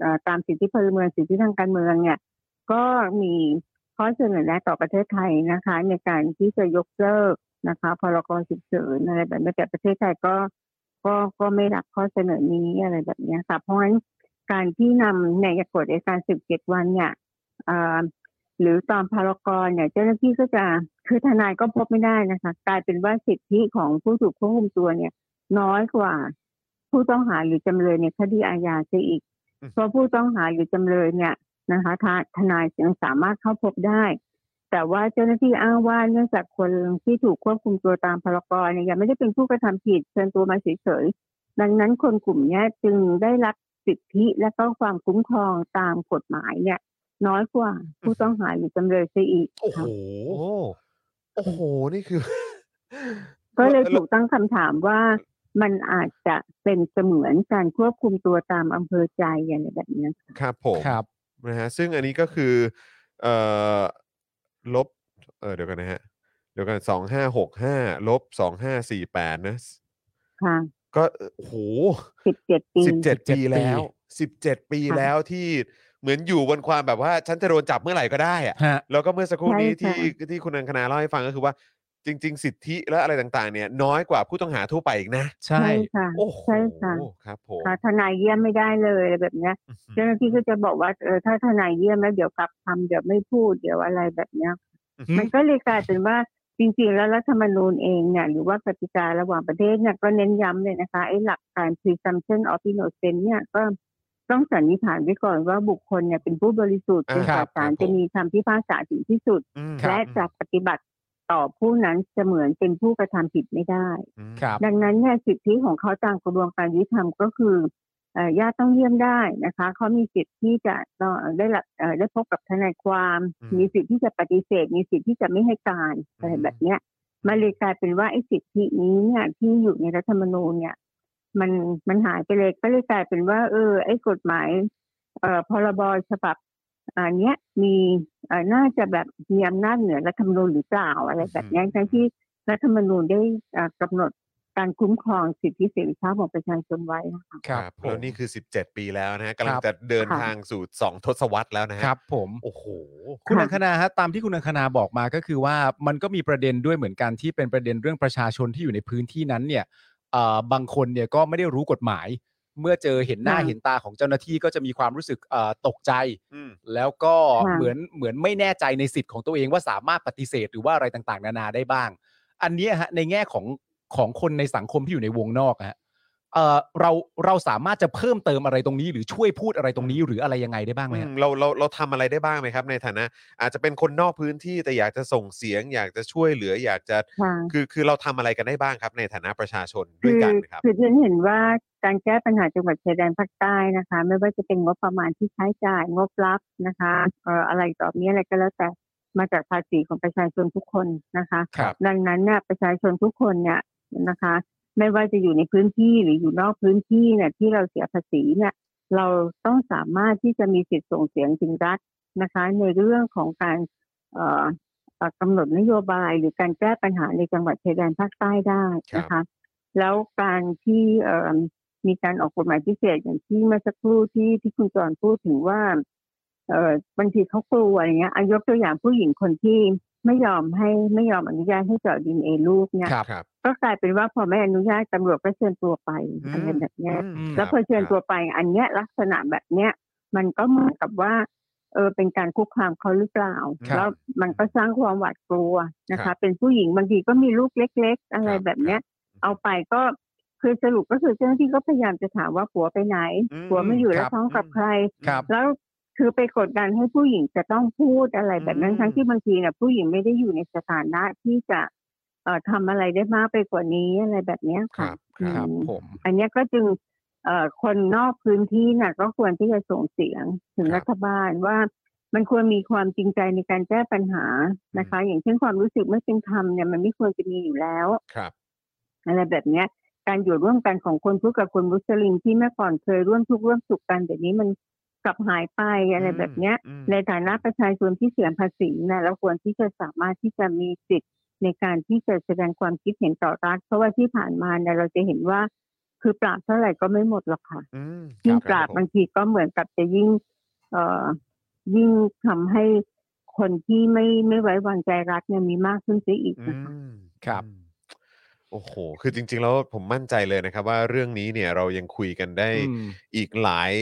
S5: เอ่อตามสิทธิพลเมืองสิทธิทางการเมืองเนี่ย ก็มีข้อเสนอแนะต่อประเทศไทยนะคะ ในการที่จะยกเลิกนะคะพรกฉุกเฉินอะไรแบบนี้แต่ประเทศไทยก็ก็ก็ไม่รับข้อเสนอนี้อะไรแบบเนี้ยค่ะเพราะฉะนั้นการที่นำในกฎเอกสารสิบเจ็ดวันเนี่ยเอ่อ หรือตามพารากรเนี่ยเจ้าหน้าที่ก็จะคือทนายก็พบไม่ได้นะคะกลายเป็นว่าสิทธิของผู้ถูกควบคุมตัวเนี่ย น้อยกว่า ผู้ต้องหาหรือจำเลยในคดีอาญาจะอีก
S3: อืม
S5: เพราะผู้ต้องหาหรือจำเลยเนี่ยนะคะทาทนายยังสามารถเข้าพบได้ แต่ว่าเจ้าหน้าที่อ้างว่าเนื่องจากคนที่ถูกควบคุมตัวตามพรกรเนี่ยยังไม่ได้เป็นผู้กระทำผิดเชิญตัวมาเฉยๆดังนั้นคนกลุ่มเนี้ยจึงได้รับสิทธิและก็ความคุ้มครองตามกฎหมายเนี่ย น้อยกว่าผู้ต้องหาหรือจำเลยซะอีก
S3: โอ้โห
S5: ค่ะ
S3: โอ้โห นี่คือ
S5: ก็เลยถูกตั้งคำถามว่ามันอาจจะเป็นเสมือนการควบคุมตัวตามอำเภอใจอะไรแบบเนี้ย
S3: ครับผม
S4: ครับ
S3: นะฮะซึ่งอันนี้ก็คือเอ่อลบเออเดี๋ยวกันนะฮะเดี๋ยวกันสองห้าหกห้าลบสองห้าสี่แปดนะส
S5: ค่ะ
S3: ก็เอ่อโอ้โห
S5: สิบเจ็ดปี
S3: สิบเจ็ด
S4: 17
S3: ปีแล้ว
S4: ปี
S3: สิบเจ็ดปี
S5: ค่ะ
S3: แล้วที่เหมือนอยู่บนความแบบว่า ฉันจะโดนจับเมื่อไหร่ก็ได้อะ
S4: ฮะ
S3: แล้วก็เมื่อสักครู่นี้
S5: ใช่
S3: ที่
S5: ค่ะ
S3: ที่คุณอังคณาเล่าให้ฟังก็คือว่า จริง ๆ สิทธิและอะไรต่างๆ เนี่ยน้อยกว่าผู้ต้องหาทั่วไปอีกนะ
S4: ใช่
S5: ใช่ค่ะ
S3: โอ้โห
S5: ใช่ค่ะ
S3: ครับผม
S5: ค่ะทนายเยี่ยมไม่ได้เลยอะไรแบบเนี้ย เจ้าหน้าที่ก็จะบอกว่าเออถ้าทนายเยี่ยมแล้วเดี๋ยวกลับคำเดี๋ยวไม่พูดเดี๋ยวอะไรแบบเนี้ย
S4: อืม
S5: มันก็เลยกลายเป็นว่า จริงๆ แล้วรัฐธรรมนูญเองเนี่ยหรือว่ากติการะหว่างประเทศเนี่ยก็เน้นย้ำเลยนะคะไอ้หลักการ presumption of innocence เนี่ยก็ต้องสันนิษฐานไว้ก่อนว่าบุคคลเนี่ยเป็นผู้บริสุทธิ์
S3: อ่า
S5: จนก
S3: ครั
S5: ว่า
S3: บ
S5: ศาล
S3: ครับผม
S5: จะมีคำพิพากษาถึงที่สุด
S3: อืม
S5: และจะปฏิบัติต่อผู้นั้นเสมือนเป็นผู้กระทำผิดไม่ได้
S3: อืม
S4: ครับ
S5: ดังนั้นเนี่ยสิทธิของเขาตามกระบวนการยุติธรรมก็คือเอ่อญาติต้องเยี่ยมได้นะคะเขามีสิทธิ์ที่จะเอ่อได้รับเอ่อได้พบกับทนายความ
S3: อืม
S5: มีสิทธิ์ที่จะปฏิเสธ มีสิทธิ์ที่จะไม่ให้การ
S3: อืม
S5: อะไรแบบเนี้ยมันเลยกลายเป็นว่าไอ้สิทธินี้เนี่ยที่อยู่ในรัฐธรรมนูญเนี่ย มันมันหายไปเลยก็เลยกลายเป็นว่า เออ ไอ้กฎหมาย เอ่อพรบฉบับอันเนี้ยมีเอ่อน่าจะแบบมีอำนาจเหนือรัฐธรรมนูญหรือเปล่าอะไรแบบเนี้ยทั้งที่รัฐธรรมนูญได้เอ่อกำหนดการคุ้มครองสิทธิเสรีภาพของประชาชนไว้นะคะ
S3: ครับแล้วนี่คือ 17 ปีแล้วนะฮะกำลัง
S4: ครับ
S3: จะเดิน
S5: ค่ะ
S3: ทางสู่ 2 ทศวรรษแล้วนะฮะ
S4: ครับผม
S3: โอ้โห
S4: คุณ
S5: ค่ะ
S4: อังคณาฮะตามที่คุณอังคณาบอกมาก็คือว่ามันก็มีประเด็นด้วยเหมือนกันที่เป็นประเด็นเรื่องประชาชนที่อยู่ในพื้นที่นั้นเนี่ยเอ่อบางคนเนี่ยก็ไม่ได้รู้กฎหมาย เมื่อเจอเห็นหน้า
S5: ค่ะ
S4: เห็นตาของเจ้าหน้าที่ก็จะมีความรู้สึกเอ่อตกใจ
S3: อืม
S4: แล้วก็
S5: ค่ะ
S4: เหมือนเหมือนไม่แน่ใจในสิทธิ์ของตัวเองว่าสามารถปฏิเสธหรือว่าอะไรต่างๆ นานาได้บ้าง อันเนี้ยฮะในแง่ของของคนในสังคมที่อยู่ในวงนอกอะฮะเอ่อเราเราสามารถจะเพิ่มเติมอะไรตรงนี้ หรือช่วยพูดอะไรตรงนี้หรืออะไรยังไงได้บ้างไหม
S3: อื
S4: ฮะ
S3: มเราเราเราทำอะไรได้บ้างไหมครับ ในฐานะ อาจจะเป็นคนนอกพื้นที่แต่อยากจะส่งเสียง อยากจะช่วยเหลือ อยากจะ
S5: ค่ะ
S3: คือคือเราทำอะไรกันได้บ้างครับ ในฐานะประชาชนด้
S5: คื
S3: วย
S5: อ
S3: กันครับ
S5: คือฉันเห็นว่าการแก้ปัญหาจังหวัดชายแดนภาคใต้นะคะ ไม่ว่าจะเป็นงบประมาณที่ใช้จ่ายงบรับนะคะเอ่ออะไรต่อมีอะไรก็แล้วแต่มาจากภาษีของประชาชนทุกคนนะคะ
S4: ครับ
S5: ดังนั้นเนี่ยประชาชนทุกคนเนี่ยนะคะ ไม่ว่าจะอยู่ในพื้นที่หรืออยู่นอกพื้นที่เนี่ยที่เราเสียภาษีเนี่ย เราต้องสามารถที่จะมีสิทธิ์ส่งเสียงถึงรัฐนะคะ ในเรื่องของการเอ่อเอ่อกำหนดนโยบายหรือการแก้ปัญหาในจังหวัดชายแดนภาคใต้ได้นะคะ แล้วการที่เอ่อมีการออกกฎหมายพิเศษอย่างที่เมื่อสักครู่ที่ที่คุณจรพูดถึงว่าเอ่อบางทีเขากลัวอย่างเงี้ยอายกตัวอย่างผู้หญิงคนที่ไม่ยอมให้ไม่ยอมอนุญาตให้เจาะดินเอลูกเนี่ย
S4: ครับ
S3: ครับ
S5: ก็กลายเป็นว่าพอไม่อนุญาตตำรวจก็เชิญตัวไปอะไรแบบเนี้ย
S3: ม
S5: แล้วพอเชิญตัวไปอันเนี้ยลักษณะแบบเนี้ยมันก็เหมือนกับว่าเออเป็นการคุกคามเขาหรือเปล่า
S4: ครับ
S5: แล้วมันก็สร้างความหวาดกลัวนะคะ เป็นผู้หญิงบางทีก็มีลูกเล็ก ๆ อะไรแบบเนี้ย เอาไปก็คือสรุปก็คือเจ้าหน้าที่ก็พยายามจะถามว่าผัวไปไหน
S3: อื
S5: ผัวไม่อยู่แล้
S4: ครั
S5: ว
S4: บ
S5: ท้องกับใคร
S4: ครับ
S5: แล้วคือไปกดดันให้ผู้หญิงจะต้องพูดอะไรแบบนั้น
S3: อืม
S5: ทั้งที่บางทีเนี่ยผู้หญิงไม่ได้อยู่ในสถานะที่จะเอ่อทำอะไรได้มากไปกว่านี้อะไรแบบเนี้ย
S3: ค
S5: ค่ะ
S3: รับครับ
S4: ครับ
S5: อืม
S4: ผม
S5: อันเนี้ยก็จึงเอ่อคนนอกพื้นที่น่ะก็ควรที่จะส่งเสียงถึง
S3: ครับ
S5: รัฐบาลว่ามันควรมีความจริงใจในการแก้ปัญหานะคะ อย่างเช่นความรู้สึกไม่เป็นธรรมเนี่ยมันไม่ควรจะมีอยู่แล้ว
S3: ครับ
S5: อะไรแบบเนี้ย การอยู่ร่วมกันของคนพุทธกับคนมุสลิมที่เมื่อก่อนเคยร่วมทุกข์ร่วมสุขกันเดี๋ยวนี้มันกลับหายไปอะไรแบบเนี้ย
S3: อืม
S5: ในฐานะประชาชนที่เสียภาษีนะเราควรที่จะสามารถที่จะมีสิทธิ์ในการที่จะแสดงความคิดเห็นต่อรัฐเพราะว่าที่ผ่านมาเนี่ยเราจะเห็นว่า คือปราบเท่าไหร่ก็ไม่หมดหรอกค่ะ
S3: อืม
S5: ยิ่ง
S3: ค
S5: ปราบ
S3: ผ
S5: บางทีก็เหมือนกับจะยิ่ง เอ่อยิ่งทำให้คนที่ไม่ไม่ไว้วางใจรัฐเนี่ยมีมากขึ้นไปอีก
S3: อื
S5: นะคะ
S3: ม
S4: ครับ
S3: อืมโอ้โห คือจริง ๆ แล้วผมมั่นใจเลยนะครับ ว่าเรื่องนี้เนี่ยเรายังคุยกันได้
S4: อืม
S3: อีกหลาย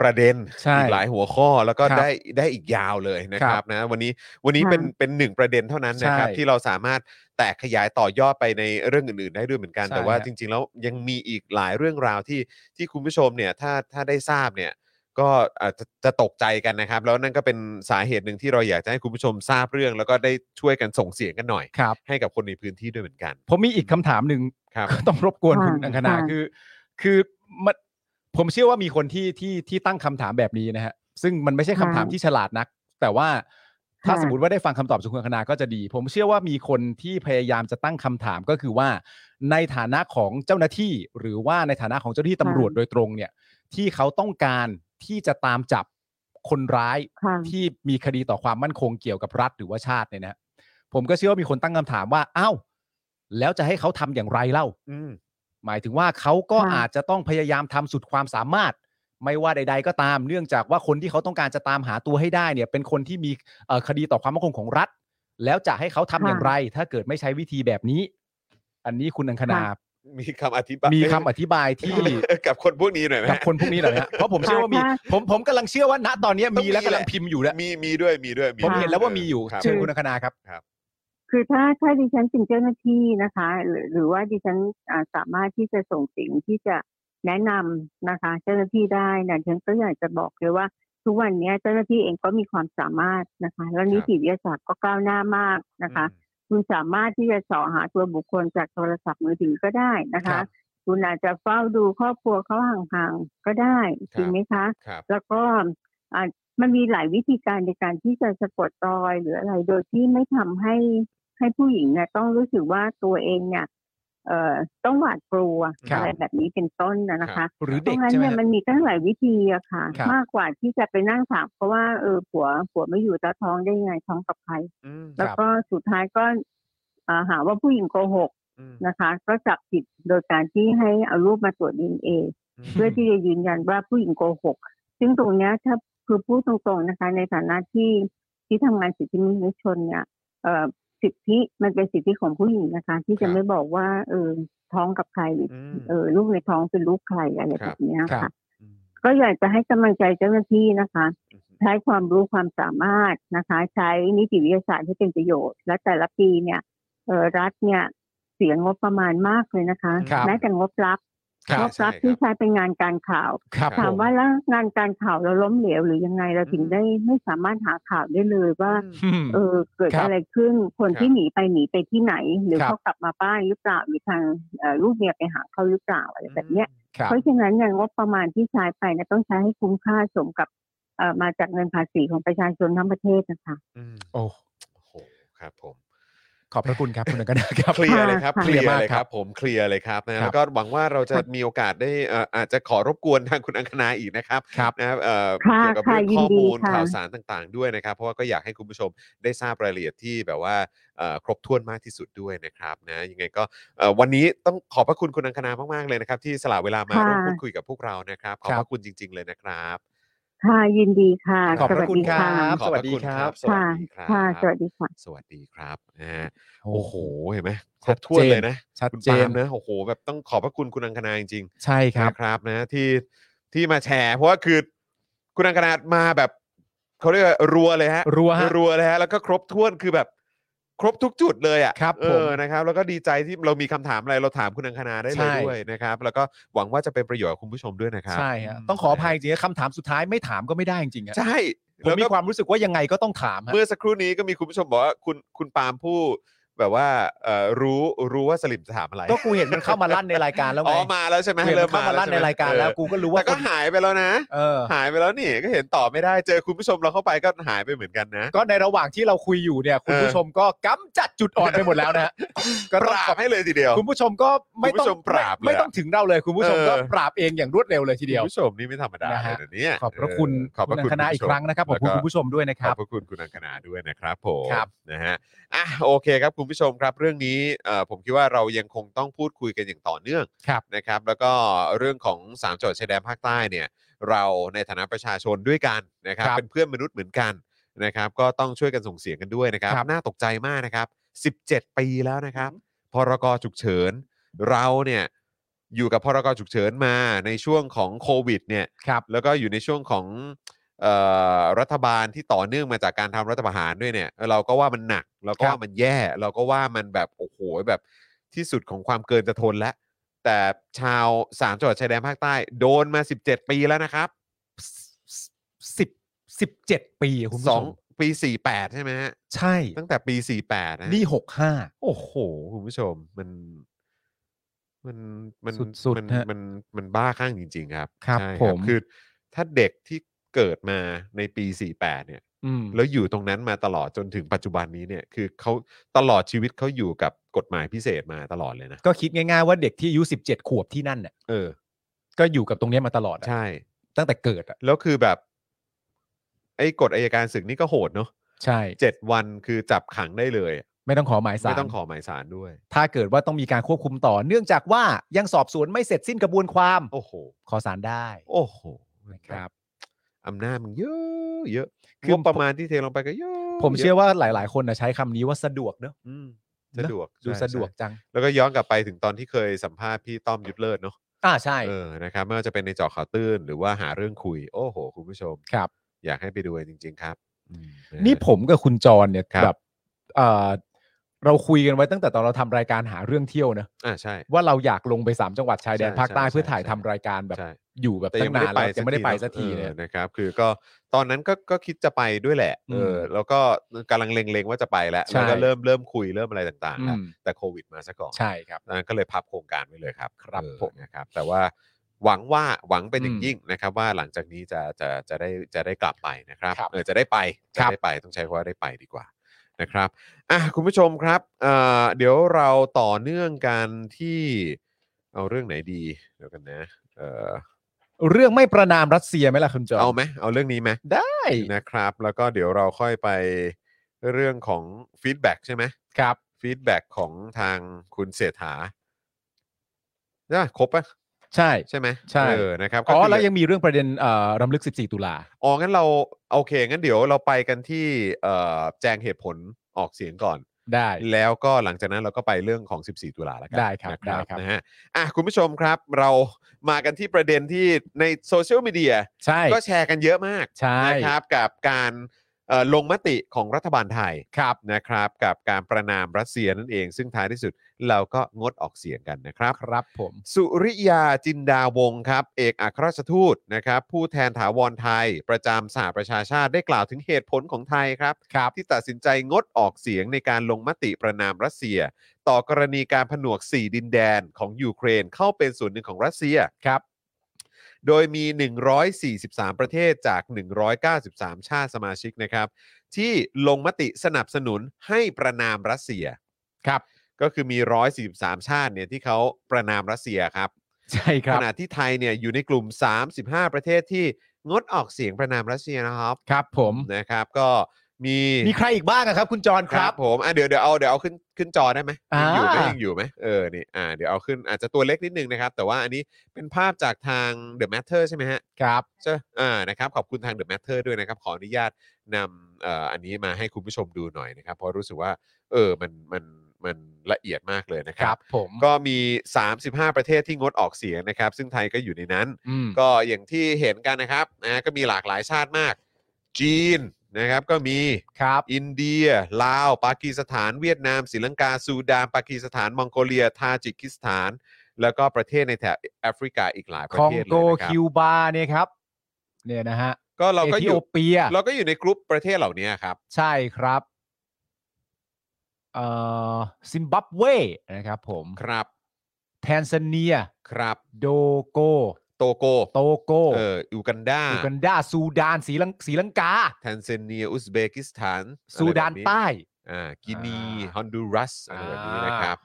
S3: ประเด็น
S4: ใช่
S3: อีกหลายหัวข้อแล้วก็
S4: ครับ
S3: ได้ได้อีกยาวเลยนะค
S4: ค
S3: รั
S4: รั
S3: บบ นะวันนี้วันนี้
S5: ค่ะ
S3: เป็นเป็นหนึ่งประเด็นเท่านั้นนะครับ
S4: ใช่
S3: ที่เราสามารถแตกขยายต่อยอดไปในเรื่องอื่น ๆ ได้ด้วยเหมือนกัน
S4: ใช่
S3: แต่ว่า
S4: ฮะ
S3: จริง ๆ แล้วยังมีอีกหลายเรื่องราวที่ที่คุณผู้ชมเนี่ยถ้าถ้าได้ทราบเนี่ย ก็อาจจะจะตกใจกันนะครับ แล้วนั่นก็เป็นสาเหตุหนึ่งที่เราอยากจะให้คุณผู้ชมทราบเรื่อง แล้วก็ได้ช่วยกันส่งเสียงกันหน่อย
S4: ครับ
S3: ให้กับคนในพื้นที่ด้วยเหมือนกัน
S4: ผมมีอีกคำถามหนึ่ง
S3: ครับ
S4: ต้องรบกวน
S5: ค่ะ
S4: คุณอังคณา
S5: ค่ะ
S4: คือ คือมันผมเชื่อว่ามีคนที่ที่ที่ตั้งคำถามแบบนี้นะฮะซึ่งมันไม่ใช่คำถามที่ฉลาดนัก แต่ว่าถ้าสมมติว่าได้ฟังคำตอบจากคุณอังคณาก็จะดี ผมเชื่อว่ามีคนที่พยายามจะตั้งคำถามก็คือว่า ในฐานะของเจ้าหน้าที่ หรือว่าในฐานะของเจ้าหน้าที่ตำรวจโดยตรงเนี่ย ที่เขาต้องการที่จะตามจับคนร้าย
S5: ค่ะ
S4: ที่มีคดีต่อความมั่นคงเกี่ยวกับรัฐหรือว่าชาติเนี่ยนะผมก็เชื่อว่ามีคนตั้งคำถามว่าอ้าวแล้วจะให้เขาทำอย่างไรเล่า
S3: อืม
S4: หมายถึงว่าเขาก็
S5: ค่ะ
S4: อาจจะต้องพยายามทำสุดความสามารถ ไม่ว่าใด ๆ ก็ตามเนื่องจากว่าคนที่เขาต้องการจะตามหาตัวให้ได้เนี่ย เป็นคนที่มีเอ่อคดีต่อความมั่นคงของรัฐ แล้วจะให้เขาทำ
S5: ค่ะ
S4: อย่างไร ถ้าเกิดไม่ใช้วิธีแบบนี้ อันนี้คุณอังคณา
S5: ค่ะ
S3: มีคำอธิบาย
S4: มีคำอธิบายที่
S3: กับคนพวกนี้หน่อยไหม
S4: กับคนพวกนี้เหรอฮะเพราะผมเชื่อว่ามี
S5: ค่ะ
S4: ผมผมกำลังเชื่อว่าณตอนเนี้ยมีและกำลังพิมพ์อยู่แล้ว
S3: มีมีด้วยมีด้วย
S4: ผมเห็นแล้วว่ามีอยู่
S3: ครับ
S4: เชิญคุณอังคณาครับ
S5: คือถ้าถ้าดิฉันเป็นเจ้าหน้าที่นะคะ หรือหรือว่าดิฉันอ่าสามารถที่จะส่งสิ่งที่จะแนะนำนะคะ เจ้าหน้าที่ได้นะดิฉันก็อยากจะบอกเลยว่า ทุกวันเนี้ยเจ้าหน้าที่เองก็มีความสามารถนะคะ แล้วนิติวิทยาศาสตร์ก็ก้าวหน้ามากนะคะ คุณสามารถที่จะเสาะหาตัวบุคคลจากโทรศัพท์มือถือก็ได้นะ
S4: ครั
S5: คะ
S4: บ
S5: คุณอาจจะเฝ้าดูครอบครัวเขาห่างๆก็ได้จริงไหมคะ
S3: ครับ
S5: แล้วก็อ่ะมันมีหลายวิธีการในการที่จะสะกดรอยหรืออะไร โดยที่ไม่ทำให้ให้ผู้หญิงเนี่ยต้องรู้สึกว่าตัวเองเนี่ยเอ่อต้องหวาดกลัว
S4: ครับ
S5: อะไรแบบนี้เป็นต้นนะนะ
S3: ครั
S5: คะ
S3: บ
S4: หรือ
S5: ตร
S4: เด็ก
S5: งนั้น
S4: ใช่ไหม
S5: เนี่ย
S4: ฮะ
S5: มันมีตั้งหลายวิธีอะค่ะ
S4: ครับ
S5: มากกว่าที่จะไปนั่งถามเพราะว่าเออผัวผัวไม่อยู่แล้วท้องได้ยังไงท้องกับใคร
S3: อืม
S5: แล้วก็สุดท้ายก็อ่าหาว่าผู้หญิงโกหก
S3: อืม
S5: นะคะ ก็จับผิดโดยการที่ให้เอารูปมาตรวจดีเอ เพื่อที่จะยืนยันว่าผู้หญิงโกหก ซึ่งตรงเนี้ยถ้าคือพูดตรงๆนะคะ ในฐานะที่ที่ทำงานสิทธิมนุษยชนเนี่ยเอ่อสิทธิมันเป็นสิทธิของผู้หญิงนะคะ ที่จะไม่บอกว่าเออท้องกับใครหรือ
S3: อืม
S5: เออลูกในท้องเป็นลูกใครอะไร
S3: ค
S5: แบ
S3: รับบ
S5: เนี้ย
S4: ครั
S5: ค่ะ
S4: บ
S3: อืม
S5: ก็อยากจะให้กำลังใจเจ้าหน้าที่นะคะ ใช้ความรู้ความสามารถนะคะ ใช้นิติวิทยาศาสตร์ให้เป็นประโยชน์ และแต่ละปีเนี่ยเอ่อรัฐเนี่ยเสียงบประมาณมากเลยนะคะ
S4: ครับ
S5: แม้แต่งบรับ
S3: ครับ
S5: งบรับ
S3: ใช่
S5: ที่
S3: ครับ
S5: ใช้เป็นงานการข่าว
S4: ครับ
S5: ถา
S4: ผ
S5: ม
S4: ม
S5: ว่าแล้วงานการข่าวเราล้มเหลวหรือยังไงเราถึง
S3: อืม
S5: ได้ไม่สามารถหาข่าวได้เลยว่า เออเกิด
S4: ครับ
S5: อะไรขึ้นคน
S3: ครับ
S5: ที่หนีไปหนีไปที่ไหน หรือ
S4: ครับ
S5: เขากลับมาบ้านหรือเปล่าหรือทางเอ่อลูกเมียไปหาเขาหรือเปล่าอะไรแบบเนี้ย
S4: ครับ
S5: เพราะฉะนั้นเนี่ยงบประมาณที่ใช้ไปเนี่ยต้องใช้ให้คุ้มค่าสมกับเอ่อมาจากเงินภาษีของประชาชนทั้งประเทศนะคะ
S3: อืม
S4: โอ้
S3: โอ้โหครับผม
S4: ขอบพระคุณครับ คุณอังคณาครับ
S3: เคลียร์เลยครับ
S5: ค่ะ
S3: เคลียร์
S4: เคลียร์มาก
S3: เลยครับ ผมเคลียร์เลยครับนะ
S4: ครั
S3: แล้ว
S4: บ
S3: ก็หวังว่าเราจะมีโอกาสได้เอ่ออาจจะขอรบกวนทางคุณอังคณาอีกนะครับ
S4: ครับ
S3: นะครับเอ่อ
S5: ค่ะ
S3: เกี่ยวกับ
S5: ค่ะ
S3: เรื่องข้อมูล
S5: ยินดีค่ะ
S3: ข่าวสารต่างๆ ด้วยนะครับ เพราะว่าก็อยากให้คุณผู้ชมได้ทราบรายละเอียดที่แบบว่าเอ่อครบถ้วนมากที่สุดด้วยนะครับนะยังไงก็เอ่อวันนี้ต้องขอบพระคุณคุณอังคณามากๆเลยนะครับ ที่สละเวลามาร่วมพูดคุยกับพวกเรานะครับขอบพระคุณจริง ๆ เลยนะครับ
S5: ค่ะยินดีค่ะ
S4: ขอบพ
S5: ส
S4: ระ
S5: วัส
S4: คุณ
S5: ดี
S4: ครั
S5: ค่ะ
S4: บ สวัสดีครั
S3: ขอ
S4: บ
S3: บพระ
S5: ค่ะ
S3: คุณครับ
S5: ค่ะสวัสดีค่ะ
S3: สวัสดีครับนะฮะ
S4: โอ้
S3: โอ้
S4: โห
S3: โหเห็นไหมค
S4: ชั
S3: ร
S4: ด
S3: บถ้วน
S4: เจน
S3: เลยนะ
S4: ชัด
S3: คุณ
S4: เจ
S3: ปาน ล์มนะโอ้โหแบบต้องขอบพระคุณคุณอังคณาจริงๆ
S4: ใช่ครับ
S3: นะครับนะที่ที่มาแชร์เพราะว่าคือคุณอังคณามาแบบเขาเรียกว่ารัวเลยฮะ
S4: รัวฮะ
S3: รัวเลยฮะแล้วก็ครบถ้วนคือแบบครบทุกจุดเลยอ่ะ
S4: ครับ
S3: เอ
S4: ผม
S3: อนะครับ แล้วก็ดีใจที่เรามีคำถามอะไรเราถามคุณอังคณาได้เลย
S4: ใช่
S3: ด้วยนะครับ แล้วก็หวังว่าจะเป็นประโยชน์กับคุณผู้ชมด้วยนะครับ
S4: ใช่ฮะต้องขออภัยจริงๆคำถามสุดท้ายไม่ถามก็ไม่ได้จริงๆอะ
S3: ใช่
S4: ผ
S3: แล้
S4: ม
S3: ว
S4: มี
S3: ก็
S4: ความรู้สึกว่ายังไงก็ต้องถามฮะ
S3: เมื่อสักครู่นี้ก็มีคุณผู้ชมบอกว่าคุณคุณปาล์มผู้แบบว่าเอ่อรู้รู้ว่าสลิมจะถามอะไร
S4: ก็กูเห็นมันเข้ามาลั่นในรายการแล้ว
S3: อ๋
S4: ไง
S3: อมาแล้วใช่ไหม
S4: กูเห็น
S3: เริ่ม
S4: มัน
S3: มา
S4: เข้ามา
S3: แล้ว
S4: ลั่
S3: น ใช่
S4: ใน
S3: ไหม
S4: รายการแล้ว
S3: เออ
S4: กูก็รู้ว่า
S3: แต่ก็
S4: คน
S3: หายไปแล้วนะ
S4: เออ
S3: หายไปแล้วนี่ก็เห็นต่อไม่ได้เจอคุณผู้ชมเราเข้าไปก็หายไปเหมือนกันนะ
S4: ก็ในระหว่างที่เราคุยอยู่เนี่ย คุณ
S3: เออ
S4: ผู้ชมก็กำจัดจุดอ่อนไปหมดแล้วนะฮะก็
S3: ป
S4: ต้อง
S3: รา
S4: ขอ
S3: บบ ให้เลยทีเดียว
S4: คุณผู้ชมก็ไม่ต้อง
S3: คุณผู้ชมปราบเลยอะ
S4: ไม่ต้องถึงเราเลย คุณผู้ชมก็
S3: เออ
S4: ปราบเองอย่างรวดเร็วเลยทีเดียว
S3: คุณผู้ชมนี่ไม่ธรรมดา
S4: นะ
S3: เล
S4: ฮะ
S3: ยนะเนี่ย
S4: ขอบพระคุณ
S3: เออขอบพระคุณ
S4: ณอังคณาอีกครั้งนะครับขอบคุณ
S3: แล้วก็
S4: คุณผู้ชมด้วยนะค
S3: ข
S4: รั
S3: อบ บพระคุณคุณอังคณาด้วยนะครับผม
S4: ครับ
S3: นะฮะอ่ะโอเคครับคุณผู้ชมครับ เรื่องนี้เอ่อผมคิดว่าเรายังคงต้องพูดคุยกันอย่างต่อเนื่อง
S4: ครับ
S3: นะครับ แล้วก็เรื่องของสามจังหวัดชายแดนภาคใต้เนี่ย เราในฐานะประชาชนด้วยกันนะครับ
S4: ครับ
S3: เป็นเพื่อนมนุษย์เหมือนกันนะครับ ก็ต้องช่วยกันส่งเสียงกันด้วยนะครับ
S4: ครับ
S3: น่าตกใจมากนะครับ 17 ปีแล้วนะครับ พรกฉุกเฉิน เราเนี่ยอยู่กับพรกฉุกเฉินมาในช่วงของโควิดเนี่ย
S4: ครับ
S3: แล้วก็อยู่ในช่วงของเออรัฐบาลที่ต่อเนื่องมาจากการทำรัฐประหารด้วยเนี่ย เราก็ว่ามันหนัก เราก็
S4: ครับ
S3: ว่ามันแย่ เราก็ว่ามันแบบโอ้โหแบบที่สุดของความเกินจะทนแล้ว แต่ชาวสามจังหวัดชายแดนภาคใต้โดนมา 17 ปีแล้วนะครับ
S4: สิบสิบเจ็ดปีอะคุณผู้
S3: ส
S4: ช
S3: อง
S4: ม
S3: ปี 48 ใช่ไหมฮะ
S4: ใช่
S3: ตั้งแต่ปี 48 นะฮะ
S4: นี่หกห้า
S3: โอ้โห คุณผู้ชมมัน มันมัน
S4: สุดๆ
S3: มัน
S4: ฮะ
S3: มันมันบ้าข้างจริง ๆ ครับ
S4: ครับ
S3: ใช่
S4: ผม
S3: คือถ้าเด็กที่เกิดมาในปี 48 เนี่ย
S4: อืม
S3: แล้วอยู่ตรงนั้นมาตลอดจนถึงปัจจุบันนี้เนี่ย คือเขาตลอดชีวิตเขาอยู่กับกฎหมายพิเศษมาตลอดเลยนะ
S4: ก็คิดง่ายๆว่าเด็กที่อายุ17 ขวบที่นั่นเนี่ย
S3: เออ
S4: ก็อยู่กับตรงเนี้ยมาตลอดอะ
S3: ใช่
S4: ตั้งแต่เกิดอ่ะ
S3: แล้วคือแบบ ไอ้กฎอายการศึกนี่ก็โหดเนาะ
S4: ใช่
S3: เจ็ดวันคือจับขังได้เลย
S4: ไม่ต้องขอหมายสาร
S3: ไม่ต้องขอหมายสารด้วย
S4: ถ้าเกิดว่าต้องมีการควบคุมต่อ เนื่องจากว่ายังสอบสวนไม่เสร็จสิ้นกระบวนความ
S3: โอ้โห
S4: ขอสารได้
S3: โอ้โหมัน
S4: นะ
S3: แ
S4: ครับ
S3: อำนาจมันเยอะเยอะ
S4: คื
S3: ง
S4: อ
S3: บประมาณที่เทลงไปก็เยอะ
S4: ผมเชื่
S3: ยะ
S4: อว่าหลาย ๆ คนนะใช้คำนี้ว่าสะดวกเนอะ
S3: อืม
S4: เนอะ
S3: สะดวก
S4: ดู
S3: ใช่
S4: สะดวก
S3: ใช่
S4: จัง
S3: แล้วก็ย้อนกลับไปถึงตอนที่เคยสัมภาษณ์พี่ต้อมยุทธเลิศเนาะ
S4: อ่าใช่
S3: เออนะครับไม่ว่าจะเป็นในเจอข่าวตื้นหรือว่าหาเรื่องคุย โอ้โห คุณผู้ชม
S4: ครับ
S3: อยากให้ไปดูจริง ๆ ครับอืมะฮะ
S4: นี่ผมกับคุณจรเนี่ย
S3: ครับ
S4: แบบเอ่อ เราคุยกันไว้ตั้งแต่ตอนเราทำรายการหาเรื่องเที่ยวนะ
S3: อ่าใช่
S4: ว่าเราอยากลงไปสามจังหวัดชายแดน
S3: ใช่
S4: ภาคใต้
S3: ใช่
S4: เพื่อถ่าย
S3: ใช่
S4: ทำรายการแบบ
S3: ใช่
S4: อยู่แบบ
S3: แต่
S4: ตั้
S3: ยัง
S4: ง
S3: ไม่
S4: นา
S3: ได้ไป
S4: นแล้วยังไม่ได้ไปสักที
S3: เนอะ
S4: เนี่ย
S3: เออนะครับ คือก็ตอนนั้นก็ก็คิดจะไปด้วยแหละเอออ
S4: ม
S3: แล้วก็กำลังเล็งๆว่าจะไปแล้ว
S4: ใช่
S3: แล้วก็เริ่มเริ่มคุยเริ่มอะไรต่างๆแล้ว
S4: อืม
S3: แต่โควิดมาซะก่อน
S4: ใช่ครับ
S3: ดังนั้นก็เลยพับโครงการไว้เลยครับ
S4: ครับ
S3: เออ
S4: ผม
S3: นะครับ แต่ว่าหวังว่าหวังเป็นอย่าง
S4: อืม
S3: ยิ่งนะครับ ว่าหลังจากนี้จะจะจะได้จะได้กลับไปนะครับ
S4: ครับ
S3: เออจะได้ไปจะ
S4: ครับ
S3: ได้ไปต้องใช้คำว่าได้ไปดีกว่านะครับอ่ะคุณผู้ชมครับเอ่อเดี๋ยวเราต่อเนื่องกันที่เอาเรื่องไหนดีเดี๋ยวกันนะเออ
S4: เรื่องไม่ประนามรัสเซียไหมล่ะคุณจอห์น
S3: เอาไหมเอาเรื่องนี้ไหม
S4: ได้
S3: นะครับ แล้วก็เดี๋ยวเราค่อยไปเรื่องของฟีดแบ็กใช่ไหม
S4: ครับ
S3: ฟีดแบ็กของทางคุณเศรษฐาใช่ปะครบปะ
S4: ใช่
S3: ใช่ไหม
S4: ใช่
S3: เออนะครับ
S4: อ๋อ
S3: ก็คื
S4: แล้วยังมีเรื่องประเด็นเอ่อรำลึก 14 ตุลา
S3: อ๋องั้นเราโอเคงั้นเดี๋ยวเราไปกันที่เอ่อแจงเหตุผลออกเสียงก่อน
S4: ได้
S3: แล้วก็หลังจากนั้นเราก็ไปเรื่องของ 14 ตุลาแล้วกั
S4: ได้ครับ
S3: นะ
S4: ได้ครับ
S3: นะฮะอ่ะคุณผู้ชมครับ เรามากันที่ประเด็นที่ในโซเชียลมีเดีย
S4: ใช่
S3: ก็แชร์กันเยอะมาก
S4: ใช่
S3: นะครับกับการเอ่อลงมติของรัฐบาลไทย
S4: ครับ
S3: นะครับ กับการประนามรัสเซียนั่นเอง ซึ่งท้ายที่สุดเราก็งดออกเสียงกันนะครับ
S4: ครับผม
S3: สุริยาจินดาวงศ์ครับ เอกอัครราชทูตนะครับ ผู้แทนถาวรไทย ประจำสหประชาชาติได้กล่าวถึงเหตุผลของไทยครับ
S4: ครับ
S3: ที่ตัดสินใจงดออกเสียงในการลงมติประนามรัสเซีย ต่อกรณีการผนวก 4 ดินแดนของยูเครนเข้าเป็นส่วนหนึ่งของรัสเซีย
S4: ครับ
S3: โดยมี 143 ประเทศจาก 193 ชาติสมาชิกนะครับ ที่ลงมติสนับสนุนให้ประนามรัสเซีย
S4: ครับ
S3: ก็คือมี 143 ชาติเนี่ยที่เขาประนามรัสเซียครับ
S4: ใช่ค
S3: ข
S4: รับ
S3: ณะที่ไทยเนี่ยอยู่ในกลุ่ม 35 ประเทศที่งดออกเสียงประนามรัสเซียนะครับ
S4: ครับผม
S3: นะครับ ก็มี
S4: มีใครอีกบ้างอะครับ คุณจรครับ
S3: ผมอ่ะเดี๋ยวเดี๋ยวเอาเดี๋ยวเอาขึ้นขึ้นจอได้ไหม
S4: อ่า
S3: อ
S4: ยั
S3: ยู่ไหมยังอยู่ไหมเออนี่อ่าเดี๋ยวเอาขึ้นอาจจะตัวเล็กนิดนึงนะครับ แต่ว่าอันนี้เป็นภาพจากทาง The Matter ใช่ไหมฮะ
S4: ครับ
S3: ใช่อ่า นะครับ ขอบคุณทาง The Matter ด้วยนะครับ ขออนุญาตนำเอ่ออันนี้มาให้คุณผู้ชมดูหน่อยนะครับ เพราะรู้สึกว่า เออ มัน มัน มันละเอียดมากเลยนะค
S4: ค
S3: รั
S4: รับ บผม
S3: ก็มี 35 ประเทศที่งดออกเสียงนะครับ ซึ่งไทยก็อยู่ในนั้น
S4: อืม
S3: ก็อย่างที่เห็นกันนะครับ นะ ก็มีหลากหลายชาติมาก จีน นะครับ ก็มี
S4: ครับ
S3: อินเดีย ลาว ปากีสถาน เวียดนามศรีลังกา ซูดาน ปากีสถาน มองโกเลีย ทาจิกิสถาน แล้วก็ประเทศในแถบแอฟริกาอีกหลายป
S4: ค
S3: ระ
S4: อง
S3: เทศเล
S4: โก
S3: ยนะครับ
S4: คิวบา เนี่ยครับ เนี่ยนะฮะ
S3: ก็เรา
S4: เอ
S3: ก็
S4: ธิ
S3: อ
S4: โอยู่ เปีย
S3: เราก็อยู่ในกลุ่มประเทศเหล่านี้ครับ
S4: ใช่ครับ เอ่อ ซิมบับเว นะครับผม
S3: ครับ
S4: แทนซาเนีย
S3: ครับ
S4: โดโก
S3: โตโก
S4: โตโก
S3: เอออูกันดา
S4: ยูกันดา ซูดานศรีลังศรีลังกา
S3: แทนซาเนีย อุซเบกิสถาน
S4: ซูดานใต้
S3: อ่า กินี
S4: อ่า
S3: ฮอนดูรัส อะไรแบบนี้นะครับ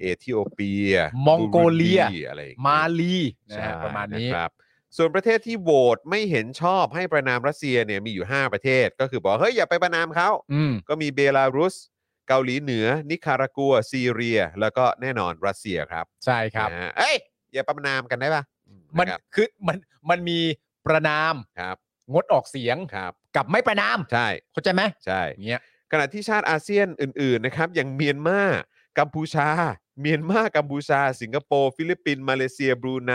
S3: เอธิโอเปีย
S4: มองโกเลีย
S3: บูรุนดีอะไรอย่งงี้
S4: มาลีนะ
S3: ใช่
S4: ฮะประมาณนี้
S3: ครับ ส่วนประเทศที่โหวตไม่เห็นชอบให้ประนามรัสเซียเนี่ยมีอยู่ 5 ประเทศ ก็คือบอกว่าเฮ้ย อย่าไปประนามเขา
S4: อืม
S3: ก็มีเบลารุส เกาหลีเหนือ นิคารากัว ซีเรีย แล้วก็แน่นอนรัสเซียครับ
S4: ใช่ครับ
S3: นะฮะเอ้ย อย่าประนามกันได้ปะ
S4: มัน
S3: ครับ
S4: คือมันมันมีประนาม
S3: ครับ
S4: งดออกเสียง
S3: ครับ
S4: กับไม่ประนาม
S3: ใช่
S4: เข้าใจไหม
S3: ใช่
S4: อย่างเงี้ย
S3: ขณะที่ชาติอาเซียนอื่น ๆ นะครับ อย่างเมียนมากัมพูชา เมียนมากัมพูชา สิงคโปร์ ฟิลิปปินส์มาเลเซีย บรูไน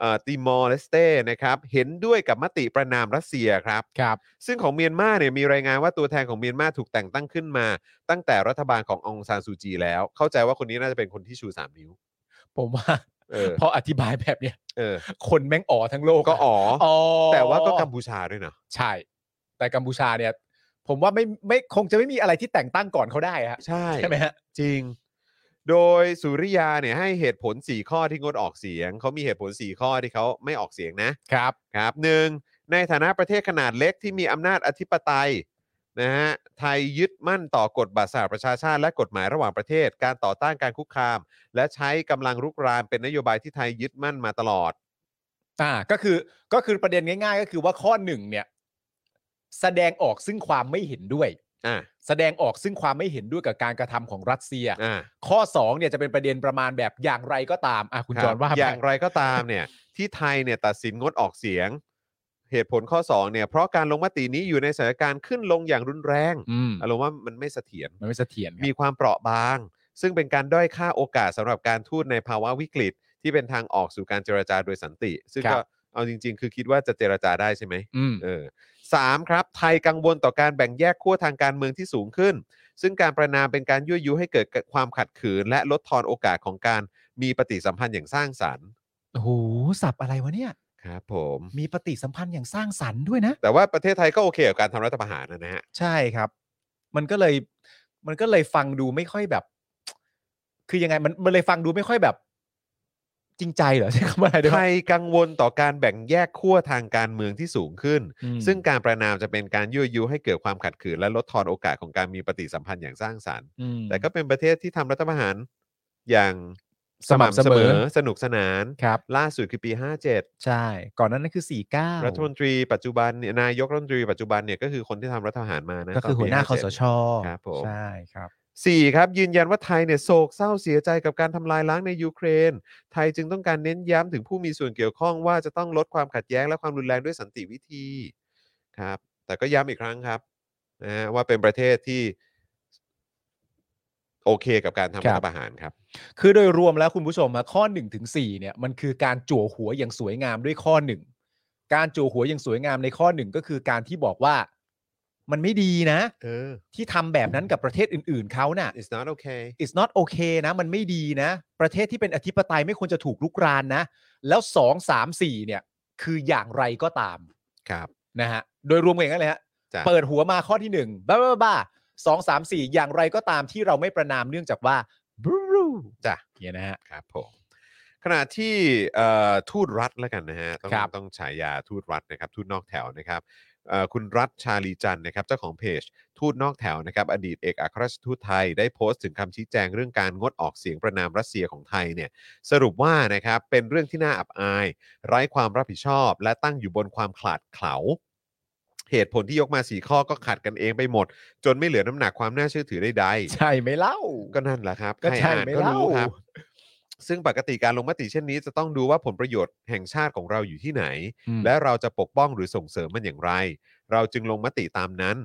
S3: เอ่อติมอร์เลสเต้นะครับ เห็นด้วยกับมติประนามรัสเซียครับ
S4: ครับ
S3: ซึ่งของเมียนมาเนี่ยมีรายงานว่าตัวแทนของเมียนมาถูกแต่งตั้งขึ้นมา ตั้งแต่รัฐบาลขององซานซูจีแล้ว เข้าใจว่าคนนี้น่าจะเป็นคนที่ชูสามนิ้ว
S4: ผมว่า
S3: เออ
S4: พออธิบายแบบเนี้ย
S3: เออ
S4: คนแม่งอ๋อทั้งโลก
S3: ก็อ๋อ
S4: อ๋อ
S3: แต่ว่าก็กัมพูชาด้วยนะ
S4: ใช่ แต่กัมพูชาเนี่ย ผมว่าไม่ไม่คงจะไม่มีอะไรที่แต่งตั้งก่อนเขาได้ฮะ
S3: ใช่
S4: ใช่ไหมฮะ
S3: จริง โดยสุริยาเนี่ยให้เหตุผล 4 ข้อที่งดออกเสียง เขามีเหตุผล 4 ข้อที่เขาไม่ออกเสียงนะครับ ครับหนึ่งในฐานะประเทศขนาดเล็กที่มีอำนาจอธิปไตยนะฮะไทยยึดมั่นต่อกฎบัตรสหประชาชาติและกฎหมายระหว่างประเทศ การต่อต้านการคุกคาม และใช้กำลังรุกรานเป็นนโยบายที่ไทยยึดมั่นมาตลอด
S4: อ่าก็คือก็คือประเด็นง่าย ๆ ก็คือว่าข้อหนึ่งเนี่ย แสดงออกซึ่งความไม่เห็นด้วย
S3: อ่า
S4: แสดงออกซึ่งความไม่เห็นด้วยกับการกระทำของรัสเซีย
S3: อ่า
S4: ข้อ 2 เนี่ยจะเป็นประเด็นประมาณแบบอย่างไรก็ตามอ่ะคุณจร
S3: บ
S4: ว่าไป
S3: อย่างไรก็ตามเนี่ย ที่ไทยเนี่ยตัดสินงดออกเสียง เหตุผลข้อสองเนี่ยเพราะการลงมตินี้อยู่ในสถานการณ์ขึ้นลงอย่างรุนแรง
S4: อืม
S3: อารมณ์ว่ามันไม่เสถียร
S4: มันไม่เสถียรครับ
S3: มีความเปราะบาง ซึ่งเป็นการด้อยค่าโอกาสสำหรับการทูตในภาวะวิกฤต ที่เป็นทางออกสู่การเจรจาโดยสันติ ซึ่งก็เอาจริง ๆ คือคิดว่าจะเจรจาได้ใช่ไหม
S4: อืม
S3: เออสามครับ ไทยกังวลต่อการแบ่งแยกขั้วทางการเมืองที่สูงขึ้น ซึ่งการประนามเป็นการยั่วยุให้เกิดความขัดขืน และลดทอนโอกาสของการมีปฏิสัมพันธ์อย่างสร้างสรรค์
S4: โอ้โหสับอะไรวะเนี่ย
S3: ครับผม
S4: มีปฏิสัมพันธ์อย่างสร้างสรรค์ด้วยนะ
S3: แต่ว่าประเทศไทยก็โอเคกับการทำรัฐประหารนะฮะ
S4: ใช่ครับ มันก็เลย มันก็เลยฟังดูไม่ค่อยแบบ คือยังไงมันมันเลยฟังดูไม่ค่อยแบบ จริงใจเหรอใช่คำว่าอะไรได้
S3: ไท
S4: ไหม
S3: ยกังวลต่อการแบ่งแยกขั้วทางการเมืองที่สูงขึ้น ซึ่งการประนามจะเป็นการยั่วยุให้เกิดความขัดขืนและลดทอนโอกาสของการมีปฏิสัมพันธ์อย่างสร้างสรรค์ แต่ก็เป็นประเทศที่ทำรัฐประหารอย่าง
S4: สม่ำเสมอ
S3: สนุกสนาน
S4: ครับ
S3: ล่าสุดคือปี 57
S4: ใช่ ก่อนนั้นนั่นคือสี่เก้า
S3: รัฐมนตรีปัจจุบันเนี่ยนายกรัฐมนตรีปัจจุบันเนี่ยก็คือคนที่ทำรัฐประหารมานะ
S4: ก็คือ
S3: ตปี
S4: หัวหน้าคอ
S3: 57
S4: สช
S3: ครับผม
S4: ใช่ครับ
S3: สี่ครับยืนยันว่าไทยเนี่ยโศกเศร้าเสียใจกับการทำลายล้างในยูเครน ไทยจึงต้องการเน้นย้ำถึงผู้มีส่วนเกี่ยวข้องว่าจะต้องลดความขัดแย้งและความรุนแรงด้วยสันติวิธีครับ แต่ก็ย้ำอีกครั้งครับนะฮะว่าเป็นประเทศที่ โอเคกับการทำ
S4: ครั
S3: รับ ฐประหารครับ
S4: คือโดยรวมแล้วคุณผู้ชมฮะข้อ1นถึงสเนี่ยมันคือการจั่วหัวอย่างสวยงามด้วยข้อ 1 การจั่วหัวอย่างสวยงามในข้อ 1 ก็คือการที่บอกว่ามันไม่ดีนะ
S3: เออ
S4: ที่ทำแบบนั้นกับประเทศอื่นๆเขาน่ะ
S3: it's not okay
S4: it's not okay นะ มันไม่ดีนะ ประเทศที่เป็นอธิปไตยไม่ควรจะถูกลุกรานนะ แล้ว 2 3 4 เนี่ย คืออย่างไรก็ตาม
S3: ครับ
S4: นะฮะโดยรวมกันอย่างนั้นเลยฮะ
S3: จ้ะ
S4: เปิดหัวมาข้อที่ 1 บ้าบ้าบ้าสองสามสี่อย่างไรก็ตามที่เราไม่ประนามเนื่องจากว่าบรู
S3: จ้ะ
S4: เนี่ยนะฮะ
S3: ครับผมขณะที่เอ่อทูตรัฐแล้วกันนะฮะต้อง
S4: ครับ
S3: ต้องฉายาทูตรัฐนะครับทูตนอกแถวนะครับเอ่อคุณรัฐชาลีจันทร์นะครับเจ้าของเพจ ทูตนอกแถวนะครับอดีตเอกอัครราชทูตไทยได้โพสต์ถึงคำชี้แจงเรื่องการงดออกเสียงประนามรัสเซียของไทยเนี่ยสรุปว่านะครับเป็นเรื่องที่น่าอับอาย ไร้ความรับผิดชอบ และตั้งอยู่บนความขลาดเขลาเหตุผลที่ยกมาสีข้อก็ขัดกันเองไปหมด จนไม่เหลือน้ำหนักความน่าเชื่อถือใดๆ
S4: ใช่ไหมเล่า
S3: ก็นั่นแหละครับ
S4: ก็
S3: ค
S4: ใช่
S3: รอ่าน
S4: ไหม
S3: ก็รู้
S4: เล่า
S3: ครับ ซึ่งปกติการลงมติเช่นนี้จะต้องดูว่าผลประโยชน์แห่งชาติของเราอยู่ที่ไหน และเราจะปกป้องหรือส่งเสริมมันอย่างไร เราจึงลงมติตามนั้น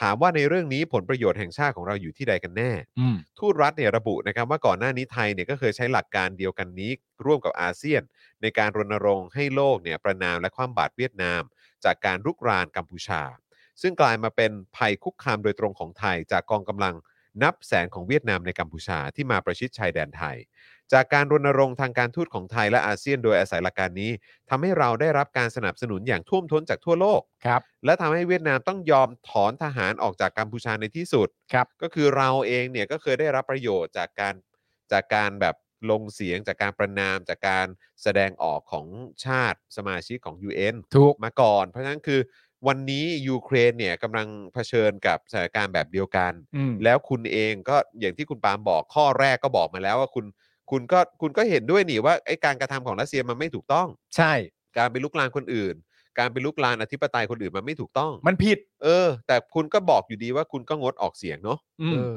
S3: ถามว่าในเรื่องนี้ผลประโยชน์แห่งชาติของเราอยู่ที่ใดกันแน่
S4: อืม
S3: ทูตรัฐเนี่ยระบุนะครับว่าก่อนหน้านี้ไทยเนี่ยก็เคยใช้หลักการเดียวกันนี้ร่วมกับอาเซียน ในการรณรงค์ให้โลกเนี่ยประนามและคว่ำบาตรเวียดนาม จากการรุกรานกัมพูชา ซึ่งกลายมาเป็นภัยคุกคามโดยตรงของไทย จากกองกำลังนับแสนของเวียดนามในกัมพูชาที่มาประชิดชายแดนไทย จากการรณรงค์ทางการทูตของไทยและอาเซียนโดยอาศัยหลักการนี้ทำให้เราได้รับการสนับสนุนอย่างท่วมท้นจากทั่วโลก
S4: ครับ
S3: และทำให้เวียดนามต้องยอมถอนทหารออกจากกัมพูชาในที่สุด
S4: ครับ
S3: ก็คือเราเองเนี่ยก็เคยได้รับประโยชน์จากการจากการแบบลงเสียงจากการประนามจากการแสดงออกของชาติสมาชิกของ UN
S4: ถูก
S3: มาก่อน เพราะฉะนั้นคือวันนี้ยูเครนเนี่ยกำลังเผชิญกับสถานการณ์แบบเดียวกัน
S4: อืม
S3: แล้วคุณเองก็อย่างที่คุณปาล์มบอกข้อแรกก็บอกมาแล้วว่าคุณคุณก็คุณก็เห็นด้วยนี่ว่าไอ้การกระทำของรัสเซียมันไม่ถูกต้อง
S4: ใช่
S3: การไปลุกลานคนอื่น การไปลุกลานอธิปไตยคนอื่นมันไม่ถูกต้อง
S4: มันผิด
S3: เออ แต่คุณก็บอกอยู่ดีว่าคุณก็งดออกเสียงเนาะ
S4: อืม
S3: เออ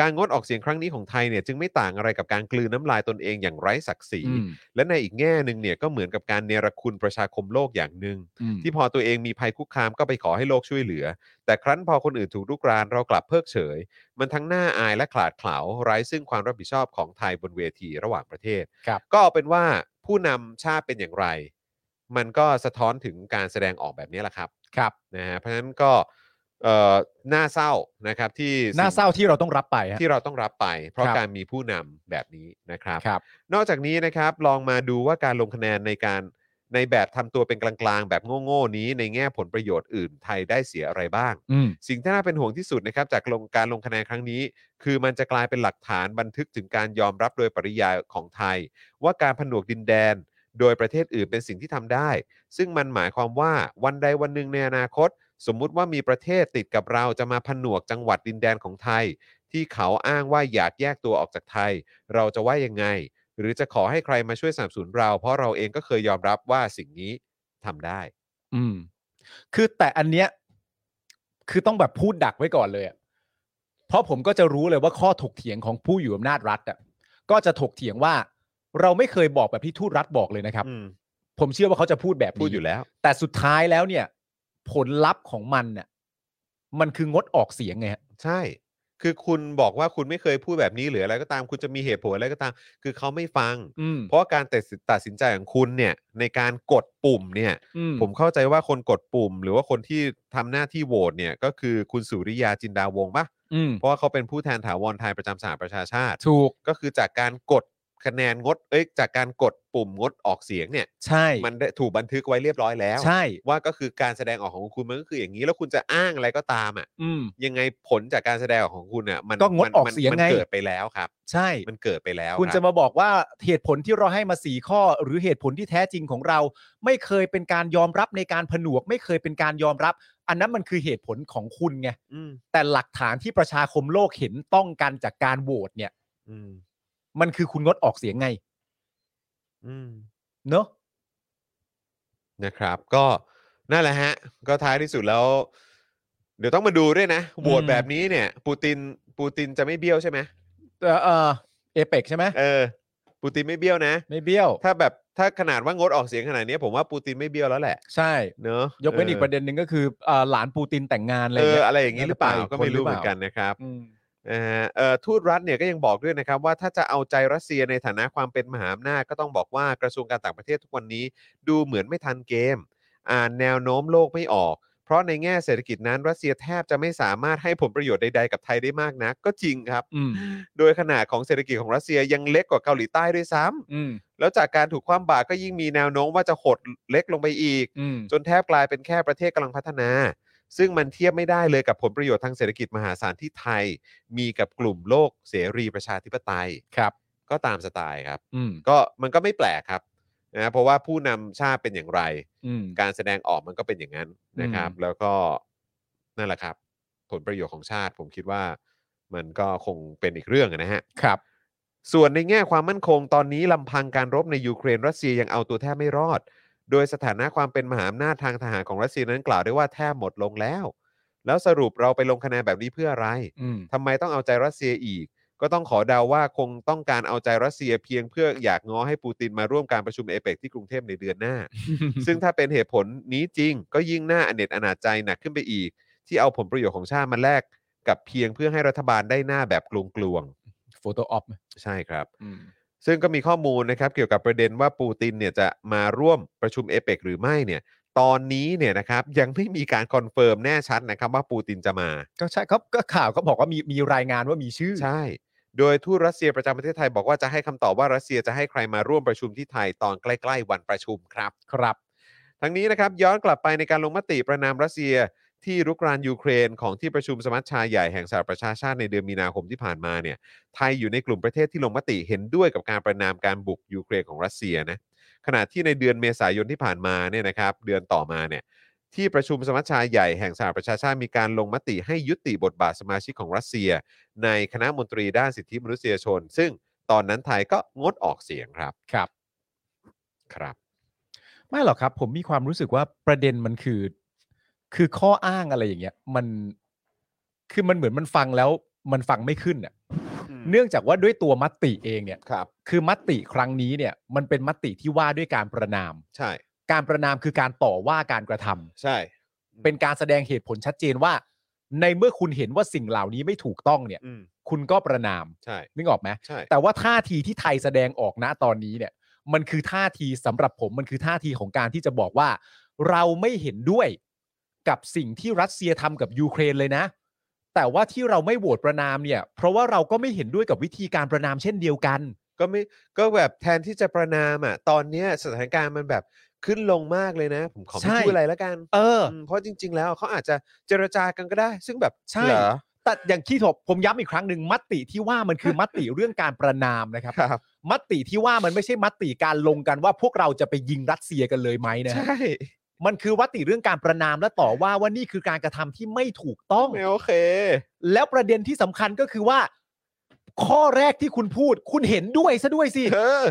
S3: การงดออกเสียงครั้งนี้ของไทยเนี่ยจึงไม่ต่างอะไรกับการกลืนน้ำลายตนเองอย่างไร้ศักดิ์ศรี
S4: ม
S3: และในอีกแง่หนึ่งเนี่ยก็เหมือนกับการเนรคุณประชาคมโลกอย่างหนึ่ง
S4: อืม
S3: ที่พอตัวเองมีภัยคุกคามก็ไปขอให้โลกช่วยเหลือ แต่ครั้นพอคนอื่นถูกลุกรานเรากลับเพิกเฉย มันทั้งน่าอายและขลาดเขลาไร้ซึ่งความรับผิดชอบของไทยบนเวทีระหว่างประเทศ
S4: ครับ
S3: ก็เอาเป็นว่าผู้นำชาติเป็นอย่างไร มันก็สะท้อนถึงการแสดงออกแบบนี้แหละครับ
S4: ครับ
S3: นะฮะเพราะฉะนั้นก็เอ่อน่าเศร้านะครับที่
S4: หน้า
S3: สิ่ง
S4: เศร้าที่เราต้องรับไปฮะ
S3: ที่เราต้องรับไปเพราะ
S4: ครับ
S3: การมีผู้นำแบบนี้นะครับ
S4: ครับ
S3: นอกจากนี้นะครับลองมาดูว่าการลงคะแนนในการในแบบทำตัวเป็นกลางๆ แบบโง่ๆนี้ในแง่ผลประโยชน์อื่นไทยได้เสียอะไรบ้าง
S4: อืม
S3: สิ่งที่น่าเป็นห่วงที่สุดนะครับจากลงการลงคะแนนครั้งนี้ คือมันจะกลายเป็นหลักฐานบันทึกถึงการยอมรับโดยปริยายของไทย ว่าการผนวกดินแดน โดยประเทศอื่นเป็นสิ่งที่ทำได้ ซึ่งมันหมายความว่าวันใดวันหนึ่งในอนาคต สมมุติว่ามีประเทศติดกับเราจะมาผนวกจังหวัดดินแดนของไทย ที่เขาอ้างว่าอยากแยกตัวออกจากไทย เราจะว่ายังไง หรือจะขอให้ใครมาช่วยสนับสนุนเรา เพราะเราเองก็เคยยอมรับว่าสิ่งนี้ทำได้
S4: อืม คือแต่อันเนี้ย คือต้องแบบพูดดักไว้ก่อนเลยอะเพราะผมก็จะรู้เลยว่าข้อถกเถียงของผู้อยู่อำนาจรัฐอ่ะ ก็จะถกเถียงว่า เราไม่เคยบอกแบบที่ทูตรัฐบอกเลยนะครับ
S3: อืม
S4: ผมเชื่อว่าเขาจะพูดแบบนี้
S3: พูดอยู่แล้ว
S4: แต่สุดท้ายแล้วเนี่ย ผลลัพธ์ของมันน่ะ มันคืองดออกเสียงไงฮะ
S3: ใช่ คือคุณบอกว่าคุณไม่เคยพูดแบบนี้หรืออะไรก็ตาม คุณจะมีเหตุผลอะไรก็ตาม คือเขาไม่ฟัง
S4: อืม
S3: เพราะการตัดสินตัดสินใจของคุณเนี่ยในการกดปุ่มเนี่ย
S4: อืม
S3: ผมเข้าใจว่าคนกดปุ่ม หรือว่าคนที่ทำหน้าที่โหวตเนี่ยก็คือคุณสุริยาจินดาวงศ์ปะ
S4: อืม
S3: เพราะว่าเขาเป็นผู้แทนถาวรไทยประจำสหประชาชาติ
S4: ถูก
S3: ก็คือจากการกดคะแนนงดเอ้ยจากการกดปุ่มงดออกเสียงเนี่ย
S4: ใช่
S3: มันได้ถูกบันทึกไว้เรียบร้อยแล้ว
S4: ใช่
S3: ว่าก็คือการแสดงออกของคุณมันก็คืออย่างนี้แล้วคุณจะอ้างอะไรก็ตามอ่ะ
S4: อืม
S3: ยังไงผลจากการแสดงออกของคุณเนี่ยมัน
S4: ก็งด
S3: มัน
S4: ออกเสียง
S3: มัน
S4: ไง
S3: เกิดไปแล้วครับ
S4: ใช่
S3: มันเกิดไปแล้ว
S4: คุณ
S3: รับ
S4: จะมาบอกว่าเหตุผลที่เราให้มาสีข้อ หรือเหตุผลที่แท้จริงของเรา ไม่เคยเป็นการยอมรับในการผนวก ไม่เคยเป็นการยอมรับ อันนั้นมันคือเหตุผลของคุณไง
S3: อืม
S4: แต่หลักฐานที่ประชาคมโลกเห็นต้องกันจากการโหวตเนี่ย
S3: อืม
S4: มันคือคุณงดออกเสียงไง
S3: อืม
S4: เนอะ
S3: นะครับ ก็นั่นแหละฮะ ก็ท้ายที่สุดแล้ว เดี๋ยวต้องมาดูด้วยนะโหวตแบบนี้เนี่ย ปูตินปูตินจะไม่เบี้ยวใช่ไหม
S4: เออเออเอเปกใช่ไหม
S3: เออ ปูตินไม่เบี้ยวนะ
S4: ไม่เบี้ยว
S3: ถ้าแบบถ้าขนาดว่างดออกเสียงขนาดนี้ผมว่าปูตินไม่เบี้ยวแล้วแหละ
S4: ใช่
S3: เนอะ
S4: ยกเว้นอีกประเด็นหนึ่งก็คือเออหลานปูตินแต่งงานอะไร
S3: เออ
S4: เงี้ย
S3: อะไรอย่างนี้หรือเปล่า
S4: น่าจะไป
S3: ก็ไม่รู้เหมือนกันนะครับ
S4: อืม
S3: นะฮะเอ่อทูตรัฐเนี่ยก็ยังบอกด้วยนะครับว่าถ้าจะเอาใจรัสเซียในฐานะความเป็นมหาอำนาจก็ต้องบอกว่ากระทรวงการต่างประเทศทุกวันนี้ ดูเหมือนไม่ทันเกม อ่านแนวโน้มโลกไม่ออก เพราะในแง่เศรษฐกิจนั้นรัสเซียแทบจะไม่สามารถให้ผลประโยชน์ใดๆกับไทยได้มากนัก ก็จริงครับ
S4: อืม
S3: โดยขนาดของเศรษฐกิจของรัสเซียยังเล็กกว่าเกาหลีใต้ด้วยซ้ำ
S4: อืม
S3: แล้วจากการถูกคว่ำบาตรก็ยิ่งมีแนวโน้มว่าจะหดเล็กลงไปอีก
S4: อืม
S3: จนแทบกลายเป็นแค่ประเทศกำลังพัฒนา ซึ่งมันเทียบไม่ได้เลยกับผลประโยชน์ทางเศรษฐกิจมหาศาลที่ไทย มีกับกลุ่มโลกเสรีประชาธิปไตย
S4: ครับ
S3: ก็ตามสไตล์ครับ
S4: อืม
S3: ก็มันก็ไม่แปลกครับนะเพราะว่าผู้นำชาติเป็นอย่างไร
S4: อืม
S3: การแสดงออกมันก็เป็นอย่างนั้นนะครับ
S4: อืม
S3: แล้วก็นั่นแหละครับ ผลประโยชน์ของชาติ ผมคิดว่ามันก็คงเป็นอีกเรื่องนะฮะ
S4: ครับ
S3: ส่วนในแง่ความมั่นคงตอนนี้ลำพังการรบในยูเครนรัสเซียยังเอาตัวแทบไม่รอด โดยสถานะความเป็นมหาอำนาจทางทหารของรัสเซียนั้นกล่าวได้ว่าแทบหมดลงแล้ว แล้วสรุปเราไปลงคะแนนแบบนี้เพื่ออะไร
S4: อืม
S3: ทำไมต้องเอาใจรัสเซียอีก ก็ต้องขอเดาว่าคงต้องการเอาใจรัสเซียเพียงเพื่ออยากง้อให้ปูตินมาร่วมการประชุมเอเปกที่กรุงเทพในเดือนหน้า ซึ่งถ้าเป็นเหตุผลนี้จริง ก็ยิ่งน่าอเนจอนาจใจหนักขึ้นไปอีก ที่เอาผลประโยชน์ของชาติมาแลกกับเพียงเพื่อให้รัฐบาลได้หน้าแบบกลวง
S4: โฟโต้ออฟ
S3: ๆใช่ครับ
S4: อืม
S3: ซึ่งก็มีข้อมูลนะครับเกี่ยวกับประเด็นว่าปูตินเนี่ยจะมาร่วมประชุมเอเปกหรือไม่เนี่ยตอนนี้เนี่ยนะครับยังไม่มีการคอนเฟิร์มแน่ชัดนะครับว่าปูตินจะมา
S4: ก็ใช่ครับก็ข่าวก็บอกว่ามีมีรายงานว่ามีชื่อ
S3: ใช่ โดยทูตรัสเซียประจำประเทศไทยบอกว่าจะให้คำตอบว่ารัสเซียจะให้ใครมาร่วมประชุมที่ไทยตอนใกล้ๆวันประชุมครับ
S4: ครับ
S3: ทั้งนี้นะครับย้อนกลับไปในการลงมติประนามรัสเซียที่รุกรานยูเครนของที่ประชุมสมัชชาใหญ่แห่งสหประชาชาติในเดือนมีนาคมที่ผ่านมาเนี่ยไทยอยู่ในกลุ่มประเทศที่ลงมติเห็นด้วยกับการประนามการบุกยูเครนของรัสเซียนะขณะที่ในเดือนเมษายนที่ผ่านมาเนี่ยนะครับเดือนต่อมาเนี่ยที่ประชุมสมัชชาใหญ่แห่งสหประชาชาติมีการลงมติให้ยุติบทบาทสมาชิกของรัสเซีย ในคณะมนตรีด้านสิทธิมนุษยชน ซึ่งตอนนั้นไทยก็งดออกเสียงครับ
S4: ครับ
S3: ครับ
S4: ไม่หรอกครับ ผมมีความรู้สึกว่าประเด็นมันคือ คือข้ออ้างอะไรอย่างเงี้ย มันคือมันเหมือนมันฟังแล้วมันฟังไม่ขึ้นอ่ะเนื่องจากว่าด้วยตัวมติเองเนี่ย
S3: ครับ
S4: คือมติครั้งนี้เนี่ย มันเป็นมติที่ว่าด้วยการประนาม
S3: ใช่
S4: การประนามคือการต่อว่าการกระทำ
S3: ใช่
S4: เป็นการแสดงเหตุผลชัดเจนว่า ในเมื่อคุณเห็นว่าสิ่งเหล่านี้ไม่ถูกต้องเนี่ย
S3: อืม
S4: คุณก็ประนาม
S3: ใช่
S4: นึกออกไหม
S3: ใช่
S4: แต่ว่าท่าทีที่ไทยแสดงออกณตอนนี้เนี่ย มันคือท่าทีสำหรับผมมันคือท่าทีของการที่จะบอกว่า เราไม่เห็นด้วยกับสิ่งที่รัสเซียทำกับยูเครนเลยนะ แต่ว่าที่เราไม่โหวตประนามเนี่ย เพราะว่าเราก็ไม่เห็นด้วยกับวิธีการประนามเช่นเดียวกัน
S3: ก็ไม่ก็แบบแทนที่จะประนามอ่ะตอนเนี้ยสถานการณ์มันแบบขึ้นลงมากเลยนะ ผมขอ
S4: ใช่
S3: ไม่พูดอะไรแล้วกัน
S4: เออ
S3: มเพราะจริง ๆ แล้วเขาอาจจะเจรจากันก็ได้ ซึ่งแบบ
S4: ใช่
S3: เหรอ
S4: แต่อย่างที่ผมผมย้ำอีกครั้งหนึ่งมติที่ว่ามันคือมติเรื่องการประนามนะครับ
S3: ครับ
S4: มติที่ว่ามันไม่ใช่มติการลงกันว่าพวกเราจะไปยิงรัสเซียกันเลยไหมนะฮะ
S3: ใช่
S4: มันคือวัติเรื่องการประนามและต่อว่าว่านี่คือการกระทำที่ไม่ถูกต้อง
S3: ไม่โอเค
S4: แล้วประเด็นที่สำคัญก็คือว่า ข้อแรกที่คุณพูด คุณเห็นด้วยซะด้วยสิ
S3: เธอ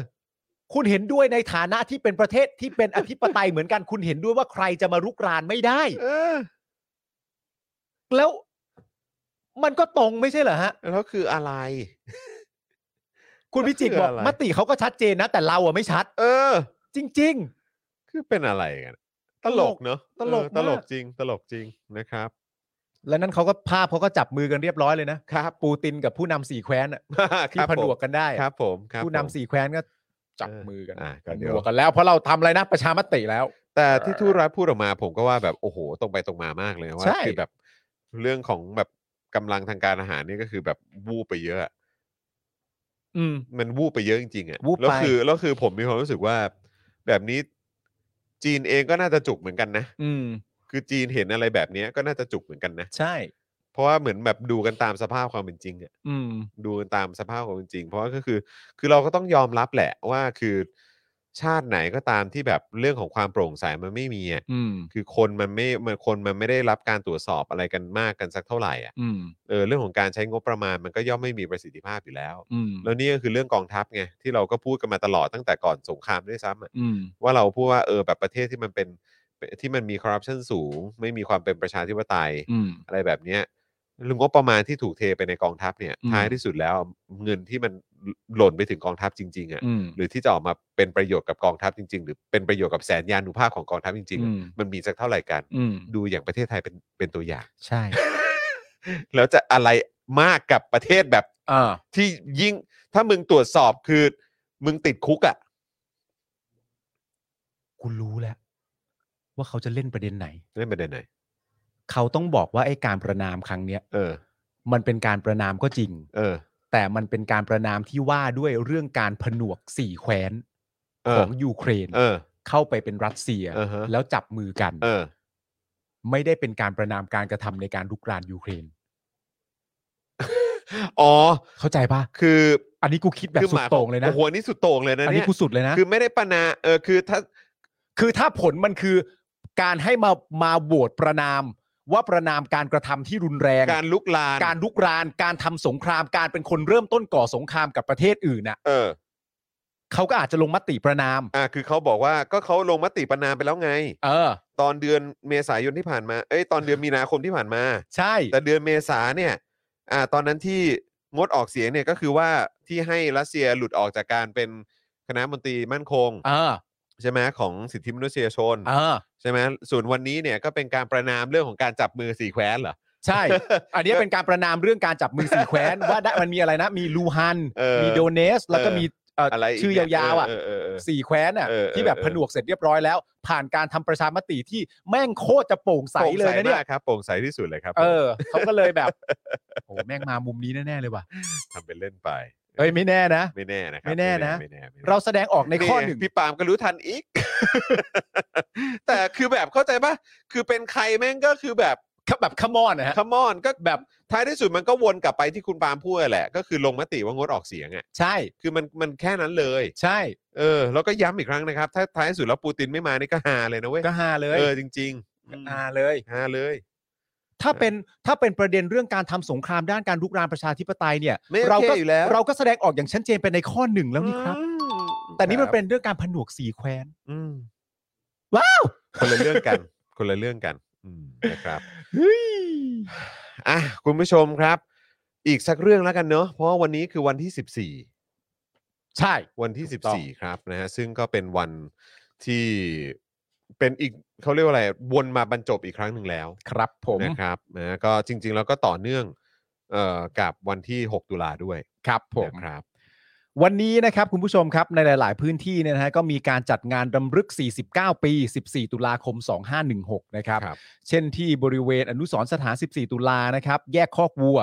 S4: คุณเห็นด้วยในฐานะที่เป็นประเทศที่เป็นอธิปไตยเหมือนกัน คุณเห็นด้วยว่าใครจะมารุกรานไม่ได้
S3: เออ
S4: แล้ว มันก็ตรงไม่ใช่เหรอฮะ
S3: แล้วคืออะไร
S4: คุณพิจิตรบ
S3: แล้วคื
S4: อก
S3: ออะไร
S4: มติเขาก็ชัดเจนนะ แต่เราอะไม่ชัด
S3: เออ
S4: จริง
S3: คือเป็นอะไรกันตลกเนอะ
S4: ตลก
S3: เออตลก
S4: มาก
S3: จริง ตลกจริงนะครับ
S4: ๆ และนั้นเขาก็ภาพเขาก็จับมือกันเรียบร้อยเลยนะครับ ปูตินกับผู้นำสี่แคว้นอะ
S3: ค
S4: ที่
S3: รับ
S4: ผ
S3: ผม
S4: นวกกันได้อะ
S3: ครับผมครับ
S4: ผู้
S3: ผม
S4: นำสี่แคว้นก็จับมือกัน
S3: เอออ่ะก็
S4: ผ
S3: เดี๋ยว
S4: นวกกันแล้วเพราะเราทำอะไรนะประชามติแล้ว
S3: แต่ที่ทูตรัฐพูดออกมาผมก็ว่าแบบโอ้โหตรงไปตรงมามากเลยนะว่า
S4: ใช่
S3: คือแบบเรื่องของแบบ กำลังทางการอาหารนี่ก็คือแบบวูบไปเยอะอะ
S4: อืม
S3: มันวูบไปเยอะจริงๆอ่ะ
S4: วูบไป
S3: แล้วคือแล้วคือผมมีความรู้สึกว่า แบบนี้จีนเองก็น่าจะจุกเหมือนกันนะ
S4: อืม
S3: คือจีนเห็นอะไรแบบเนี้ยก็น่าจะจุกเหมือนกันนะ
S4: ใช่
S3: เพราะว่าเหมือนแบบดูกันตามสภาพความเป็นจริงอะ
S4: อืม
S3: ดูกันตามสภาพความเป็นจริง เพราะว่าก็คือ คือเราก็ต้องยอมรับแหละว่าคือชาติไหนก็ตามที่แบบเรื่องของความโปร่งใสมันไม่มีอะ
S4: อืม
S3: คือคนมันไม่มันคนมันไม่ได้รับการตรวจสอบอะไรกันมากกันสักเท่าไหร่อ่ะ
S4: อืม
S3: เออเรื่องของการใช้งบประมาณมันก็ย่อมไม่มีประสิทธิภาพอยู่แล้ว
S4: อืม
S3: แล้วนี่ก็คือเรื่องกองทัพไงที่เราก็พูดกันมาตลอดตั้งแต่ก่อนสงครามด้วยซ้ำอะ
S4: อืม
S3: ว่าเราพูดว่าเออแบบประเทศที่มันเป็นที่มันมีคอร์รัปชันสูง ไม่มีความเป็นประชาธิปไตย
S4: อืม
S3: อะไรแบบเนี้ยลุงบประมาณที่ถูกเทไปในกองทัพเนี่ย
S4: อืม
S3: ท้ายที่สุดแล้วเงินที่มันหล่นไปถึงกองทัพจริงๆอะ่ะ
S4: อืม
S3: หรือที่จะออกมาเป็นประโยชน์กับกองทัพจริง ๆ หรือเป็นประโยชน์กับแสนยานุภาพของกองทัพจริงๆอะ
S4: อืม
S3: มันมีสักเท่าไหร่กัน
S4: อืม
S3: ดูอย่างประเทศไทยเป็นเป็นตัวอย่าง
S4: ใช่
S3: แล้วจะอะไรมากกับประเทศแบบ
S4: อ่า
S3: ที่ยิ่งถ้ามึงตรวจสอบคือมึงติดคุกอ่ะ
S4: กูรู้แล้ว ว่าเขาจะเล่นประเด็นไหน
S3: ไม่นประเด็นไหน
S4: เขาต้องบอกว่าไอ้การประนามครั้งเนี้ย
S3: เออ
S4: มันเป็นการประนามก็จริง
S3: เออ
S4: แต่มันเป็นการประนามที่ว่าด้วยเรื่องการผนวกสี่แคว้น
S3: เออ
S4: ของยูเครน
S3: เออ
S4: เข้าไปเป็นรัสเซีย
S3: อ่าฮะ
S4: แล้วจับมือกัน
S3: เออ
S4: ไม่ได้เป็นการประนามการกระทำในการลุกรานยูเครน
S3: อ๋อ
S4: เข้าใจปะ
S3: คือ
S4: อันนี้กูคิดแบบ
S3: คือ
S4: สุ
S3: ห
S4: ด
S3: มา
S4: โต่งเลยนะ
S3: โอ้โหอันี่สุดโต่งเลยนะ
S4: อันนี้
S3: เนี่ย
S4: กูสุดเลยนะ
S3: คือไม่ได้ปะนาเออคือถ้า
S4: คือถ้าผลมันคือการให้มามาโหวตประนาม ว่าประนามการกระทำที่รุนแรง
S3: การลุกลาน
S4: การลุกราน การทำสงคราม การเป็นคนเริ่มต้นก่อสงครามกับประเทศอื่นน่ะ
S3: เออ
S4: เขาก็อาจจะลงมติประนาม
S3: อ่ะคือเขาบอกว่าก็เขาลงมติประนามไปแล้วไง
S4: เออ
S3: ตอนเดือนเมษายนที่ผ่านมาเอ้ยตอนเดือนมีนาคมที่ผ่านมา
S4: ใช่
S3: แต่เดือนเมษาเนี่ย อ่า ตอนนั้นที่งดออกเสียงเนี่ยก็คือว่าที่ให้รัสเซียหลุดออกจากการเป็นคณะมนตรีมั่นคง
S4: เออ
S3: ใช่ไหมของสิทธิมนุษยชน
S4: เออ
S3: ใช่ไหมส่วนวันนี้เนี่ยก็เป็นการประนามเรื่องของการจับมือสี่แคว้นเหรอ
S4: ใช่ อันนี้เป็นการประนามเรื่องการจับมือสีแคว้น ว่าได้มันมีอะไรนะ มีลูฮัน
S3: เออ
S4: มีโดเนส แล้วก็
S3: เออ
S4: มีเอ่ออ
S3: อะไรก
S4: ชื่อ
S3: เนี่ย
S4: ยาวๆอ่ะ
S3: เเเออ
S4: สี่แคว้นอ่ะ
S3: เออเออ
S4: ที่แบบ
S3: เออ
S4: ผนวกเสร็จเรียบร้อยแล้ว ผ่านการทำประชามติที่แม่งโคตรจะโปร่งใสเลยนะเนี่
S3: โปร่งใส
S4: ย
S3: มากครับโปร่งใสที่สุดเลยครับ
S4: เออเขาก็เลยแบบ โอ้แม่งมามุมนี้แน่ๆเลยว่ะ
S3: ผมทำเป็นเล่นไป
S4: เอ้ยไม่แน่นะ
S3: ไม่แน่นะครับ
S4: ไม่แน่นะ
S3: ไม่แน่ไม่แน่
S4: เราแสดงออกในข้อหนึ่ง
S3: พี่ปาล์มก็รู้ทันอีก แต่คือแบบเข้าใจปะคือเป็นใครแม่งก็คือแบบ
S4: แบบขมอนนะฮะ
S3: ขมอนก็แบบท้ายที่สุดมันก็วนกลับไปที่คุณปาล์มพูดแหละ ก็คือลงมติว่างดออกเสียงอ่ะ
S4: ใช่
S3: คือมันมันแค่นั้นเลย
S4: ใช่
S3: เออแล้วก็ย้ำอีกครั้งนะครับ ถ้าท้ายที่สุดแล้วปูตินไม่มานี่ก็ฮาเลยนะเว้ย
S4: ก็ฮาเลย
S3: เออจริงๆอืม
S4: ฮาเลย
S3: ฮาเลย
S4: ถ้าเป็นถ้าเป็นประเด็นเรื่องการทำสงครามด้านการลุกรานประชาธิปไตยเนี่ย
S3: ไม่โอเค
S4: เราก็
S3: อยู่แล้ว
S4: เราก็แสดงออกอย่างชัดเจนไปในข้อหนึ่งแล้วนี่ครับ
S3: อืม
S4: แต่นี่มัน
S3: ครับ
S4: เป็นเรื่องการผนวกสีแคว้น
S3: อืม
S4: ว้าว
S3: คนละเรื่องกัน คนละเรื่องกันอืมนะครับ
S4: เฮ้ย
S3: อ่ะคุณผู้ชมครับ อีกสักเรื่องแล้วกันเนอะเพราะว่าวันนี้คือวันที่
S4: ใช่
S3: 14 วันที่
S4: ถูกต้อง
S3: 14 ครับนะฮะซึ่งก็เป็นวันที่เป็นอีกเขาเรียกว่าอะไร วนมาบรรจบอีกครั้งหนึ่งแล้ว
S4: ครับผม
S3: นะครับนะฮะก็จริง ๆ แล้วก็ต่อเนื่องเอ่อกับวันที่ 6 ตุลาด้วย
S4: ครับผม
S3: นะครับ
S4: วันนี้นะครับคุณผู้ชมครับในหลาย ๆ พื้นที่เนี่ยนะฮะก็มีการจัดงานดำลึก 49 ปี 14 ตุลาคม 2516 นะครับ
S3: ครับ
S4: เช่นที่บริเวณอนุสรณ์สถาน 14 ตุลานะครับ แยกคอกวัว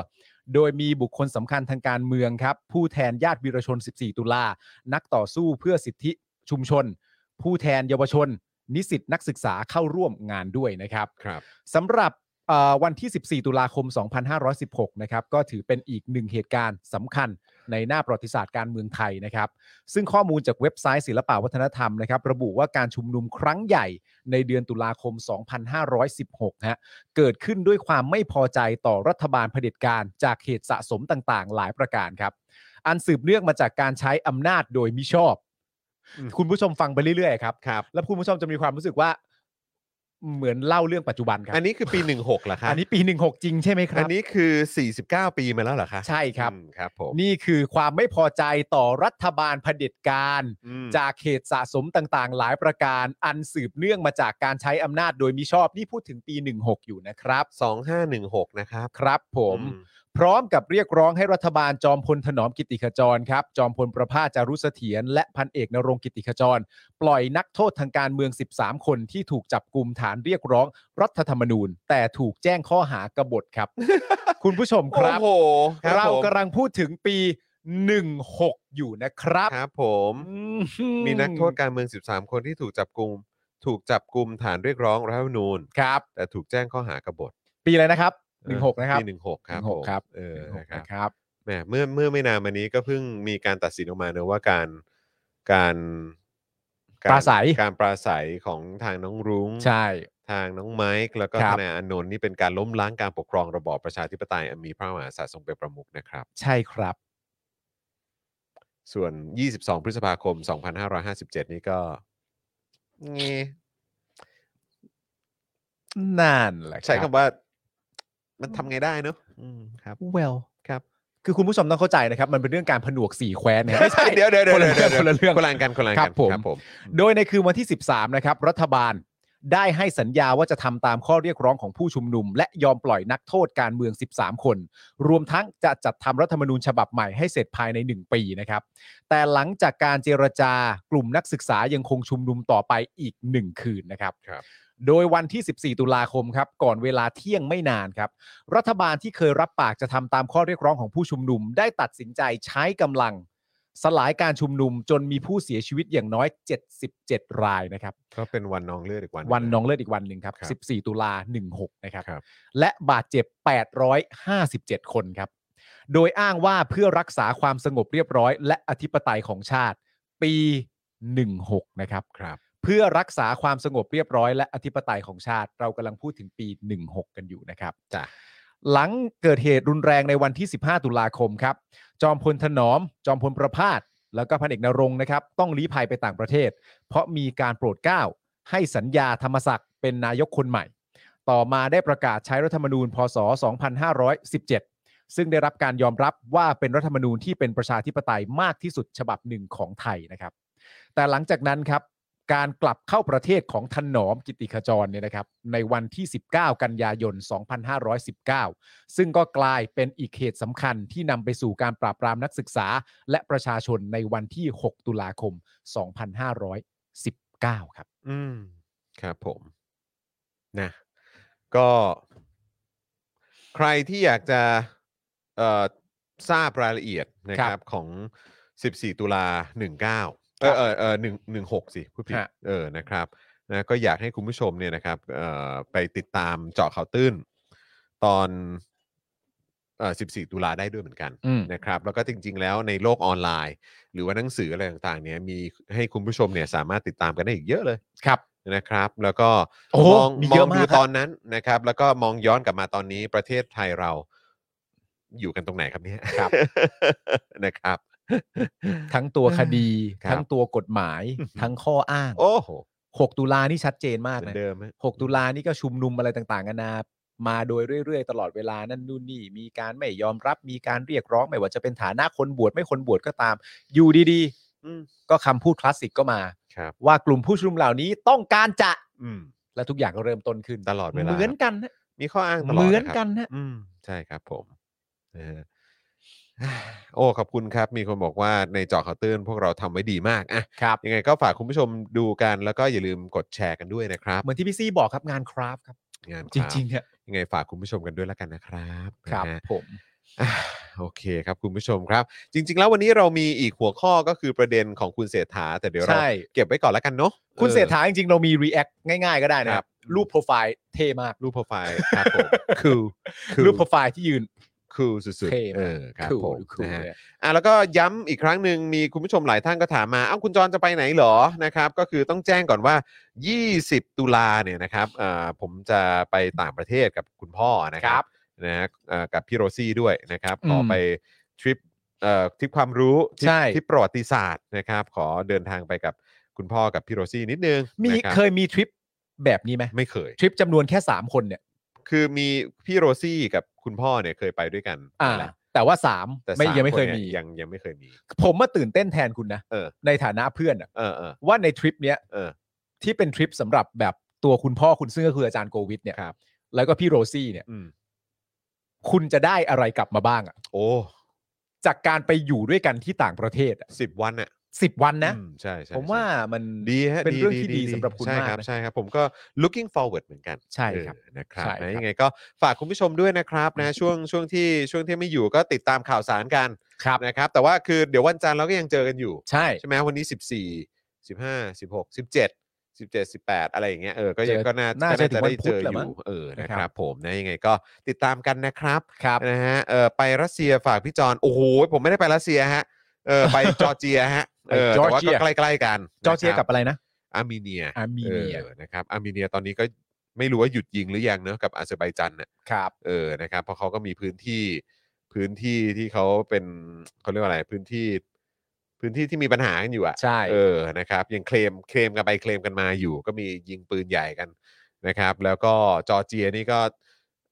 S4: โดยมีบุคคลสำคัญทางการเมืองครับ ผู้แทนญาติวีรชน 14 ตุลา นักต่อสู้เพื่อสิทธิชุมชน ผู้แทนเยาวชน นิสิตนักศึกษาเข้าร่วมงานด้วยนะครับ
S3: ครับ
S4: สำหรับเอ่อวันที่ 14 ตุลาคม 2516 นะครับ ก็ถือเป็นอีกหนึ่งเหตุการณ์สำคัญในหน้าประวัติศาสตร์การเมืองไทยนะครับ ซึ่งข้อมูลจากเว็บไซต์ศิลปวัฒนธรรมนะครับ ระบุว่าการชุมนุมครั้งใหญ่ในเดือนตุลาคม 2516 ฮะ เกิดขึ้นด้วยความไม่พอใจต่อรัฐบาลเผด็จการจากเหตุสะสมต่างๆ หลายประการครับ อันสืบเนื่องมาจากการใช้อำนาจโดยมิชอบ
S3: อืม
S4: คุณผู้ชมฟังไปเรื่อยๆครับ
S3: ครับ
S4: แล้วคุณผู้ชมจะมีความรู้สึกว่า เหมือนเล่าเรื่องปัจจุบันครับ
S3: อันนี้คือปี 16เหรอครับ
S4: อันนี้ปี 16 จริงใช่ไหมครั
S3: อั
S4: บ
S3: นนี้คือ 49 ปีมาแล้วเหรอคะ
S4: ใช่ครับ
S3: อืมครับผม
S4: นี่คือความไม่พอใจต่อรัฐบาลเผด็จการ
S3: อืม
S4: จากเหตุสะสมต่างๆ หลายประการ อันสืบเนื่องมาจากการใช้อำนาจโดยมิชอบ นี่พูดถึงปี 16 อยู่นะครับ
S3: 2516 นะครับ
S4: ครับผม
S3: อืม
S4: พร้อมกับเรียกร้องให้รัฐบาลจอมพลถนอมกิติขจรครับ จอมพลประภาสจารุเสถียรและพันเอกนรงค์กิติขจร ปล่อยนักโทษทางการเมือง 13 คนที่ถูกจับกลุ่มฐานเรียกร้องรัฐธรรมนูญ แต่ถูกแจ้งข้อหากบฏ ครับ คุณผู้ชมครับ
S3: โอ้โหคบ
S4: เรา
S3: ผม
S4: กำลังพูดถึงปี 16 อยู่นะครับ
S3: ครับผม
S4: อื
S3: มีนักโทษการเมือง 13 คนที่ถูกจับกลุม ถูกจับกลุมฐานเรียกร้องรัฐธรรมนูญ
S4: ครับ
S3: แต่ถูกแจ้งข้อหากบฏ
S4: ปีอะไรนะครับ
S3: เออ
S4: 16 นะครับ
S3: ปีหนึ่งหกครับ
S4: หกครับ
S3: ผมเออ
S4: หก
S3: นะครับ
S4: ครับ
S3: แหมเมื่อเมื่อไม่นานมานี้ก็เพิ่งมีการตัดสินออกมาเนอะว่าการการก
S4: ปราศัย
S3: การปราศัยของทางน้องรุง้ง
S4: ใช่
S3: ทางน้องไมค์แล้วก็
S4: ครั
S3: ท
S4: บ
S3: นายอานนท์นี่เป็นการล้มล้างการปกครองระบอบประชาธิปไตยอันมีพระมหากษัตริย์ทรงเป็นประมุขนะครับ
S4: ใช่ครับ
S3: ส่วน 22 พฤษภาคม 2557 นี่ก็เงี้ย
S4: นั่นแหละรับ
S3: ใช้คำว่า มันทำไงได้เนอะอืมครับ
S4: well
S3: ครับ
S4: คือคุณผู้ชมต้องเข้าใจนะครับ มันเป็นเรื่องการผนวกสี่แคว้นนะ
S3: เดี๋ยวเดี๋ยวเดี๋ยวเดี๋ยว
S4: คนละเรื่อง
S3: คนละกันคนละ
S4: ค
S3: กั
S4: รั
S3: น
S4: บผม
S3: ครับผม
S4: โดยในคืนวันที่ 13 นะครับ รัฐบาลได้ให้สัญญาว่าจะทำตามข้อเรียกร้องของผู้ชุมนุม และยอมปล่อยนักโทษการเมือง 13 คน รวมทั้งจะจัดทำรัฐธรรมนูญฉบับใหม่ให้เสร็จภายใน 1 ปีนะครับ แต่หลังจากการเจรจากลุ่มนักศึกษายังคงชุมนุมต่อไปอีก 1 คืนนะครับ
S3: ครับ
S4: โดยวันที่ 14 ตุลาคมครับ ก่อนเวลาเที่ยงไม่นานครับ รัฐบาลที่เคยรับปากจะทำตามข้อเรียกร้องของผู้ชุมนุม ได้ตัดสินใจใช้กำลัง สลายการชุมนุมจนมีผู้เสียชีวิตอย่างน้อย 77 รายนะครับ
S3: ก็เป็นวันน้องเลือดอีกวัน
S4: วันน้องเลิศอีกวันหนึ่งครับ
S3: ครับ
S4: 14 ตุลา 16 นะครับ
S3: ครับ
S4: และบาดเจ็บ 857 คนครับ โดยอ้างว่าเพื่อรักษาความสงบเรียบร้อย และอธิปไตยของชาติ ปี 16 นะครับ
S3: ครับ
S4: เพื่อรักษาความสงบเรียบร้อยและอธิปไตยของชาติ เรากำลังพูดถึงปี 16 กันอยู่นะครับ
S3: จ้ะ
S4: หลังเกิดเหตุรุนแรงในวันที่ 15 ตุลาคมครับ จอมพลถนอม จอมพลประภาส แล้วก็พันเอกนรงค์นะครับ ต้องลี้ภัยไปต่างประเทศ เพราะมีการโปรดเกล้า ให้สัญญาธรรมศักดิ์เป็นนายกคนใหม่ ต่อมาได้ประกาศใช้รัฐธรรมนูญ พศ 2517 ซึ่งได้รับการยอมรับว่าเป็นรัฐธรรมนูญที่เป็นประชาธิปไตยมากที่สุดฉบับหนึ่งของไทยนะครับ แต่หลังจากนั้นครับ การกลับเข้าประเทศของถนอมกิติขจรเนี่ยนะครับ ในวันที่ 19 กันยายน 2519 ซึ่งก็กลายเป็นอีกเหตุสำคัญที่นำไปสู่การปราบปรามนักศึกษา และประชาชนในวันที่ 6 ตุลาคม 2519 ครับ
S3: อืม ครับผม นะ ก็ใครที่อยากจะเอ่อทราบรายละเอียดนะค
S4: ครั
S3: รับบ ของ 14 ตุลา 19 เออเออเออ1 16 สิผู้ผิด
S4: ฮะ
S3: เออนะครับนะก็อยากให้คุณผู้ชมเนี่ยนะครับเอ่อไปติดตามเจาะข่าวตื้น ตอนเอ่อ14 ตุลาได้ด้วยเหมือนกัน
S4: อืม
S3: นะครับแล้วก็จริง ๆ แล้วในโลกออนไลน์ หรือว่าหนังสืออะไรต่างๆเนี่ยมีให้คุณผู้ชมเนี่ยสามารถติดตามกันได้อีกเยอะเลย
S4: ครับ
S3: นะครับ แล้วก็
S4: โอ้โห
S3: มอง
S4: มี
S3: ม
S4: เย
S3: อ
S4: อะ
S3: ง
S4: มาก
S3: ดู
S4: ครับ
S3: ตอนนั้นนะครับ แล้วก็มองย้อนกลับมาตอนนี้ประเทศไทยเราอยู่กันตรงไหนครับเนี่ย
S4: ครับ
S3: นะครับ
S4: ทั้งตัวคดี
S3: ครับ
S4: ทั้งตัวกฎหมาย
S3: อื้อหือ
S4: ทั้งข้ออ้าง
S3: โอ้โห
S4: 6 ตุลานี่ชัดเจนมาก
S3: เหมือ
S4: นะ
S3: นเดิมฮะ
S4: 6ตุลานี่ก็ชุมนุมอะไรต่างๆกันานามาโดยเรื่อย ๆ ตลอดเวลานั่นนู่นนี่ มีการไม่ยอมรับ มีการเรียกร้องไม่ว่าจะเป็นฐานะคนบวชไม่คนบวชก็ตาม อยู่ดี
S3: อืม
S4: ๆ ก็คำพูดคลาสสิกก็มา
S3: ครับ
S4: ว่ากลุ่มผู้ชุมนุมเหล่านี้ต้องการจะ
S3: อืม
S4: และทุกอย่างก็เริ่มต้นขึ้น
S3: ตลอดเวลา
S4: เหมือนกันนะ
S3: มีข้ออ้างตล
S4: เห
S3: อด
S4: มือน
S3: นะครับ
S4: กันนะ
S3: อืมใช่ครับผมนะฮะ โอ้ขอบคุณครับ มีคนบอกว่าในเจอข่าวตื้นพวกเราทำไว้ดีมากอะ
S4: ครับ
S3: ยังไงก็ฝากคุณผู้ชมดูกันแล้วก็อย่าลืมกดแชร์กันด้วยนะครับ
S4: เหมือนที่พี่ซี่บอกครับงานคราฟต์ครับ
S3: งาน
S4: จริง ๆ เนี่ย
S3: ๆยังไงฝากคุณผู้ชมกันด้วยแล้วกันนะครับ
S4: ครับ
S3: นะฮะ
S4: ผม
S3: อ่ะโอเคครับคุณผู้ชมครับ จริง ๆ แล้ววันนี้เรามีอีกหัวข้อก็คือประเด็นของคุณเศรษฐา แต่เดี๋ยวเรา
S4: ใช่
S3: เก็บไว้ก่อนแล้วกันเนาะ
S4: คุณ
S3: ออ
S4: เศรษฐาจริงๆ เรามี React ง่ายๆ ก็ได้นะค
S3: ครั
S4: รับ บ รูปโปรไฟล์เท่มาก
S3: รูปโปรไฟล์ครับผ มคือ
S4: รูปโปรไฟล์ที่ยืน
S3: คือสุด
S4: เท่
S3: ๆเอ
S4: มาก
S3: อครับ
S4: คูล
S3: ผม
S4: คูล
S3: นะฮะ
S4: เลย
S3: อ่ะแล้วก็ย้ำอีกครั้งหนึ่งมีคุณผู้ชมหลายท่านก็ถามมาเอ้าคุณจรจะไปไหนเหรอนะครับ ก็คือต้องแจ้งก่อนว่า 20 ตุลาเนี่ยนะครับเอ่อผมจะไปต่างประเทศกับคุณพ่อนะค
S4: ค
S3: รั
S4: รั
S3: บบ นะฮะเอ่อกับพี่โรซี่ด้วยนะครับขออ
S4: ม
S3: ไปทริปเอ่อทริปความรู้ทริป
S4: ใช่
S3: ทริปประวัติศาสตร์นะครับ ขอเดินทางไปกับคุณพ่อกับพี่โรซี่นิดนึง
S4: มี
S3: นะครับ
S4: เคยมีทริปแบบนี้ไหม
S3: ไม่เคย
S4: ทริปจำนวนแค่ 3 คนเนี่ย
S3: คือมีพี่โรซี่กับคุณพ่อเนี่ยเคยไปด้วยกัน
S4: อ่า
S3: แหละ
S4: แต่ว่า 3
S3: แต่
S4: ไม่
S3: สา
S4: ยังไม่เคย
S3: น
S4: มี
S3: นี่ยังยังไม่เคยมี
S4: ผมมาตื่นเต้นแทนคุณนะ
S3: เออ
S4: ในฐานะเพื่อนอะ
S3: เออเออ
S4: ว่าในทริปเนี้ย
S3: เออ
S4: ที่เป็นทริปสำหรับแบบตัวคุณพ่อคุณซึ่งก็คืออาจารย์โกวิทเนี่ย
S3: ครับ
S4: แล้วก็พี่โรซี่เนี่ย
S3: อืม
S4: คุณจะได้อะไรกลับมาบ้างอะ
S3: โอ้
S4: จากการไปอยู่ด้วยกันที่ต่างประเทศอะ
S3: สิบวันน่ะ
S4: สิบวันนะ
S3: อืมใช่ใช่
S4: ผมว่ามัน
S3: ดีฮะ
S4: เป็นเรื่องที่ดีสำหรับคุณ
S3: ใช่
S4: มาก
S3: ครับ
S4: นะ
S3: ใช่ครับ ผมก็ looking forward เหมือนกัน
S4: ใช่ครับ
S3: เออนะครับ
S4: ใช่ครับ
S3: นะยังไงก็ฝากคุณผู้ชมด้วยนะครับนะช่วงช่วงที่ช่วงที่ไม่อยู่ก็ติดตามข่าวสารกัน
S4: ครับ
S3: นะครับ แต่ว่าคือเดี๋ยววันจันทร์เราก็ยังเจอกันอยู่
S4: ใช่
S3: ใช่ไหมวันนี้ 14 15 16 17 17 18 อะไรอย่างเงี้ยเออก็ยัง
S4: เจอ
S3: ก็น่า
S4: น่าจะ
S3: ก็ได้
S4: ถึ
S3: เจ
S4: ง
S3: อ
S4: วัน
S3: อ
S4: พุธแหละมั้
S3: ยู่
S4: ง
S3: เออนะ
S4: นะ
S3: ค
S4: ครั
S3: รับบ ผมนะยังไงก็ติดตามกันนะครับ
S4: ครับ
S3: นะฮะเออไปรัสเซียฝากพี่จอนโอ้โหผมไม่ได้ไปรัสเซียฮะเออ ไป จอร์เจียฮะเออแต่
S4: ไปจอร์
S3: ว่า
S4: เจี
S3: ก็
S4: ย
S3: ใกล้ๆกัน
S4: จอร์เจีย
S3: นะค
S4: กับอะไรนะ
S3: อาร์เมเนีย
S4: อาร์เมเนีย
S3: ออนะครับอาร์เมเนียตอนนี้ก็ไม่รู้ว่าหยุดยิงหรือยังเนอะกับอาเซอร์ไบจันเนี่ย
S4: ครับ
S3: เออนะครับเพราะเขาก็มีพื้นที่พื้นที่ที่เขาเป็นเขาเรียกว่าอะไรพื้นที่ พื้นที่ที่มีปัญหากันอยู่อะ
S4: ใช่
S3: เออ นะครับ ยังเคลม เคลมกันไป เคลมกันมาอยู่ ก็มียิงปืนใหญ่กันนะครับ แล้วก็จอร์เจียนี่ก็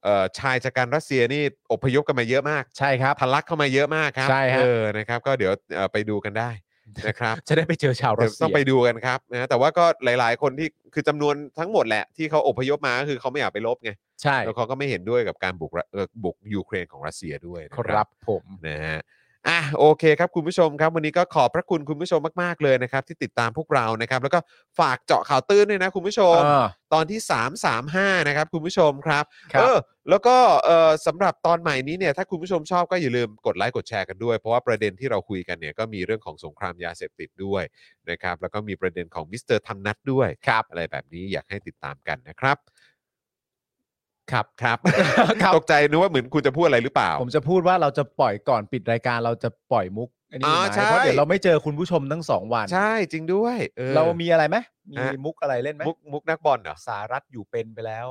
S3: เอ่อชายจากการรัสเซียนี่อพยพกันมาเยอะมาก
S4: ใช่ครับ
S3: ทะลักเข้ามาเยอะมากครับ
S4: ใช่ฮะ
S3: เออ นะครับ ก็เดี๋ยวเอ่อไปดูกันได้นะครับ
S4: จะได้ไปเจอ ชาวรั
S3: เดี๋ย
S4: ส
S3: ว
S4: เซี
S3: ต้อง
S4: ย
S3: ไปดูกันครับนะ แต่ว่าก็หลาย ๆ คนที่ คือจำนวนทั้งหมดแหละ ที่เขาอพยพมาก็คือเขาไม่อยากไปลบไง
S4: ใช่
S3: แล้วเขาก็ไม่เห็นด้วยกับการบุกรัสเอ่อบุกยูเครนของรัสเซียด้วยนะ
S4: ครับผม
S3: นะฮะ อ่ะ โอเคครับ คุณผู้ชมครับ วันนี้ก็ขอบพระคุณคุณผู้ชมมาก ๆ เลยนะครับ ที่ติดตามพวกเรานะครับ แล้วก็ฝากเจาะข่าวตื้นด้วยนะ คุณผู้ชม
S4: เออ
S3: ตอนที่ 335 นะครับ คุณผู้ชมครับ
S4: ครับ
S3: เออ แล้วก็เอ่อสำหรับตอนใหม่นี้เนี่ยถ้าคุณผู้ชมชอบก็อย่าลืมกดไลค์กดแชร์กันด้วย เพราะว่าประเด็นที่เราคุยกันเนี่ยก็มีเรื่องของสงครามยาเสพติดด้วยนะครับ แล้วก็มีประเด็นของมิสเตอร์ธรรมนัทด้วยครับ อะไรแบบนี้อยากให้ติดตามกันนะครับ ครับครับ
S4: ครับ
S3: ตกใจนึกว่าเหมือนคุณจะพูดอะไรหรือเปล่า
S4: ผมจะพูดว่าเราจะปล่อยก่อนปิดรายการเราจะปล่อยมุกอันนี้
S3: อ๋อ
S4: ไหม
S3: ใช่
S4: เพราะเดี๋ยวเราไม่เจอคุณผู้ชมทั้งสองวัน
S3: ใช่จริงด้วยออ
S4: เรามีอะไรไหมมี
S3: ฮะ
S4: มุกอะไรเล่นไหม
S3: มุกมุกนักบอลเหรอ
S4: สารัฐอยู่เป็นไปแล้ว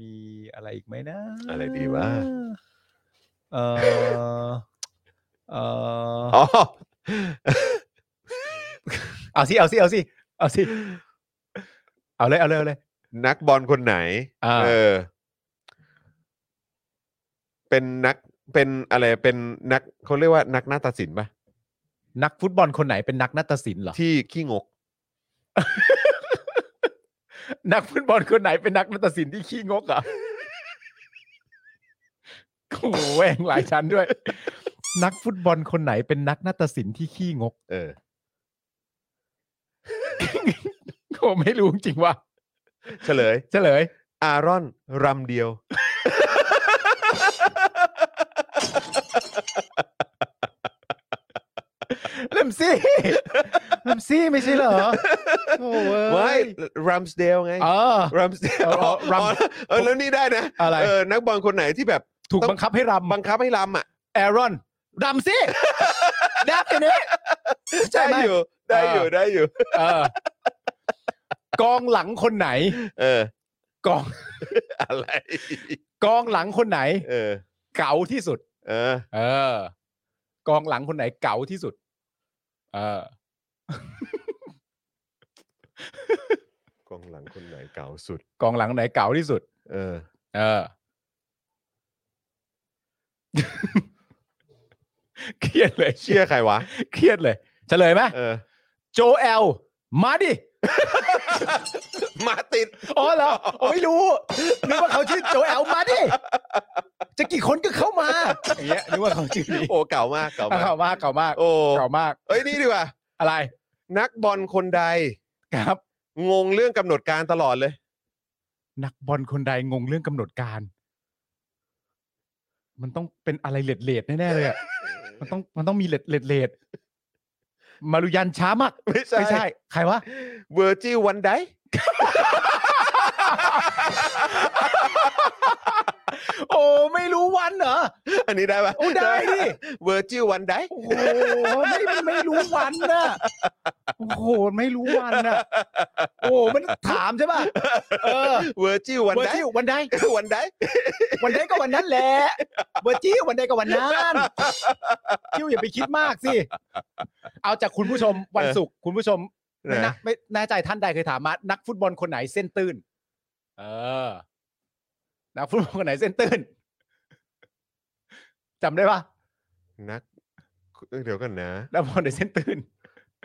S4: มีอะไรอีกไหมนะ
S3: อะไรดีวะ
S4: เออเออ
S3: อ๋อ
S4: เอาสิเอาสิเอาสิเอาสิเอาเลยเอาเลยเอาเลย
S3: นักบอลคนไหน
S4: อ่า
S3: เออ เป็นนักเป็นอะไรเป็นนักเขาเรียกว่านักหน้าตัดสินปะ
S4: นักฟุตบอลคนไหนเป็นนักนาฏศิลป์เหรอ
S3: ที่ขี้งก
S4: นักฟุตบอลคนไหนเป็นนักนาฏศิลป์ที่ขี้งกอ่ ะ โอ้โหแหวงหลายชั้นด้วย นักฟุตบอลคนไหนเป็นนักนาฏศิลป์ที่ขี้งก
S3: เออ
S4: ผมไม่รู้จริงว่า
S3: เฉลย
S4: เฉลย
S3: อารอนรำเดียว
S4: เลมซี่ เลมซี่ไม่ใช่เหรอโอ้
S3: ไว้
S4: ย
S3: รัมสเดลไง
S4: เออ
S3: รัมสเดล
S4: เอาเอา
S3: รัม
S4: Rams
S3: เออแล้วนี่ได้นะ
S4: อะไร
S3: เออนักบอลคนไหนที่แบบ
S4: ถูกบังคับให้รำ
S3: บังคับให้รำอ่ะ
S4: แอรอนรำสิดับกันนี้ใช่
S3: ได้
S4: ไหม
S3: อยู่ ได้อยู่
S4: เออ
S3: ได้อยู่
S4: เออกองหลังคนไหน
S3: เออ
S4: กอง
S3: อะไร
S4: กองหลังคนไหน
S3: เออ
S4: เก๋าที่สุด
S3: เออ
S4: เออ กองหลังคนไหนเก๋าที่สุด เออ
S3: กองหลังคนไหนเก่าสุด
S4: กองหลังไหนเก๋าที่สุด
S3: เออ
S4: เออ เครียดเลย
S3: เชื่อใครวะ
S4: เครียดเลย เฉลยไหม
S3: เออ
S4: โจเอล มาดิ
S3: มาติด
S4: อ๋อเหรอโอ้ไม่รู้ นึกว่าเขาชื่อโจเอล มาดิ จะกี่คนก็เข้ามา อย่างเงี้ย นึกว่าเขาชื่อนี้
S3: โอ้ เก่ามาก เก่ามาก
S4: เก่ามากเก่ามาก
S3: โอ้
S4: เก่ามาก
S3: เอ้ย นี่ดีกว่า
S4: อะไร
S3: นักบอลคนใด
S4: ครับ
S3: งงเรื่องกำหนดการตลอดเลย
S4: นักบอลคนใดงงเรื่องกำหนดการ มันต้องเป็นอะไรเลดเลดๆแน่ๆเลยอะ มันต้องมันต้องมีเลดเลดเลดมารุยันช้ามาก
S3: ไม่ใช่
S4: ไม่ใช่ ใครวะ
S3: เวอร์จิวันได
S4: โอ้ไม่รู้วันเหรอ
S3: อันนี้ได้ปะ
S4: โอ้ได้ดิ
S3: เวอร์จิวันได
S4: โอ้โหไม่ไม่ไม่รู้วันน่ะโอ้โหไม่รู้วันน่ะโอ้มันถามใช่ป่ะเออ
S3: เวอร์จิวัน
S4: เวอ
S3: ได
S4: ร์จิวันใด
S3: วันได
S4: วันใดก็วันนั้นแหละเวอร์จิวันใดก็วันนั้นคิวอย่าไปคิดมากสิเอาจากคุณผู้ชมวันศุกร์คุณผู้ชม ไม่นะไม่แน่ใจท่านใดเคยถามมานักฟุตบอลคนไหนเส้นตื้น เออ นักฟุตบอลคนไหนเส้นตื้นจำได้ปะ
S3: นัก เดี๋ยวกันนะ
S4: นักบอลไหนเส้นตื้น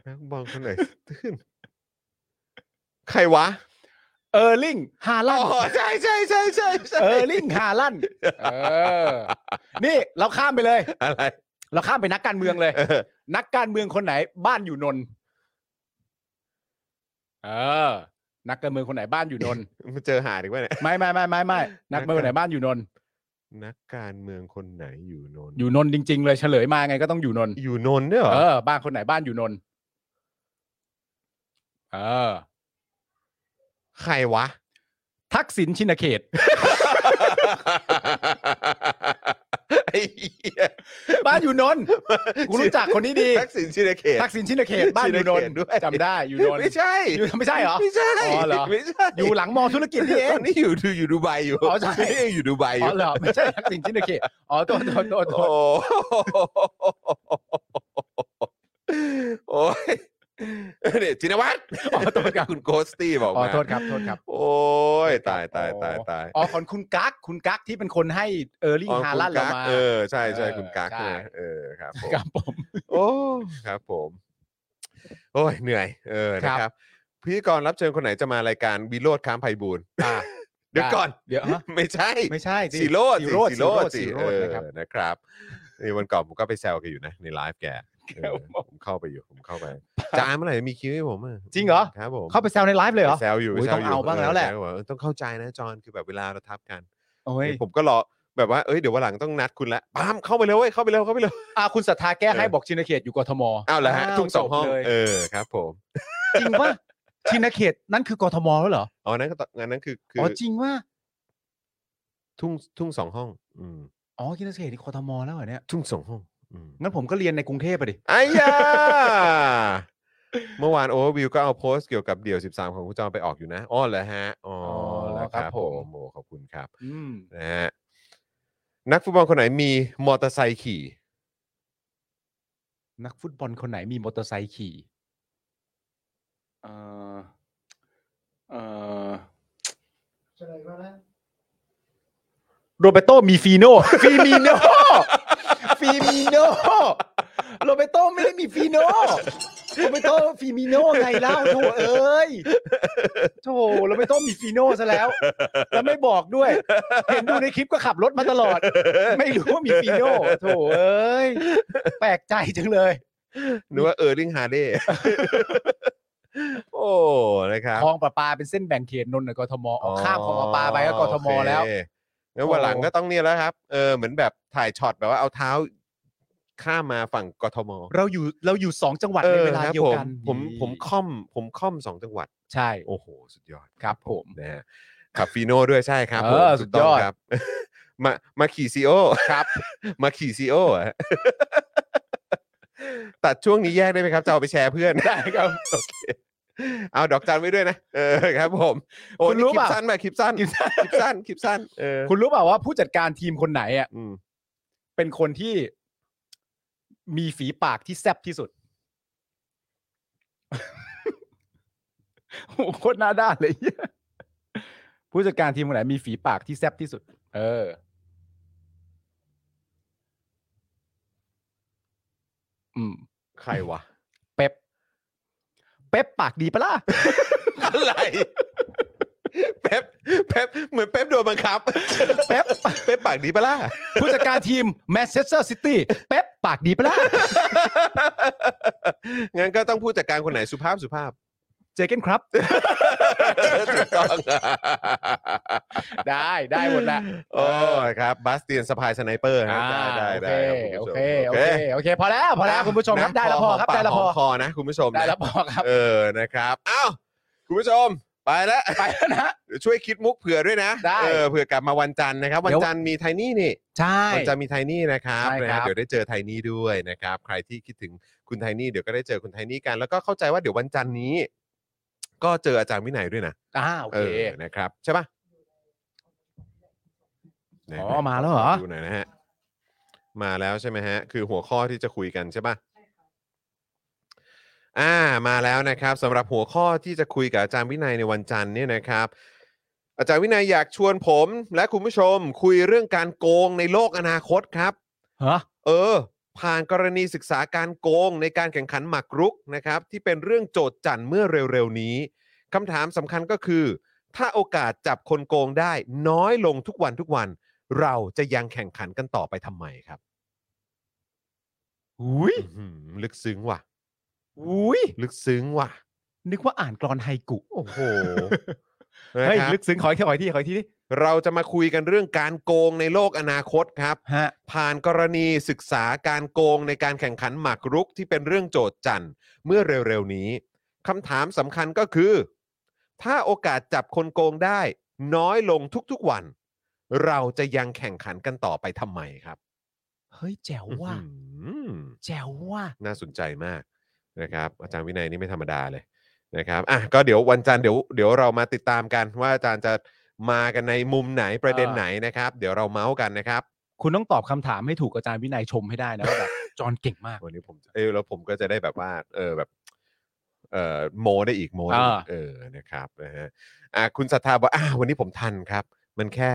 S3: นักบอลคนไหน ตื่น ใครวะ
S4: เ เออร์ลิงฮา
S3: อ๋
S4: ลั
S3: อน ใช่ใช่ใช่ใช่ใช่
S4: เออร์ลิงฮาลันเออ นี่เราข้ามไปเลย
S3: อะไร
S4: เราข้ามไปนักการเมืองเลย
S3: เออ
S4: นักการเมืองคนไหนบ้านอยู่นนท์เออ นักการเมืองคนไหนบ้านอยู่นนท์
S3: มันเจอหาดีกว่าเนี่ย
S4: ไม่ไม่ไม่ไม่ไม่นักการเมืองคนไหนบ้านอยู่นนท์
S3: นักการเมืองคนไหนอยู่นนท์
S4: อยู่นนท์จริง ๆ เลยเฉลยมาไงก็ต้องอยู่นนท์
S3: อยู่นนท์ด้วยเหรอ
S4: เออ บ้านคนไหนบ้านอยู่นนท์เออ
S3: ใครวะ
S4: ทักษิณชินเขต
S3: ไอ้เหี้ย
S4: บ้านอยู่นนท์ กูรู้จักคนนี้ดี
S3: ทักษิณชินเขต
S4: ทักษิณชินเขตบ้านอยู่น
S3: ชิ
S4: น
S3: นเข
S4: ท์
S3: ตด้วย
S4: จำได้อยู่นนท์
S3: ไม่ใช่
S4: อยู่ไม่ใช่เหรอ
S3: ไม่ใช่
S4: อ๋อเหรอ
S3: ไม่ใช่
S4: อยู่หลังมอธุรกิจนี่เอ
S3: ต
S4: ง
S3: อนนี้อยู่ดูอยู่ดูไบอยู่
S4: อ๋อใช่
S3: นี่อยู่ดูไบอ
S4: อ๋
S3: ยู่
S4: อเหรอไม่ใช่ทักษิณชินเขตอ๋อตัวตัวตัวตั
S3: โอ้
S4: ว
S3: โหโอ้ยเนี่ยจินวัตร
S4: อ๋อโทษครับ
S3: คุณโกสตี้บอก
S4: อ๋อ
S3: มา
S4: โทษครับโทษครับ
S3: โอ้ยตายตายตายตาย
S4: อ๋อของคุณกั๊กคุณกั๊กที่เป็นคนให้เออร์ลิง
S3: อ๋อ
S4: ฮา
S3: คุณ
S4: ลันเรา
S3: กั๊ก
S4: มา
S3: เออใช่ใช่
S4: เออ
S3: คุณกั๊ก
S4: ใช่
S3: นะเออครับผม
S4: ครับผม
S3: โอ้ครับผม โอ้ยเหนื่อยเออนะ
S4: ครับ
S3: ครับพิธีกรรับเชิญคนไหนจะมารายการวิโรดค้ามไพบูลย์
S4: อ่ะ
S3: เดี๋ยวก่อน
S4: เดี๋ยวฮะ
S3: ไม่ใช่
S4: ไม่ใช่สิ
S3: สีโรด
S4: สีโรด
S3: สี
S4: สี
S3: โร
S4: โร
S3: ด
S4: ด
S3: สี
S4: สีโร
S3: เอ
S4: ด
S3: อ
S4: นะครับ
S3: นะครับนี่วันก่อนผมก็ไปแซวแกันอยู่นะ ในไลฟ์แกเอ
S4: ครับ
S3: อ
S4: ผม
S3: ผมเข้าไปอยู่ผมเข้า ไปจานเมื่อไหร่มีคิวให้ผมอ่ะ
S4: จริงเหรอ
S3: ครับผม
S4: เข้าไปแซวในไลฟ์เลยเหรอ
S3: ไปแซวอยู่
S4: โอ้ย
S3: ไปแซว
S4: ต้องเอาบ้างแล้วแหละ
S3: กเออต้องเข้าใจนะจอนคือแบบเวลาเราทับกัน
S4: โอ้ย
S3: ผมก็รอแบบว่า เอ้ย เดี๋ยววันหลังต้องนัดคุณละปามเข้าไปเลยเว้ย เข้าไปเลยเข้าไปเลย
S4: อ่ะคุณศรัทธาแก้ให้
S3: เออ
S4: บอกชินเขตอยู่กทม
S3: อ้าวเหรอฮะ ทุกสองห้อง
S4: จบเลย
S3: เออ ครับผม
S4: จริงว่าชินเขตนั่นคือกทมแล้วเหรอ
S3: อ๋อ นั้นก็ตอนนั้นคือคือ
S4: อ๋อ
S3: อ
S4: จริงว่า
S3: ทุ่งทุ่งสองห้อง อืม
S4: อ๋อชินเขตนี่กทมแล้วเหรอเนี่ย
S3: ทุ่งสองห้อง อืม
S4: งั้นผมก็เรียนในกรุงเทพไปดิ
S3: ไอ้ยา เมื่อวานโอเวอร์วิวก็เอาโพสต์เกี่ยวกับเดี่ยว 13 ของคุณจอมไปออกอยู่นะ อ๋อเหรอฮะ อ๋อเหรอครับผมโมขอบคุณครับ
S4: อืม
S3: นะฮะ นักฟุตบอลคนไหนมีมอเตอร์ไซค์ขี่
S4: นักฟุตบอลคนไหนมีมอเตอร์ไซค์ขี่เออเออโรเบโตมีฟีโน ฟีมีโนฟีมีโนโรเบโตไม่ได้มีฟีโนโรเบโตฟีมีโนไงเล่าโถเอ้ยโถโรเบโตมีฟีโนซะแล้ว แล้วไม่บอกด้วย เห็นดูในคลิปก็ขับรถมาตลอด ไม่รู้ว่ามีฟีโนโถเอ้ย แปลกใจจังเลย
S3: นึกว่าเออร์ลิงฮาเด โอ้ นะครับ
S4: คลองประปาเป็นเส้นแบ่งเขตนนท์กับกทมออกข้ามคลองประปาไปก็กทม
S3: โอเค
S4: แล้ว
S3: งั้นวันหลัง
S4: โอ้
S3: ก็ต้องเนี่ยแล้วครับ เออ เหมือนแบบถ่ายช็อตแบบว่าเอาเท้าข้ามมาฝั่งกทม
S4: เราอยู่เราอยู่สองจังหวัดในเวลา
S3: ออครับ
S4: เดียวกัน
S3: ผมผมผมค่อม ผมค่อมสองจังหวัด
S4: ใช่
S3: โอ้โห สุดยอด
S4: ครับผม
S3: นะฮะขับฟีโน่ด้วยใช่ครับผม
S4: เออ
S3: ถูกต้อง
S4: สุดยอด
S3: ครับ มามาขี่ซีโอครับ มาขี่ซีโออะ ตัดช่วงนี้แยกได้ไหมครับ จะเอาไปแชร์เพื่อน
S4: ได้ ครับ
S3: เอาดอกจันไว้ด้วยนะ เออครับผมโอ้
S4: คุณ
S3: นี่
S4: รู้
S3: คลิ
S4: ป่ะ
S3: ปสั้นไหมคลิปสั้น คลิปสั้น คลิปสั้น เออ
S4: คุณรู้เปล่าว่าผู้จัดการทีมคนไหนอ่ะ
S3: อืม
S4: เป็นคนที่มีฝีปากที่แซ่บที่สุด โอ้โหโคตรหน้าด้านเลย เหี้ยผู้จัดการทีมคนไหนมีฝีปากที่แซ่บที่สุด เออ อืม
S3: ใครวะ
S4: เป๊ป เป๊ปปากดี ปะล่ะ
S3: อะไร เป๊ปเป๊ปเหมือนเป๊ปโดนบังคับ
S4: เป๊ป
S3: เป๊ปปากดีปะล่ ะ
S4: ผู้จัดการทีมแมนเชสเตอร์ซิตี้เป๊ปปากดีปะล่ะ
S3: งั้นก็ต้องพูดจัดการคนไหนสุภาพสุภาพ
S4: เจอกัน ครับ
S3: ถูกต้อง
S4: ได้ได้หมดละ
S3: โอ้ยครับ บาสเตียนสปายสไนเปอร์ฮะได้ได้
S4: โอ
S3: ได้
S4: เค
S3: ครับ
S4: โอ
S3: คุณผู้ชม
S4: เคโอเคโอเค พอแล้วพอแล้วคุณผู้ชมครับ
S3: นะ
S4: ได้แล้วพอครับ
S3: หมปาก
S4: ได้แล้วพอ
S3: หมคอนะคุณผู้ชมนะ
S4: ได้แล้วพอครับ
S3: เออนะครับ เอ้า คุณผู้ชม ไปแล้ว
S4: ไปแล้วนะ
S3: เดี๋ยวช่วยคิดมุกเผื่อด้วยนะ
S4: ได้
S3: เออเผื่อกลับมาวันจันทร์นะครับ วัน
S4: เดี๋ยว
S3: จันทร์มีไทนี่นี่
S4: ใช่
S3: มันจะมีไทนี่นะครับ
S4: ใช่
S3: นะ
S4: ครั
S3: ฮะ
S4: บ
S3: เดี๋ยวได้เจอไทนี่ด้วยนะครับ ใครที่คิดถึงคุณไทนี่เดี๋ยวก็ได้เจอคุณไทนี่กัน แล้วก็เข้าใจว่าเดี๋ยววันจันทร์นี้ ก็เจออาจารย์วินัยด้วยนะ
S4: อ่าโอเค
S3: อนะครับ ใช่ปะไหน
S4: อ๋อ
S3: ไหน
S4: มาแล้วเหรอ
S3: ดูหน่อยนะฮะมาแล้วใช่ไหมฮะ คือหัวข้อที่จะคุยกันใช่ปะอ่ามาแล้วนะครับสำหรับหัวข้อที่จะคุยกับอาจารย์วินัยในวันจันทร์เนี่ยนะครับ อาจารย์วินัยอยากชวนผม และคุณผู้ชมคุยเรื่องการโกงในโลกอนาคตครับ
S4: ฮะ
S3: เออ ผ่านกรณีศึกษาการโกงในการแข่งขันหมากรุกนะครับ ที่เป็นเรื่องโจทย์จันทร์เมื่อเร็วๆนี้คำถามสำคัญก็คือ ถ้าโอกาสจับคนโกงได้ น้อยลงทุกวันทุกวัน เราจะยังแข่งขันกันต่อไปทำไมครับ
S4: อุ้ย
S3: อื้อหือลึกซึ้งว่ะ
S4: อุ้ย
S3: ลึกซึ้งว่ะ
S4: นึกว่าอ่านกรอนไฮกุ
S3: โอ้โห
S4: เฮ้ย
S3: นะครับ
S4: ลึกซึ้งขออีกทีขออีกทีขออีกทีดิ
S3: เราจะมาคุยกันเรื่องการโกงในโลกอนาคตครับ
S4: ฮะ
S3: ผ่านกรณีศึกษาการโกงในการแข่งขันหมากรุกที่เป็นเรื่องโจทย์จันทร์เมื่อเร็วๆนี้คำถามสำคัญก็คือ ถ้าโอกาสจับคนโกงได้ น้อยลงทุกๆวัน เราจะยังแข่งขันกันต่อไปทำไมครับ
S4: เฮ้ยแจ๋วว่า
S3: อื้อหือ
S4: แจ๋วว่า
S3: น่าสนใจมากนะครับ อาจารย์วินัยนี่ไม่ธรรมดาเลยนะครับอ่ะก็เดี๋ยววันจันทร์เดี๋ยวเดี๋ยวเรามาติดตามกันว่าอาจารย์จะมากันในมุมไหนประเด็น
S4: เออ
S3: ไหนนะครับ เดี๋ยวเราเมาส์กันนะครับ
S4: คุณต้องตอบคำถามให้ถูกอาจารย์วินัยชมให้ได้นะว่าแบบ จอนเก่งมาก
S3: วันนี้ผมเออแล้วผมก็จะได้แบบว่า เออแบบ เออโมได้อีกโมได้อีก
S4: อ่า
S3: เออนะครับนะฮะอ่ะคุณศรัทธาบอกอ่าวันนี้ผมทันครับ มันแค่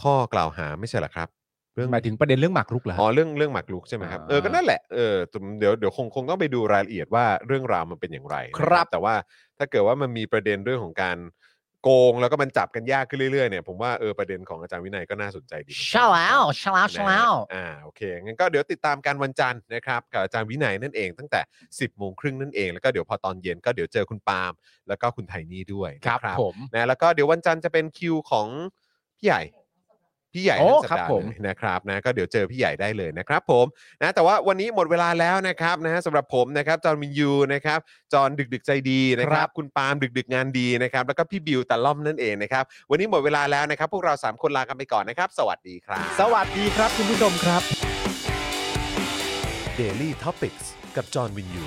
S3: ข้อกล่าวหาไม่ใช่เหรอครับ เรื่อง
S4: หมายถึงประเด็นเรื่องหมากรุกเหรอ
S3: อ๋อ
S4: ฮะ
S3: เรื่องเรื่องหมากรุกใช่ไหมครับ
S4: อ่า
S3: เออก็นั่นแหละเออเดี๋ยวเดี๋ยวคงคงต้องไปดูรายละเอียดว่าเรื่องราวมันเป็นอย่างไรนะครับ แต่ว่าถ้าเกิดว่ามันมีประเด็นเรื่องของการโกงแล้วก็มันจับกันยากขึ้นเรื่อยๆเนี่ยผมว่าเออประเด็นของอาจารย์วินัยก็น่าสนใจดีเหมือนกัน
S4: ใช่แล้วใช่แล้วใช่แล้ว
S3: นะฮะอ่า โอเค งั้นก็เดี๋ยวติดตามกันวันจันทร์นะครับกับอาจารย์วินัยนั่นเองตั้งแต่ 10 โมงครึ่งนั่นเอง แล้วก็เดี๋ยวพอตอนเย็นก็เดี๋ยวเจอคุณปาล์มแล้วก็คุณไทนี่ด้วย
S4: ค
S3: นะ
S4: รับผม
S3: นะ แล้วก็เดี๋ยววันจันทร์จะเป็นคิวของพี่ใหญ่ พี่ใหญ่
S4: โอ้
S3: ทั้งสัป
S4: ครับ
S3: ดาห์
S4: ผม
S3: เลยนะครับนะ ก็เดี๋ยวเจอพี่ใหญ่ได้เลยนะครับผม นะ แต่ว่าวันนี้หมดเวลาแล้วนะครับนะฮะสำหรับผมนะครับ จอห์นวินยูนะครับ จอห์นดึกดึกใจดีนะครับ คุณปาล์มดึกดึกงานดีนะครับ แล้วก็พี่บิวตะล่อมนั่นเองนะครับ วันนี้หมดเวลาแล้วนะครับ พวกเราสามคนลากันไปก่อนนะครับ สวัสดีครับ
S4: สวัสดีครับคุณผู้ชมครับ
S2: Daily Topics กับจอห์นวินยู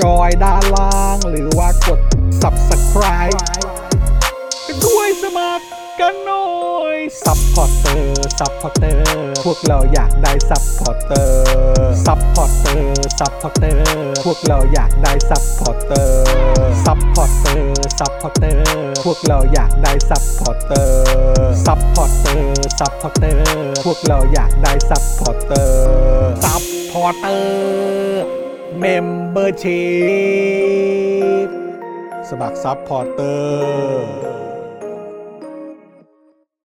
S1: จอยด้านล่าง หรือว่ากด subscribe ไปด้วยสมัครกันหน่อย ซัพพอร์เตอร์ ซัพพอร์เตอร์ พวกเราอยากได้ซัพพอร์เตอร์ ซัพพอร์เตอร์ ซัพพอร์เตอร์ พวกเราอยากได้ซัพพอร์เตอร์ ซัพพอร์เตอร์ ซัพพอร์เตอร์ พวกเราอยากได้ซัพพอร์เตอร์ ซัพพอร์เตอร์ ซัพพอร์เตอร์ พวกเราอยากได้ซัพพอร์เตอร์ ซัพพอร์เตอร์ เมมเบอร์ชีพสมัครซัพพอร์เตอร์